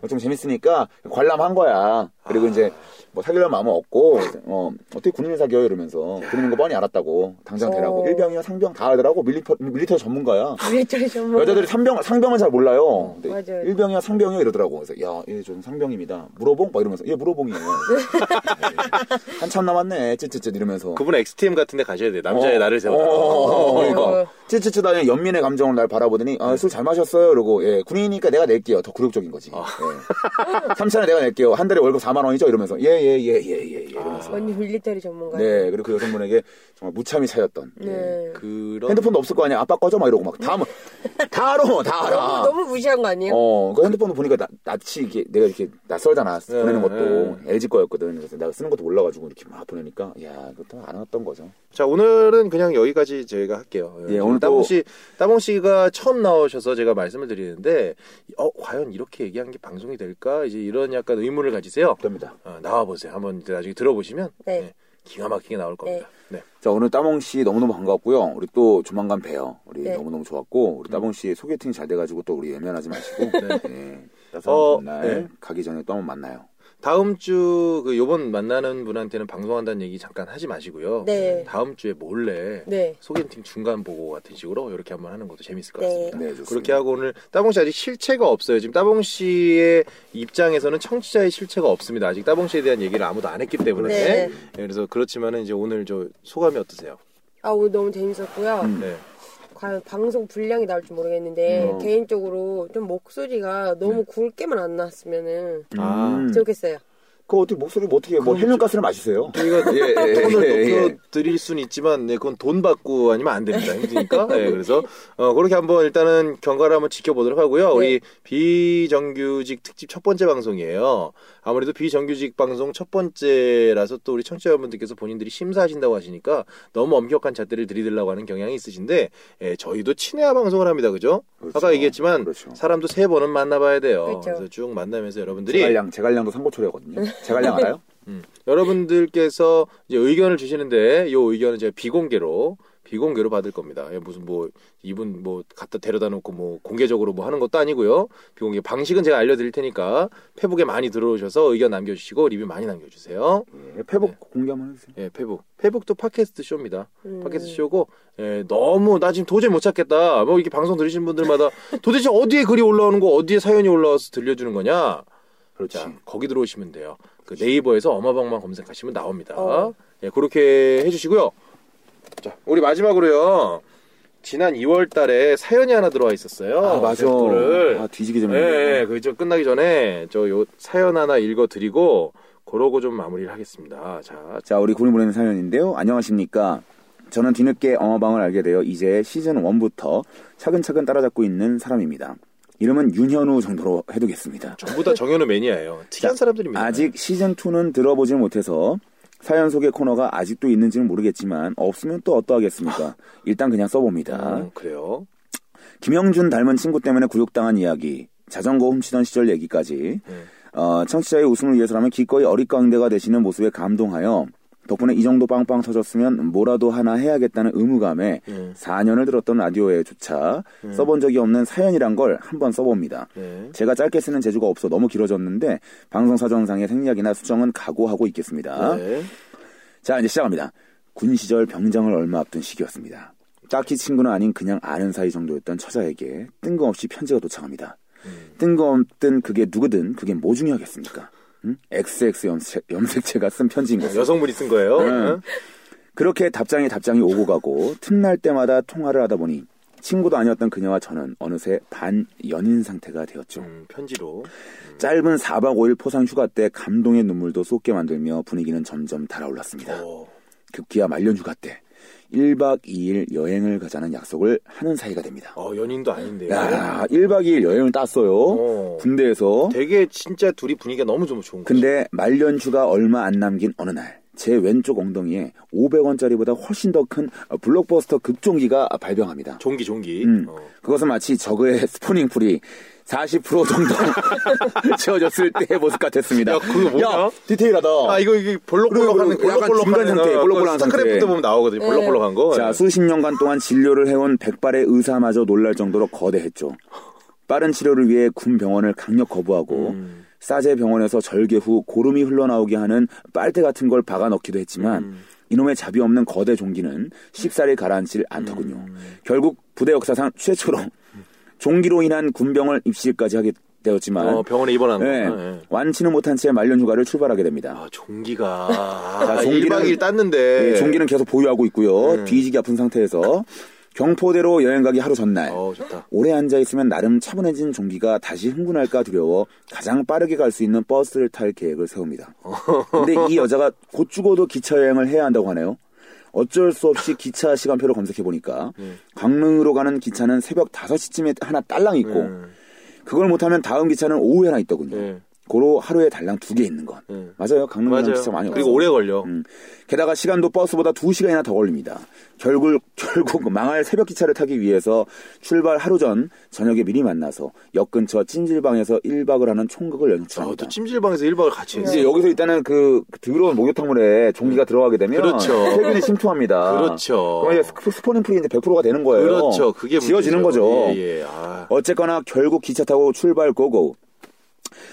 Speaker 2: 어, 좀 재밌으니까 관람한 거야. 그리고 이제 뭐 사귀려는 마음은 없고 어, 어떻게 군인을 사귀어 이러면서 군인인 거 뻔히 알았다고 당장 되라고
Speaker 3: 어.
Speaker 2: 일병이야 상병 다 하더라고 밀리터 밀리터 전문가야.
Speaker 3: 그랬죠, 정말.
Speaker 2: 여자들이 상병 상병은 잘 몰라요. 근데
Speaker 3: 맞아요.
Speaker 2: 일병이야 상병이야 이러더라고. 그래서 야, 예, 저는 상병입니다. 물어봉? 막 이러면서 예, 물어봉이에요. 예, 한참 남았네. 찌찌찌 이러면서.
Speaker 1: 그분 XTM 같은 데 가셔야 돼. 남자의
Speaker 2: 어.
Speaker 1: 나를 세워라.
Speaker 2: 어,
Speaker 3: 어.
Speaker 2: 그러니까 찌찌찌 다니 연민의 감정을 날 바라보더니
Speaker 1: 네.
Speaker 2: 아, 술 잘 마셨어요. 그러고 예, 군인이니까 내가 낼게요. 더 굴욕적인 거지.
Speaker 1: 어.
Speaker 2: 예. 3차는 내가 낼게요. 한 달에 월급 4만 원이죠. 이러면서 예 예 예 예 예 예, 예, 이러면서.
Speaker 3: 언니 어, 밀리터리 전문가.
Speaker 2: 네 그리고 그 여성분에게 정말 무참히 차였던. 예.
Speaker 3: 아. 네.
Speaker 1: 그런.
Speaker 2: 핸드폰도 없을 거 아니야. 아빠 꺼져 막 이러고 막다다 알아 다 알아.
Speaker 3: 너무, 너무 무시한 거 아니에요?
Speaker 2: 어, 그 핸드폰도 보니까 나, 낯이 이게 내가 이렇게 낯설잖아. 보내는 것도
Speaker 1: 네,
Speaker 2: LG 거였거든. 그래서 내가 쓰는 것도 몰라가지고 이렇게 막 보내니까 야, 그것도 안 왔던 거죠.
Speaker 1: 자 오늘은 그냥 여기까지 저희가 할게요.
Speaker 2: 예, 오늘 또-
Speaker 1: 따봉 씨 따봉 씨가 처음 나오셔서 제가 말씀을 드리는데 어 과연 이렇게 얘기한 게 방송이 될까 이제 이런 약간 의문을 가지세요. 어,
Speaker 2: 됩니다.
Speaker 1: 나와 보세요. 한번 이제 나중에 들어보시면
Speaker 3: 네.
Speaker 1: 예, 기가 막히게 나올 겁니다. 네.
Speaker 2: 자, 오늘 따봉 씨 너무너무 반가웠고요. 우리 또 조만간 봬요. 우리
Speaker 3: 네.
Speaker 2: 너무너무 좋았고, 우리 따봉 씨 소개팅 잘 돼가지고 또 우리 예면하지 마시고, 네. 따스한
Speaker 1: 어,
Speaker 2: 날
Speaker 1: 네.
Speaker 2: 가기 전에 또 한 번 만나요.
Speaker 1: 다음 주그 요번 만나는 분한테는 방송한다는 얘기 잠깐 하지 마시고요.
Speaker 3: 네.
Speaker 1: 다음 주에 몰래
Speaker 3: 네.
Speaker 1: 소개팅 중간 보고 같은 식으로 이렇게 한번 하는 것도 재밌을 것
Speaker 3: 네.
Speaker 1: 같습니다.
Speaker 2: 네, 좋습니다.
Speaker 1: 그렇게 하고 오늘 따봉 씨 아직 실체가 없어요. 지금 따봉 씨의 입장에서는 청취자의 실체가 없습니다. 아직 따봉 씨에 대한 얘기를 아무도 안 했기 때문에
Speaker 3: 네.
Speaker 1: 예, 그래서 그렇지만은 이제 오늘 저 소감이 어떠세요?
Speaker 3: 아, 오늘 너무 재밌었고요.
Speaker 1: 네.
Speaker 3: 과연 방송 분량이 나올지 모르겠는데,
Speaker 1: 음. 어. 네.
Speaker 3: 개인적으로 좀 목소리가 너무 굵게만 안 나왔으면은
Speaker 1: 아
Speaker 2: 음.
Speaker 3: 좋겠어요.
Speaker 2: 그거 어떻게 목소리 뭐 어떻게 뭐 해면가스를 마시세요?
Speaker 1: 저희가
Speaker 2: 예, 예,
Speaker 1: 톤을
Speaker 2: 예, 예.
Speaker 1: 높여 드릴 수는 있지만 네, 그건 돈 받고 아니면 안 됩니다. 힘드니까. 네, 그래서 어, 그렇게 한번 일단은 경과를 한번 지켜보도록 하고요.
Speaker 2: 네.
Speaker 1: 우리 비정규직 특집 첫 번째 방송이에요. 아무래도 비정규직 방송 첫 번째라서 또 우리 청취자분들께서 본인들이 심사하신다고 하시니까 너무 엄격한 잣대를 들이대려고 하는 경향이 있으신데 예, 저희도 친해야 방송을 합니다. 그죠?
Speaker 2: 그렇죠.
Speaker 1: 아까 얘기했지만
Speaker 2: 그렇죠.
Speaker 1: 사람도 세 번은 만나봐야 돼요.
Speaker 3: 그렇죠.
Speaker 1: 래서쭉 만나면서 여러분들이
Speaker 2: 제갈량 제갈량도 삼고초려거든요. 제갈량 알아요?
Speaker 1: 음, 여러분들께서 이제 의견을 주시는데 이 의견은 제가 비공개로 비공개로 받을 겁니다. 예, 무슨 뭐 이분 뭐 갖다 데려다 놓고 뭐 공개적으로 뭐 하는 것도 아니고요. 비공개 방식은 제가 알려드릴 테니까 페북에 많이 들어오셔서 의견 남겨주시고 리뷰 많이 남겨주세요.
Speaker 2: 예, 페북 공개 한번 해주세요.
Speaker 1: 예, 페북 페북도 팟캐스트 쇼입니다.
Speaker 3: 음.
Speaker 1: 팟캐스트 쇼고 예, 너무 나 지금 도저히 못 찾겠다. 뭐 이렇게 방송 들으신 분들마다 도대체 어디에 글이 올라오는 거 어디에 사연이 올라와서 들려주는 거냐?
Speaker 2: 그렇지.
Speaker 1: 자, 거기 들어오시면 돼요. 그 네이버에서 어마방만 검색하시면 나옵니다.
Speaker 3: 어.
Speaker 1: 예, 그렇게 해주시고요. 자, 우리 마지막으로요. 지난 2월 달에 사연이 하나 들어와 있었어요.
Speaker 2: 아 맞아.
Speaker 1: 를
Speaker 2: 아 뒤지기
Speaker 1: 예,
Speaker 2: 전에.
Speaker 1: 예, 그좀 끝나기 전에 저 요 사연 하나 읽어드리고, 그러고 좀 마무리를 하겠습니다. 자,
Speaker 2: 자, 우리 군인 보내는 사연인데요. 안녕하십니까. 저는 뒤늦게 어마방을 알게 되어 이제 시즌 1부터 차근차근 따라잡고 있는 사람입니다. 이름은 윤현우 정도로 해두겠습니다.
Speaker 1: 전부 다 정현우 매니아예요. 특이한 사람들입니다.
Speaker 2: 아직 시즌 2는 들어보질 못해서 사연 소개 코너가 아직도 있는지는 모르겠지만 없으면 또 어떠하겠습니까? 일단 그냥 써봅니다.
Speaker 1: 음, 그래요.
Speaker 2: 김영준 닮은 친구 때문에 구욕당한 이야기, 자전거 훔치던 시절 얘기까지, 어, 청취자의 웃음을 위해서라면 기꺼이 어릿광대가 되시는 모습에 감동하여 덕분에 이 정도 빵빵 터졌으면 뭐라도 하나 해야겠다는 의무감에 4년을 들었던 라디오에조차 써본 적이 없는 사연이란 걸 한번 써봅니다.
Speaker 1: 네.
Speaker 2: 제가 짧게 쓰는 재주가 없어 너무 길어졌는데 방송 사정상의 생략이나 수정은 각오하고 있겠습니다.
Speaker 1: 네.
Speaker 2: 자, 이제 시작합니다. 군 시절 병장을 얼마 앞둔 시기였습니다. 딱히 친구는 아닌 그냥 아는 사이 정도였던 처자에게 뜬금없이 편지가 도착합니다. 뜬금없든 그게 누구든 그게 뭐 중요하겠습니까? 응? XX 염색, 염색체가 쓴 편지인 거죠.
Speaker 1: 여성분이 쓴 거예요.
Speaker 2: 음. 그렇게 답장이 답장이 오고 가고 틈날 때마다 통화를 하다 보니 친구도 아니었던 그녀와 저는 어느새 반 연인 상태가 되었죠.
Speaker 1: 음, 편지로.
Speaker 2: 짧은 4박 5일 포상 휴가 때 감동의 눈물도 쏟게 만들며 분위기는 점점 달아올랐습니다.
Speaker 1: 어,
Speaker 2: 급기야 말년 휴가 때 1박 2일 여행을 가자는 약속을 하는 사이가 됩니다.
Speaker 1: 어, 연인도 아닌데요.
Speaker 2: 야, 1박 2일 여행을 땄어요.
Speaker 1: 어.
Speaker 2: 군대에서.
Speaker 1: 되게 진짜 둘이 분위기가 너무 좀 좋은 거죠.
Speaker 2: 근데 말년 휴가 얼마 안 남긴 어느 날, 제 왼쪽 엉덩이에 500원짜리보다 훨씬 더 큰 블록버스터 급종기가 발병합니다.
Speaker 1: 종기 종기.
Speaker 2: 음,
Speaker 1: 어.
Speaker 2: 그것은 마치 저그의 스포닝풀이 40% 정도 채워졌을 때의 모습 같았습니다.
Speaker 1: 야, 그거 뭐냐?
Speaker 2: 디테일하다.
Speaker 1: 아 이거 이게 볼록볼록하는
Speaker 2: 그리고 약간 중간 상태, 볼록볼록한 상태.
Speaker 1: 스크래프트 보면 나오거든요. 볼록볼록한 거. 네.
Speaker 2: 자, 수십 년간 동안 진료를 해온 백발의 의사마저 놀랄 정도로 거대했죠. 빠른 치료를 위해 군 병원을 강력 거부하고
Speaker 1: 음.
Speaker 2: 싸제 병원에서 절개 후 고름이 흘러나오게 하는 빨대 같은 걸 박아 넣기도 했지만
Speaker 1: 음.
Speaker 2: 이놈의 자비 없는 거대 종기는 쉽사리 가라앉질 않더군요.
Speaker 1: 음.
Speaker 2: 결국 부대 역사상 최초로 종기로 인한 군병을 입실까지 하게 되었지만
Speaker 1: 어, 병원에 입원한 거.
Speaker 2: 예,
Speaker 1: 예.
Speaker 2: 완치는 못한 채 말년 휴가를 출발하게 됩니다.
Speaker 1: 아
Speaker 2: 자,
Speaker 1: 종기가 아,
Speaker 2: 종기는-
Speaker 1: 1박 2일 땄는데
Speaker 2: 예, 종기는 계속 보유하고 있고요.
Speaker 1: 예.
Speaker 2: 뒤지기 아픈 상태에서 경포대로 여행 가기 하루 전날.
Speaker 1: 어 좋다.
Speaker 2: 오래 앉아 있으면 나름 차분해진 종기가 다시 흥분할까 두려워 가장 빠르게 갈 수 있는 버스를 탈 계획을 세웁니다. 근데 이 여자가 곧 죽어도 기차 여행을 해야 한다고 하네요. 어쩔 수 없이 기차 시간표를 검색해 보니까
Speaker 1: 예.
Speaker 2: 강릉으로 가는 기차는 새벽 5시쯤에 하나 딸랑 있고
Speaker 1: 예.
Speaker 2: 그걸 못하면 다음 기차는 오후에 하나 있더군요.
Speaker 1: 네.
Speaker 2: 고로 하루에 달랑 두 개 있는 건
Speaker 1: 음.
Speaker 2: 맞아요. 강릉 가는
Speaker 1: 맞아요.
Speaker 2: 기차 많이
Speaker 1: 그리고
Speaker 2: 없어요.
Speaker 1: 오래 걸려. 아,
Speaker 2: 음. 게다가 시간도 버스보다 2시간이나 더 걸립니다. 결국, 결국 망할 새벽 기차를 타기 위해서 출발 하루 전 저녁에 미리 만나서 역 근처 찜질방에서 1박을 하는 총각을
Speaker 1: 어, 또
Speaker 2: 연출합니다. 음.
Speaker 1: 찜질방에서 1박을 같이 했어.
Speaker 2: 이제 여기서 일단은 그 더러운 목욕탕물에 종기가 들어가게 되면
Speaker 1: 네. 그렇죠.
Speaker 2: 세균이 침투합니다.
Speaker 1: 그렇죠.
Speaker 2: 그럼 이제 스크- 스포닝풀이 이제 100%가 되는 거예요.
Speaker 1: 그렇죠. 그게
Speaker 2: 지워지는
Speaker 1: 문제죠.
Speaker 2: 거죠.
Speaker 1: 예, 예. 아.
Speaker 2: 어쨌거나 결국 기차 타고 출발 고고.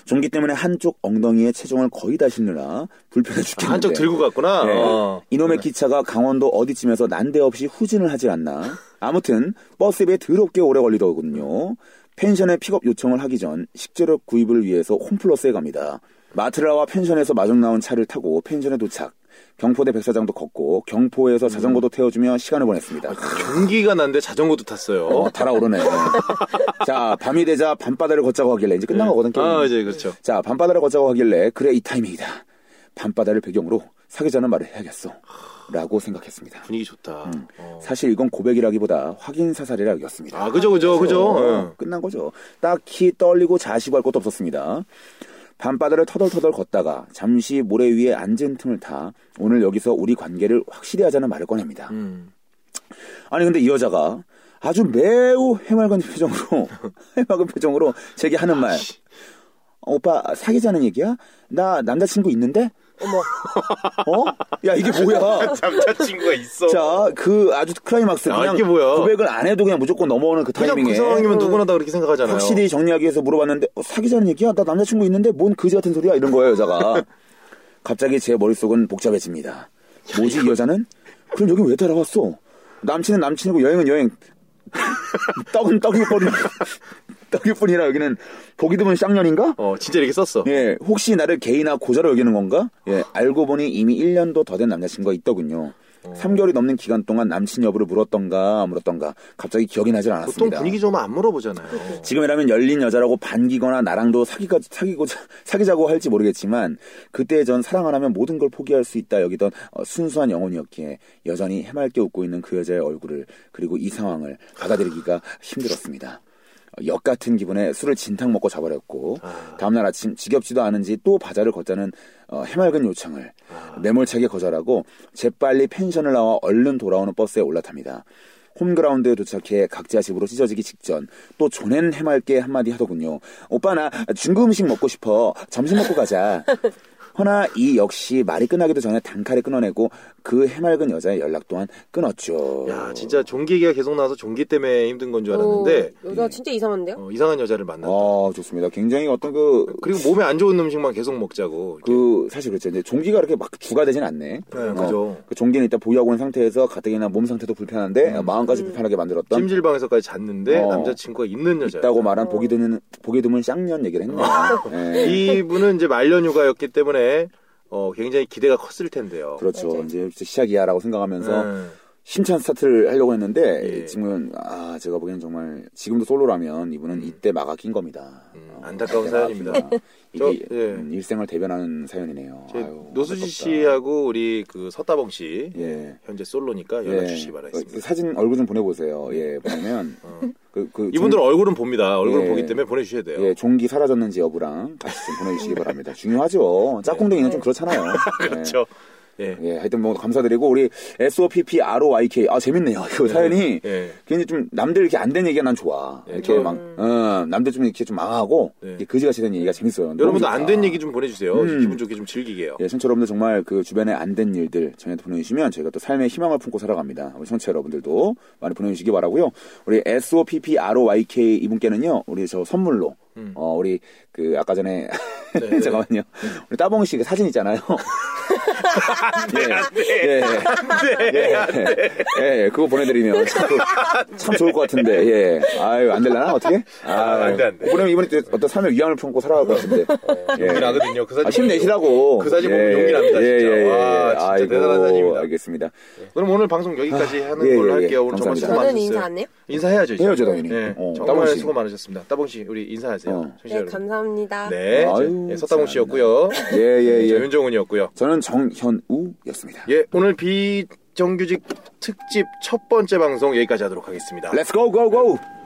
Speaker 2: 종기 때문에 한쪽 엉덩이에 체중을 거의 다 싣느라 불편해 죽겠는데.
Speaker 1: 한쪽 들고 갔구나.
Speaker 2: 네.
Speaker 1: 어.
Speaker 2: 이놈의 기차가 강원도 어디쯤에서 난데없이 후진을 하질 않나. 아무튼 버스에 더럽게 오래 걸리더군요. 펜션에 픽업 요청을 하기 전 식재료 구입을 위해서 홈플러스에 갑니다. 마트라와 펜션에서 마중 나온 차를 타고 펜션에 도착. 경포대 백사장도 걷고 경포에서 자전거도 태워주며 시간을 보냈습니다.
Speaker 1: 종기가 난데 자전거도 탔어요.
Speaker 2: 어, 달아오르네. 자, 밤이 되자 밤바다를 걷자고 하길래 이제 끝난 거거든 게임.
Speaker 1: 아 이제 그렇죠.
Speaker 2: 자, 밤바다를 걷자고 하길래 그래 이 타이밍이다. 밤바다를 배경으로 사귀자는 말을 해야겠어. 라고 생각했습니다.
Speaker 1: 분위기 좋다.
Speaker 2: 음. 사실 이건 고백이라기보다 확인 사살이라 여겼습니다.
Speaker 1: 아 그죠 그죠 예. 그죠.
Speaker 2: 어, 끝난 거죠. 딱히 떨리고 자시고 할 것도 없었습니다. 밤바다를 터덜터덜 걷다가 잠시 모래 위에 앉은 틈을 타 오늘 여기서 우리 관계를 확실히 하자는 말을 꺼냅니다.
Speaker 1: 음.
Speaker 2: 아니 근데 이 여자가 아주 매우 해맑은 표정으로 해맑은 표정으로 제게 하는 말 오빠 사귀자는 얘기야? 나 남자친구 있는데? 어머 어? 야 이게 뭐야
Speaker 1: 남자친구가 있어.
Speaker 2: 자, 그 아주 클라이막스.
Speaker 1: 아,
Speaker 2: 그냥
Speaker 1: 이게 뭐야?
Speaker 2: 고백을 안 해도 그냥 무조건 넘어오는 그
Speaker 1: 그냥
Speaker 2: 타이밍에.
Speaker 1: 그 상황이면 누구나 다 그렇게 생각하잖아요.
Speaker 2: 확실히 정리하기 위해서 물어봤는데 어, 사귀자는 얘기야? 나 남자친구 있는데 뭔 그지 같은 소리야? 이런 거예요 여자가. 갑자기 제 머릿속은 복잡해집니다. 뭐지 이 여자는? 그럼 여기 왜 따라왔어? 남친은 남친이고 여행은 여행. 떡은 떡일 뿐. 떡일 뿐이라 여기는 보기 드문 쌍년인가?
Speaker 1: 어 진짜 이렇게 썼어.
Speaker 2: 예, 혹시 나를 개이나 고자로 여기는 건가? 예, 알고 보니 이미 1년도 더 된 남자친구가 있더군요.
Speaker 1: 어.
Speaker 2: 3개월이 넘는 기간 동안 남친 여부를 물었던가 물었던가 갑자기 기억이 나질 않았습니다. 그렇죠.
Speaker 1: 보통 분위기 좋으면 안 물어보잖아요.
Speaker 2: 지금이라면 열린 여자라고 반기거나 나랑도 사귀가, 사귀고, 사귀자고 할지 모르겠지만 그때 전 사랑 안 하면 모든 걸 포기할 수 있다 여기던 어, 순수한 영혼이었기에 여전히 해맑게 웃고 있는 그 여자의 얼굴을 그리고 이 상황을 받아들이기가 힘들었습니다. 어, 역 같은 기분에 술을 진탕 먹고 자버렸고 다음날 아침 지겹지도 않은지 또 바자를 걷자는 어, 해맑은 요청을 매몰차게 거절하고 재빨리 펜션을 나와 얼른 돌아오는 버스에 올라탑니다. 홈그라운드에 도착해 각자 집으로 찢어지기 직전 또 조낸 해맑게 한마디 하더군요. 오빠 나 중국 음식 먹고 싶어. 점심 먹고 가자. 허나 이 역시 말이 끝나기도 전에 단칼에 끊어내고 그 해맑은 여자의 연락 또한 끊었죠.
Speaker 1: 야 진짜 종기 얘기가 계속 나와서 종기 때문에 힘든 건 줄 알았는데
Speaker 3: 어, 여자 진짜 이상한데요?
Speaker 1: 어, 이상한 여자를 만났다.
Speaker 2: 아 좋습니다. 굉장히 어떤 그 그
Speaker 1: 그리고 몸에 안 좋은 음식만 계속 먹자고.
Speaker 2: 사실 그렇죠. 이제 종기가 이렇게 막 주가 되진 않네.
Speaker 1: 네, 그죠.
Speaker 2: 그 종기는 일단 보유하고 있는 상태에서 가뜩이나 몸 상태도 불편한데 마음까지 불편하게 만들었던
Speaker 1: 찜질방에서까지 잤는데
Speaker 2: 어.
Speaker 1: 남자친구가 있는 여자.
Speaker 2: 있다고 말한 보기 드문 보기 드문 쌍년 얘기를 했네요. 예.
Speaker 1: 이분은 이제 말년휴가였기 때문에 어, 굉장히 기대가 컸을 텐데요.
Speaker 2: 그렇죠. 이제 시작이야라고 생각하면서
Speaker 1: 네.
Speaker 2: 힘찬 스타트를 하려고 했는데
Speaker 1: 예.
Speaker 2: 지금은 아 제가 보기에는 정말 지금도 솔로라면 이분은 이때 막아 낀 겁니다. 어,
Speaker 1: 안타까운
Speaker 2: 이때 막아
Speaker 1: 음. 사연입니다.
Speaker 2: 낀 거다.
Speaker 1: 저,
Speaker 2: 이게
Speaker 1: 예.
Speaker 2: 음, 일생을 대변하는 사연이네요.
Speaker 1: 제
Speaker 2: 아유,
Speaker 1: 노수지
Speaker 2: 안타깝다.
Speaker 1: 씨하고 우리 그 서다봉 씨
Speaker 2: 예.
Speaker 1: 현재 솔로니까 연락 주시기
Speaker 2: 어,
Speaker 1: 바라겠습니다. 어.
Speaker 2: 사진 얼굴 좀 보내보세요. 예, 보면 그, 그
Speaker 1: 이분들 얼굴은 봅니다. 얼굴 을
Speaker 2: 예.
Speaker 1: 보기 때문에 보내주셔야 돼요. 네.
Speaker 2: 종, 예, 종기 사라졌는지 여부랑 같이 좀 보내주시기 바랍니다. 중요하죠. 짝꿍댕이는 좀 그렇잖아요. 예.
Speaker 1: 그렇죠. 예.
Speaker 2: 예, 하여튼 뭐 감사드리고 우리 SOPP ROYK 아 재밌네요. 그 사연이
Speaker 1: 예.
Speaker 2: 괜히 좀 남들 이렇게 안 된 얘기가 난 좋아. 이렇게
Speaker 1: 네, 저- 음.
Speaker 2: 막 어, 남들 좀 이렇게 좀 망하고
Speaker 1: 네.
Speaker 2: 이렇게 그지같이 된 얘기가 재밌어요.
Speaker 1: 여러분도
Speaker 2: 너무
Speaker 1: 안
Speaker 2: 좋다. 음.
Speaker 1: 된 얘기 좀 보내주세요. 기분 좋게 좀 즐기게요.
Speaker 2: 예, 청취 여러분들 정말 그 주변에 안 된 일들 저희한테 보내주시면 저희가 또 삶의 희망을 품고 살아갑니다. 우리 청취 자 여러분들도 많이 보내주시기 바라고요. 우리 SOPPROYK 이분께는요, 우리 저 선물로
Speaker 1: 음.
Speaker 2: 어 우리 그 아까 전에
Speaker 1: 네,
Speaker 2: 잠깐만요, 우리 따봉 씨그 사진 있잖아요.
Speaker 1: 네.
Speaker 2: 예, 예, 예, 예, 그거 보내드리면 참- 참 좋을 것 같은데, 예, 아유 안 될라나 어떻게?
Speaker 1: 아, 안 돼, 안 돼.
Speaker 2: 그러면 이번에 또 어떤 삶의 위안을 품고 살아갈 것 같은데, 예.
Speaker 1: 용기 나거든요. 그 사진
Speaker 2: 아,
Speaker 1: 보면
Speaker 2: 힘내시라고. 예,
Speaker 1: 그 사진 보면 용기 납니다, 진짜. 와, 진짜 대단한 사진입니다.
Speaker 2: 알겠습니다.
Speaker 1: 그럼 오늘 방송 여기까지 하는
Speaker 2: 예,
Speaker 1: 걸로
Speaker 2: 예, 예.
Speaker 1: 할게요. 오늘 정말
Speaker 2: 감사합니다.
Speaker 1: 수고 많으셨어요.
Speaker 3: 저는 인사 안 해요?
Speaker 1: 인사해야죠. 이제.
Speaker 2: 헤어져, 당연히.
Speaker 1: 예,
Speaker 2: 어,
Speaker 1: 정말
Speaker 2: 따봉 씨.
Speaker 1: 수고 많으셨습니다. 따봉 씨, 우리 인사하세요.
Speaker 2: 어.
Speaker 1: 청취자
Speaker 3: 네,
Speaker 1: 여러분.
Speaker 3: 감사합니다.
Speaker 1: 네,
Speaker 2: 아유,
Speaker 1: 예, 서따봉
Speaker 2: 참.
Speaker 1: 씨였고요.
Speaker 2: 예, 예,
Speaker 1: 저
Speaker 2: 예.
Speaker 1: 윤정훈이었고요.
Speaker 2: 저는 정현우였습니다.
Speaker 1: 예, 오늘 비정규직 특집 첫 번째 방송 여기까지 하도록 하겠습니다.
Speaker 2: Let's go, go, go!